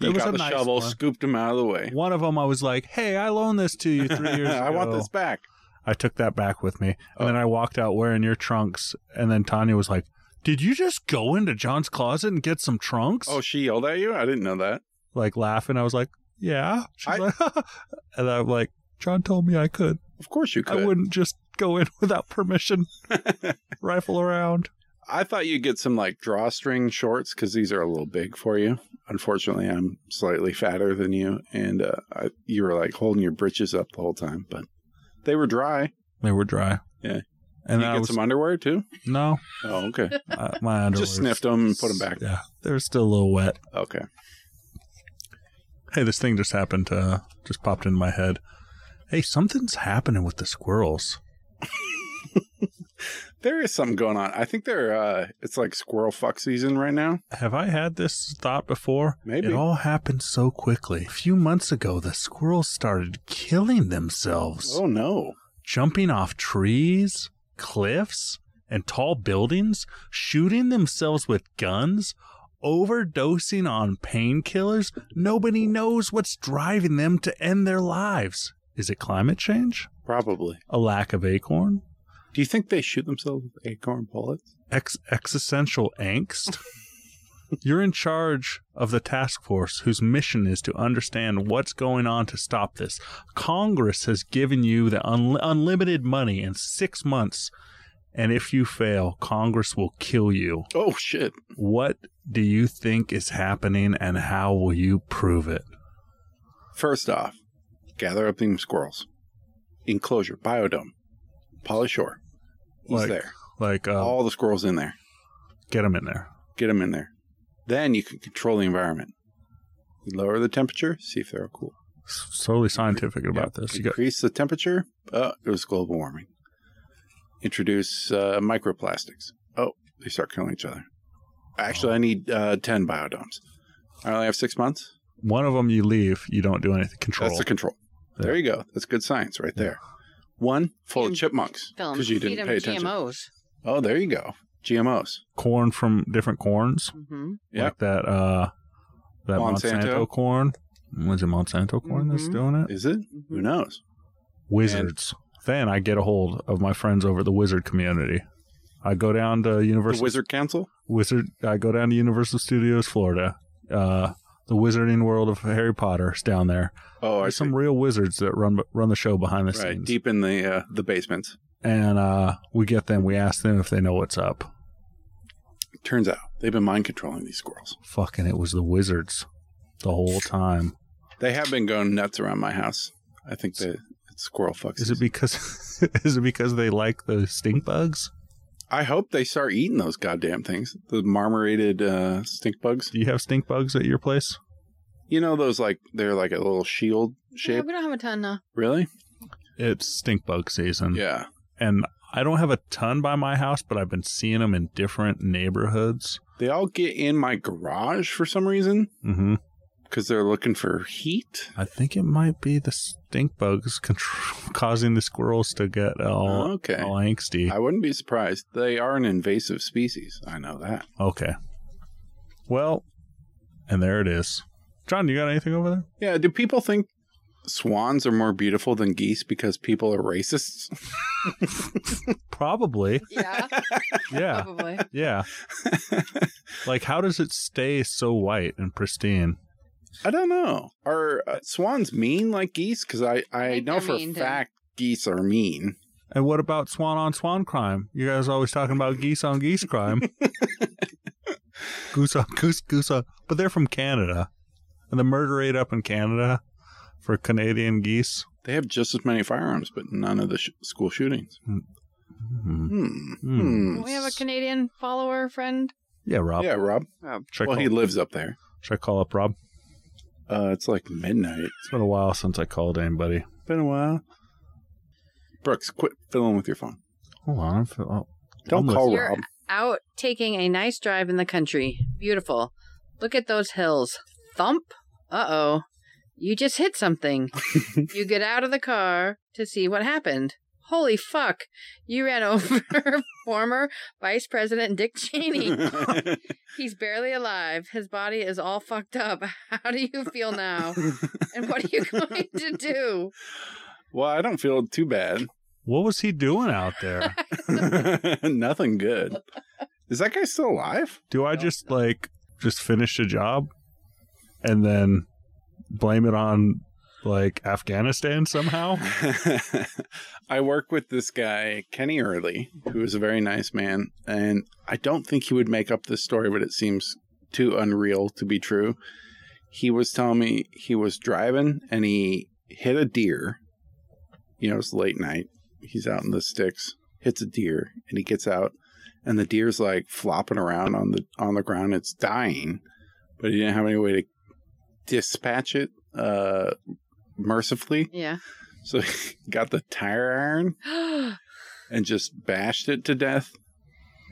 [SPEAKER 1] was
[SPEAKER 2] got
[SPEAKER 1] a
[SPEAKER 2] the
[SPEAKER 1] nice
[SPEAKER 2] shovel,
[SPEAKER 1] one.
[SPEAKER 2] scooped them out of the way.
[SPEAKER 1] One of them, I was like, "Hey, I loaned this to you three years ago.
[SPEAKER 2] I want this back.
[SPEAKER 1] I took that back with me,
[SPEAKER 2] Oh.
[SPEAKER 1] and then I walked out wearing your trunks. And then Tanya was like, "Did you just go into John's closet and get some trunks?"
[SPEAKER 2] Oh, she yelled at you. I didn't know that.
[SPEAKER 1] like laughing. I was like, "Yeah." She's
[SPEAKER 2] I-
[SPEAKER 1] like, and I'm like, "John told me I could.
[SPEAKER 2] Of course you could.
[SPEAKER 1] I wouldn't just go in without permission, rifle around."
[SPEAKER 2] I thought you'd get some like drawstring shorts because these are a little big for you. Unfortunately, I'm slightly fatter than you, and uh, I, you were like holding your britches up the whole time, but they were dry.
[SPEAKER 1] They were dry.
[SPEAKER 2] Yeah.
[SPEAKER 1] And
[SPEAKER 2] you
[SPEAKER 1] I
[SPEAKER 2] get
[SPEAKER 1] was
[SPEAKER 2] some underwear too.
[SPEAKER 1] no,
[SPEAKER 2] Oh, okay.
[SPEAKER 1] uh, my underwear
[SPEAKER 2] Just sniffed them and put them back.
[SPEAKER 1] Yeah, they're still a little wet.
[SPEAKER 2] Okay.
[SPEAKER 1] Hey, this thing just happened. Uh, just popped into my head. Hey, something's happening with the squirrels.
[SPEAKER 2] there is something going on. I think they're uh it's like squirrel fuck season right now.
[SPEAKER 1] Have I had this thought before?
[SPEAKER 2] Maybe.
[SPEAKER 1] It all happened so quickly. A few months ago, the squirrels started killing themselves,
[SPEAKER 2] Oh no.
[SPEAKER 1] jumping off trees, cliffs, and tall buildings, shooting themselves with guns, overdosing on painkillers. Nobody knows what's driving them to end their lives. Is it climate change?
[SPEAKER 2] Probably.
[SPEAKER 1] A lack of acorn?
[SPEAKER 2] Do you think they shoot themselves with acorn bullets?
[SPEAKER 1] ex- existential angst. You're in charge of the task force whose mission is to understand what's going on to stop this. Congress has given you the unli unlimited money in six months, and if you fail, Congress will kill you.
[SPEAKER 2] Oh shit.
[SPEAKER 1] What do you think is happening, and how will you prove it?
[SPEAKER 2] First off, gather up them squirrels. Enclosure, biodome. Polly Shore. He's
[SPEAKER 1] Like,
[SPEAKER 2] there.
[SPEAKER 1] Like, uh,
[SPEAKER 2] All the squirrels in there.
[SPEAKER 1] get them in there.
[SPEAKER 2] Get them in there. Then you can control the environment. You lower the temperature, see if they're cool.
[SPEAKER 1] S- Slowly scientific about
[SPEAKER 2] Yeah.
[SPEAKER 1] this. You got
[SPEAKER 2] Increase the temperature. Oh, it was global warming. Introduce uh, microplastics. Oh, they start killing each other. Actually, I need uh, 10 biodomes. I only have six months.
[SPEAKER 1] one of them. You leave. You don't do anything. Control.
[SPEAKER 2] That's the control.
[SPEAKER 1] Yeah.
[SPEAKER 2] There you go. That's good science right
[SPEAKER 1] Yeah.
[SPEAKER 2] there. One, full of
[SPEAKER 3] And
[SPEAKER 2] chipmunks.
[SPEAKER 3] Film.
[SPEAKER 2] Because you
[SPEAKER 3] Feed
[SPEAKER 2] didn't
[SPEAKER 3] 'em
[SPEAKER 2] pay attention.
[SPEAKER 3] GMOs.
[SPEAKER 2] Oh, there you go. GMOs.
[SPEAKER 1] corn from different corns.
[SPEAKER 3] Mm-hmm.
[SPEAKER 2] Yep.
[SPEAKER 1] like that uh that
[SPEAKER 2] Monsanto. Mm-hmm.
[SPEAKER 1] Monsanto, corn. Was it Monsanto corn that's
[SPEAKER 3] Mhm.
[SPEAKER 1] doing it?
[SPEAKER 2] Is it? Who knows?
[SPEAKER 1] Wizards. then I get a hold of my friends over at the wizard community. I go down to
[SPEAKER 2] The
[SPEAKER 1] Universal
[SPEAKER 2] Wizard Council?
[SPEAKER 1] Wizard I go down to Universal Studios Florida. Uh the Wizarding World of Harry Potter's down there.
[SPEAKER 2] Oh, I
[SPEAKER 1] There's
[SPEAKER 2] see.
[SPEAKER 1] some real wizards that run run the show behind the
[SPEAKER 2] Right.
[SPEAKER 1] scenes.
[SPEAKER 2] Deep in the uh, the basements.
[SPEAKER 1] And uh we get them, we ask them if they know what's up.
[SPEAKER 2] Turns out they've been mind controlling these squirrels.
[SPEAKER 1] Fucking it was the wizards the whole time.
[SPEAKER 2] They have been going nuts around my house. I think that it's squirrel fucks.
[SPEAKER 1] Is it because is it because they like the stink bugs?
[SPEAKER 2] I hope they start eating those goddamn things, the marmorated uh, stink bugs.
[SPEAKER 1] Do you have stink bugs at your place?
[SPEAKER 2] You know those like they're like a little shield
[SPEAKER 3] Yeah,
[SPEAKER 2] shape.
[SPEAKER 3] we don't have a ton now.
[SPEAKER 2] Really?
[SPEAKER 1] It's stink bug season.
[SPEAKER 2] Yeah.
[SPEAKER 1] And I don't have a ton by my house, but I've been seeing them in different neighborhoods.
[SPEAKER 2] They all get in my garage for some reason
[SPEAKER 1] hmm
[SPEAKER 2] because they're looking for heat.
[SPEAKER 1] I think it might be the stink bugs contr- causing the squirrels to get all,
[SPEAKER 2] okay.
[SPEAKER 1] all angsty.
[SPEAKER 2] I wouldn't be surprised. They are an invasive species. I know that.
[SPEAKER 1] okay. Well, and there it is. John, you got anything over there?
[SPEAKER 2] Yeah. Do people think swans are more beautiful than geese because people are racists?
[SPEAKER 1] Probably.
[SPEAKER 3] Yeah,
[SPEAKER 1] Yeah.
[SPEAKER 3] probably.
[SPEAKER 1] yeah. Like, how does it stay so white and pristine?
[SPEAKER 2] I don't know. Are uh, swans mean like geese? Because I, I,
[SPEAKER 3] think
[SPEAKER 2] know
[SPEAKER 3] they're
[SPEAKER 2] for a
[SPEAKER 3] mean, too.
[SPEAKER 2] fact geese are mean.
[SPEAKER 1] And what about swan on swan crime? You guys always talking about geese on geese crime. goose on goose goose on, but they're from Canada, and the murder rate up in Canada for Canadian geese.
[SPEAKER 2] They have just as many firearms, but none of the sh- school shootings.
[SPEAKER 1] Hmm.
[SPEAKER 2] Hmm.
[SPEAKER 1] Hmm.
[SPEAKER 2] Hmm.
[SPEAKER 3] Don't we have a Canadian follower friend. Oh,
[SPEAKER 1] Yeah, Rob.
[SPEAKER 2] Yeah, Rob.
[SPEAKER 1] Should, I
[SPEAKER 2] well,
[SPEAKER 1] call,
[SPEAKER 2] he lives up there.
[SPEAKER 1] should I call up Rob?
[SPEAKER 2] Uh, it's like midnight.
[SPEAKER 1] It's been a while since I called anybody.
[SPEAKER 2] It's been a while. Brooks, quit fiddling with your phone.
[SPEAKER 1] Hold on, I'm fill- oh,
[SPEAKER 2] Don't
[SPEAKER 1] I'm
[SPEAKER 2] call
[SPEAKER 1] listening.
[SPEAKER 3] You're-
[SPEAKER 2] Rob.
[SPEAKER 3] Out taking a nice drive in the country. Beautiful. Look at those hills. Thump. Uh oh. You just hit something. you get out of the car to see what happened. Holy fuck. You ran over former Vice President Dick Cheney. He's barely alive. His body is all fucked up. How do you feel now? And what are you going to do?
[SPEAKER 2] well, I don't feel too bad.
[SPEAKER 1] What was he doing out there?
[SPEAKER 2] Nothing good. Is that guy still alive?
[SPEAKER 1] Do I
[SPEAKER 3] No.
[SPEAKER 1] just like just finish the job and then blame it on like Afghanistan somehow?
[SPEAKER 2] I work with this guy, Kenny Early, who is a very nice man. And I don't think he would make up this story, but it seems too unreal to be true. He was telling me he was driving and he hit a deer. You know, it's late night. He's out in the sticks, hits a deer, and he gets out. And the deer's like flopping around on the on the ground. It's dying, but he didn't have any way to dispatch it uh, mercifully.
[SPEAKER 3] Yeah.
[SPEAKER 2] So he got the tire iron and just bashed it to death.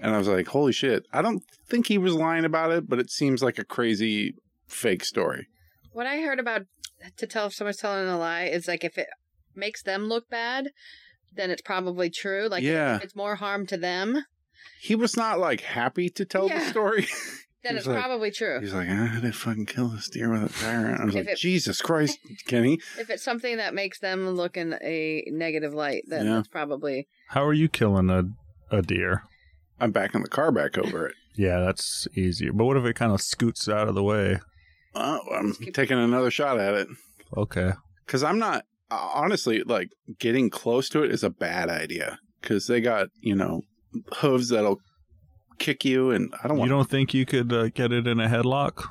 [SPEAKER 2] And I was like, holy shit. I don't think he was lying about it, but it seems like a crazy fake story.
[SPEAKER 3] What I heard about to tell if someone's telling a lie is like if it makes them look bad, then it's probably true. Like
[SPEAKER 2] Yeah.
[SPEAKER 3] if it's more harm to them,
[SPEAKER 2] He was not like happy to tell the
[SPEAKER 3] Yeah.
[SPEAKER 2] story.
[SPEAKER 3] then
[SPEAKER 2] He's
[SPEAKER 3] it's
[SPEAKER 2] like-
[SPEAKER 3] probably true.
[SPEAKER 2] He's like, I had to fucking kill this deer with a tyrant. I was
[SPEAKER 3] If
[SPEAKER 2] like,
[SPEAKER 3] it-
[SPEAKER 2] Jesus Christ, Kenny.
[SPEAKER 3] If it's something that makes them look in a negative light, then
[SPEAKER 2] Yeah.
[SPEAKER 3] it's probably
[SPEAKER 1] How are you killing a a deer?
[SPEAKER 2] I'm backing the car back over it.
[SPEAKER 1] Yeah, that's easier. But what if it kind of scoots out of the way?
[SPEAKER 2] Oh, I'm
[SPEAKER 3] Keep-
[SPEAKER 2] taking another shot at it.
[SPEAKER 1] Okay.
[SPEAKER 2] Cause I'm not, uh, honestly, like getting close to it is a bad idea. Cause they got, you know, hooves that'll kick you. And I don't
[SPEAKER 1] You
[SPEAKER 2] want
[SPEAKER 1] don't think you could uh, get it in a headlock?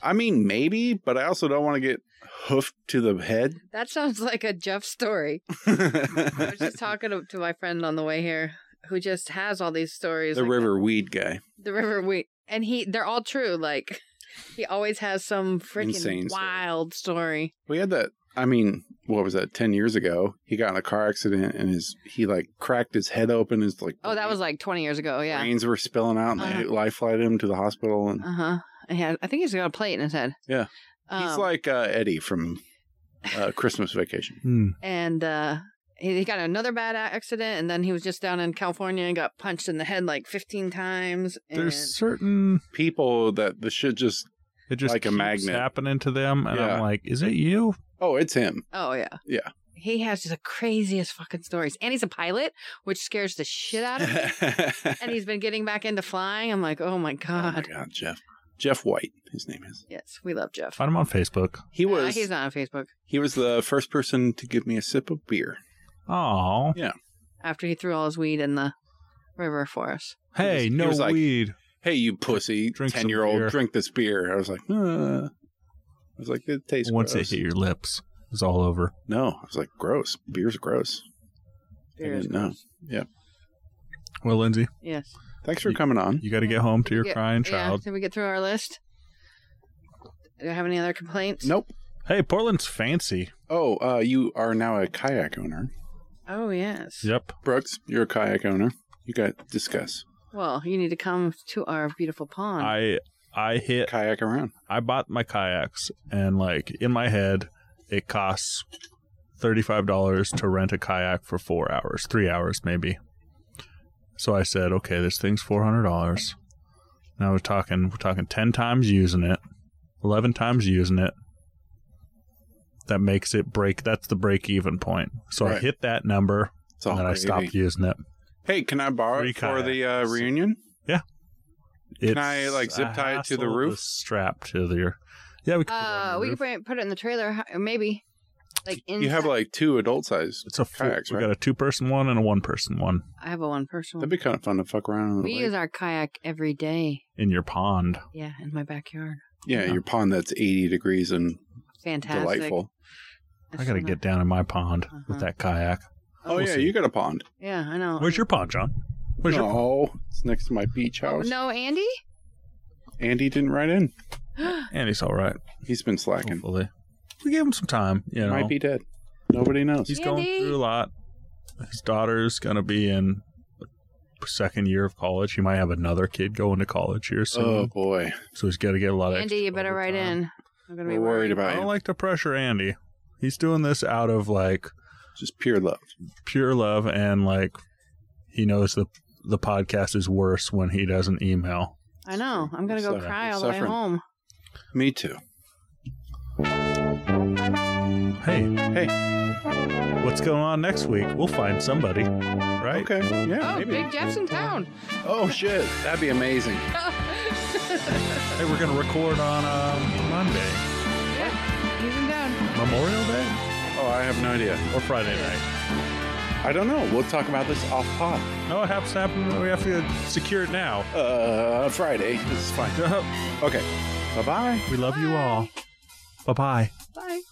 [SPEAKER 2] I mean, maybe, but I also don't want to get hoofed to the head.
[SPEAKER 3] that sounds like a Jeff story. I was just talking to, to my friend on the way here who just has all these stories.
[SPEAKER 2] the
[SPEAKER 3] like
[SPEAKER 2] river weed guy.
[SPEAKER 3] The river we and he they're all true. Like he always has some freaking
[SPEAKER 2] Insane story.
[SPEAKER 3] wild story.
[SPEAKER 2] We had that. I mean, what was that? Ten years ago, he got in a car accident and his he like cracked his head open. His like
[SPEAKER 3] Oh, that was like twenty years ago, yeah.
[SPEAKER 2] brains were spilling out, and they
[SPEAKER 3] Uh-huh.
[SPEAKER 2] life flighted him to the hospital. And
[SPEAKER 3] Uh huh. Yeah, I think he's got a plate in his head.
[SPEAKER 2] Yeah. he's
[SPEAKER 3] Um,
[SPEAKER 2] like uh, Eddie from uh, Christmas Vacation.
[SPEAKER 1] Hmm.
[SPEAKER 3] and uh he he got another bad a- accident and then he was just down in california and got punched in the head like 15 times and
[SPEAKER 1] There's certain
[SPEAKER 2] People that the shit just
[SPEAKER 1] it just
[SPEAKER 2] Like a
[SPEAKER 1] keeps
[SPEAKER 2] magnet.
[SPEAKER 1] happening to them, and
[SPEAKER 2] Yeah.
[SPEAKER 1] I'm like, is it you?
[SPEAKER 2] oh, it's him.
[SPEAKER 3] oh yeah
[SPEAKER 2] Yeah.
[SPEAKER 3] he has the craziest fucking stories and he's a pilot which scares the shit out of me and he's been getting back into flying i'm like oh my
[SPEAKER 2] oh my
[SPEAKER 3] god
[SPEAKER 2] god, Jeff. Jeff White, his name is.
[SPEAKER 3] yes we love jeff
[SPEAKER 1] Find him on Facebook.
[SPEAKER 2] He
[SPEAKER 3] Uh,
[SPEAKER 2] was
[SPEAKER 3] he's not on facebook
[SPEAKER 2] he was the first person to give me a sip of beer.
[SPEAKER 1] Oh,
[SPEAKER 3] after he threw all his weed in the river for us
[SPEAKER 1] hey,
[SPEAKER 2] He was- he
[SPEAKER 1] no
[SPEAKER 2] was like-
[SPEAKER 1] weed.
[SPEAKER 2] hey, you pussy,
[SPEAKER 1] Drink some
[SPEAKER 2] 10 year old,
[SPEAKER 1] beer.
[SPEAKER 2] drink this beer. I was like, uh. I was like, it tastes
[SPEAKER 1] Once
[SPEAKER 2] gross.
[SPEAKER 1] it hit your lips, it's all over.
[SPEAKER 2] No, I was like, gross. Beer's gross.
[SPEAKER 3] Beer
[SPEAKER 2] I
[SPEAKER 3] is
[SPEAKER 2] didn't know.
[SPEAKER 3] gross.
[SPEAKER 1] Well, Lindsay,
[SPEAKER 3] yes
[SPEAKER 2] Thanks for coming on.
[SPEAKER 1] you got to get home to your
[SPEAKER 3] Yeah,
[SPEAKER 1] crying
[SPEAKER 3] yeah
[SPEAKER 1] child.
[SPEAKER 3] did we get through our list do i have any other complaints
[SPEAKER 2] Nope.
[SPEAKER 1] Hey, Portland's fancy.
[SPEAKER 2] Oh, uh, you are now a kayak owner.
[SPEAKER 3] oh yes
[SPEAKER 1] Yep.
[SPEAKER 2] Brooks, you're a kayak owner. You got discuss
[SPEAKER 3] Well, you need to come to our beautiful pond.
[SPEAKER 1] I I hit
[SPEAKER 2] kayak around.
[SPEAKER 1] I bought my kayaks and like in my head it costs $35 to rent a kayak for 4 hours, 3 hours maybe. So I said, "Okay, this thing's $400." Now we're talking we're talking 10 times using it, 11 times using it. That makes it break that's the break even point. So I
[SPEAKER 2] Right.
[SPEAKER 1] hit that number
[SPEAKER 2] It's all
[SPEAKER 1] and then I
[SPEAKER 2] gravy.
[SPEAKER 1] stopped using it.
[SPEAKER 2] Hey, can I borrow
[SPEAKER 1] Free
[SPEAKER 2] it for the uh,
[SPEAKER 1] kayaks.
[SPEAKER 2] reunion?
[SPEAKER 1] It's
[SPEAKER 2] I, like, zip
[SPEAKER 1] a
[SPEAKER 2] tie it to the
[SPEAKER 1] hassle
[SPEAKER 2] roof?
[SPEAKER 1] strap to the Yeah, we could put it on
[SPEAKER 3] uh,
[SPEAKER 1] the
[SPEAKER 3] we
[SPEAKER 1] roof.
[SPEAKER 3] could bring, put it in the trailer, huh, maybe. Like in.
[SPEAKER 2] You have like two adult size.
[SPEAKER 1] It's a full,
[SPEAKER 2] Kayaks,
[SPEAKER 1] we
[SPEAKER 2] right?
[SPEAKER 1] got a two person one and a one person one
[SPEAKER 3] I have a one person.
[SPEAKER 2] That'd be kind of fun to fuck around. on the
[SPEAKER 3] Hmm. we
[SPEAKER 2] lake.
[SPEAKER 3] use our kayak every day.
[SPEAKER 1] in your pond.
[SPEAKER 3] Yeah, in my backyard.
[SPEAKER 2] yeah,
[SPEAKER 1] Yeah.
[SPEAKER 2] your pond that's 80 degrees and
[SPEAKER 3] Fantastic.
[SPEAKER 2] delightful.
[SPEAKER 1] I gotta
[SPEAKER 3] so
[SPEAKER 1] get down in my pond with
[SPEAKER 3] Uh-huh.
[SPEAKER 1] that kayak.
[SPEAKER 2] Oh,
[SPEAKER 1] We'll
[SPEAKER 2] yeah,
[SPEAKER 1] see.
[SPEAKER 2] you got a pond.
[SPEAKER 3] nice. Yeah, I know.
[SPEAKER 1] Where's your pond, John? Where's your
[SPEAKER 2] no, it's next to my beach
[SPEAKER 3] Oh,
[SPEAKER 2] house.
[SPEAKER 3] no, Andy?
[SPEAKER 2] Andy didn't write in.
[SPEAKER 1] Andy's all right.
[SPEAKER 2] He's been slacking.
[SPEAKER 1] Hopefully, we gave him some time. Oh, You know,
[SPEAKER 2] Might be dead. Nobody knows.
[SPEAKER 1] he's going
[SPEAKER 3] Andy!
[SPEAKER 1] through a lot. His daughter's gonna be in second year of college. He might have another kid going to college here soon,
[SPEAKER 2] Oh boy,
[SPEAKER 1] so he's got to get a lot of.
[SPEAKER 3] Andy,
[SPEAKER 1] extra
[SPEAKER 3] you better write
[SPEAKER 1] overtime.
[SPEAKER 3] in. I'm going to be
[SPEAKER 2] We're worried about
[SPEAKER 1] I
[SPEAKER 2] you.
[SPEAKER 1] don't like to pressure Andy. He's doing this out of like
[SPEAKER 2] just pure love.
[SPEAKER 1] pure love and like he knows the the podcast is worse when he doesn't email.
[SPEAKER 3] I know. I'm going to go
[SPEAKER 2] Suffering.
[SPEAKER 3] cry all the way
[SPEAKER 2] Suffering.
[SPEAKER 3] home.
[SPEAKER 2] Me too.
[SPEAKER 1] Hey,
[SPEAKER 2] Hey,
[SPEAKER 1] what's going on next week? We'll find somebody, right?
[SPEAKER 2] okay, yeah,
[SPEAKER 3] Oh,
[SPEAKER 2] maybe.
[SPEAKER 3] Big Jeff's in town.
[SPEAKER 2] Oh shit, that'd be amazing.
[SPEAKER 1] Hey, we're gonna record on um, Monday,
[SPEAKER 3] yeah, he's in town.
[SPEAKER 1] Memorial Day,
[SPEAKER 2] Oh, I have no idea.
[SPEAKER 1] or Friday night.
[SPEAKER 2] I don't know. We'll talk about this off pod.
[SPEAKER 1] No, it happens to happen. We have to secure it now.
[SPEAKER 2] Uh, Friday. This is fine. Okay. Bye bye.
[SPEAKER 1] We love you all. Bye bye.
[SPEAKER 3] Bye.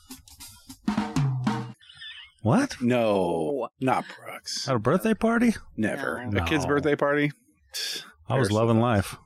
[SPEAKER 1] What?
[SPEAKER 2] No, not Brooks.
[SPEAKER 1] At a birthday party?
[SPEAKER 2] Never.
[SPEAKER 1] No.
[SPEAKER 2] A kid's birthday party.
[SPEAKER 1] I was
[SPEAKER 2] Embarrassing.
[SPEAKER 1] loving life.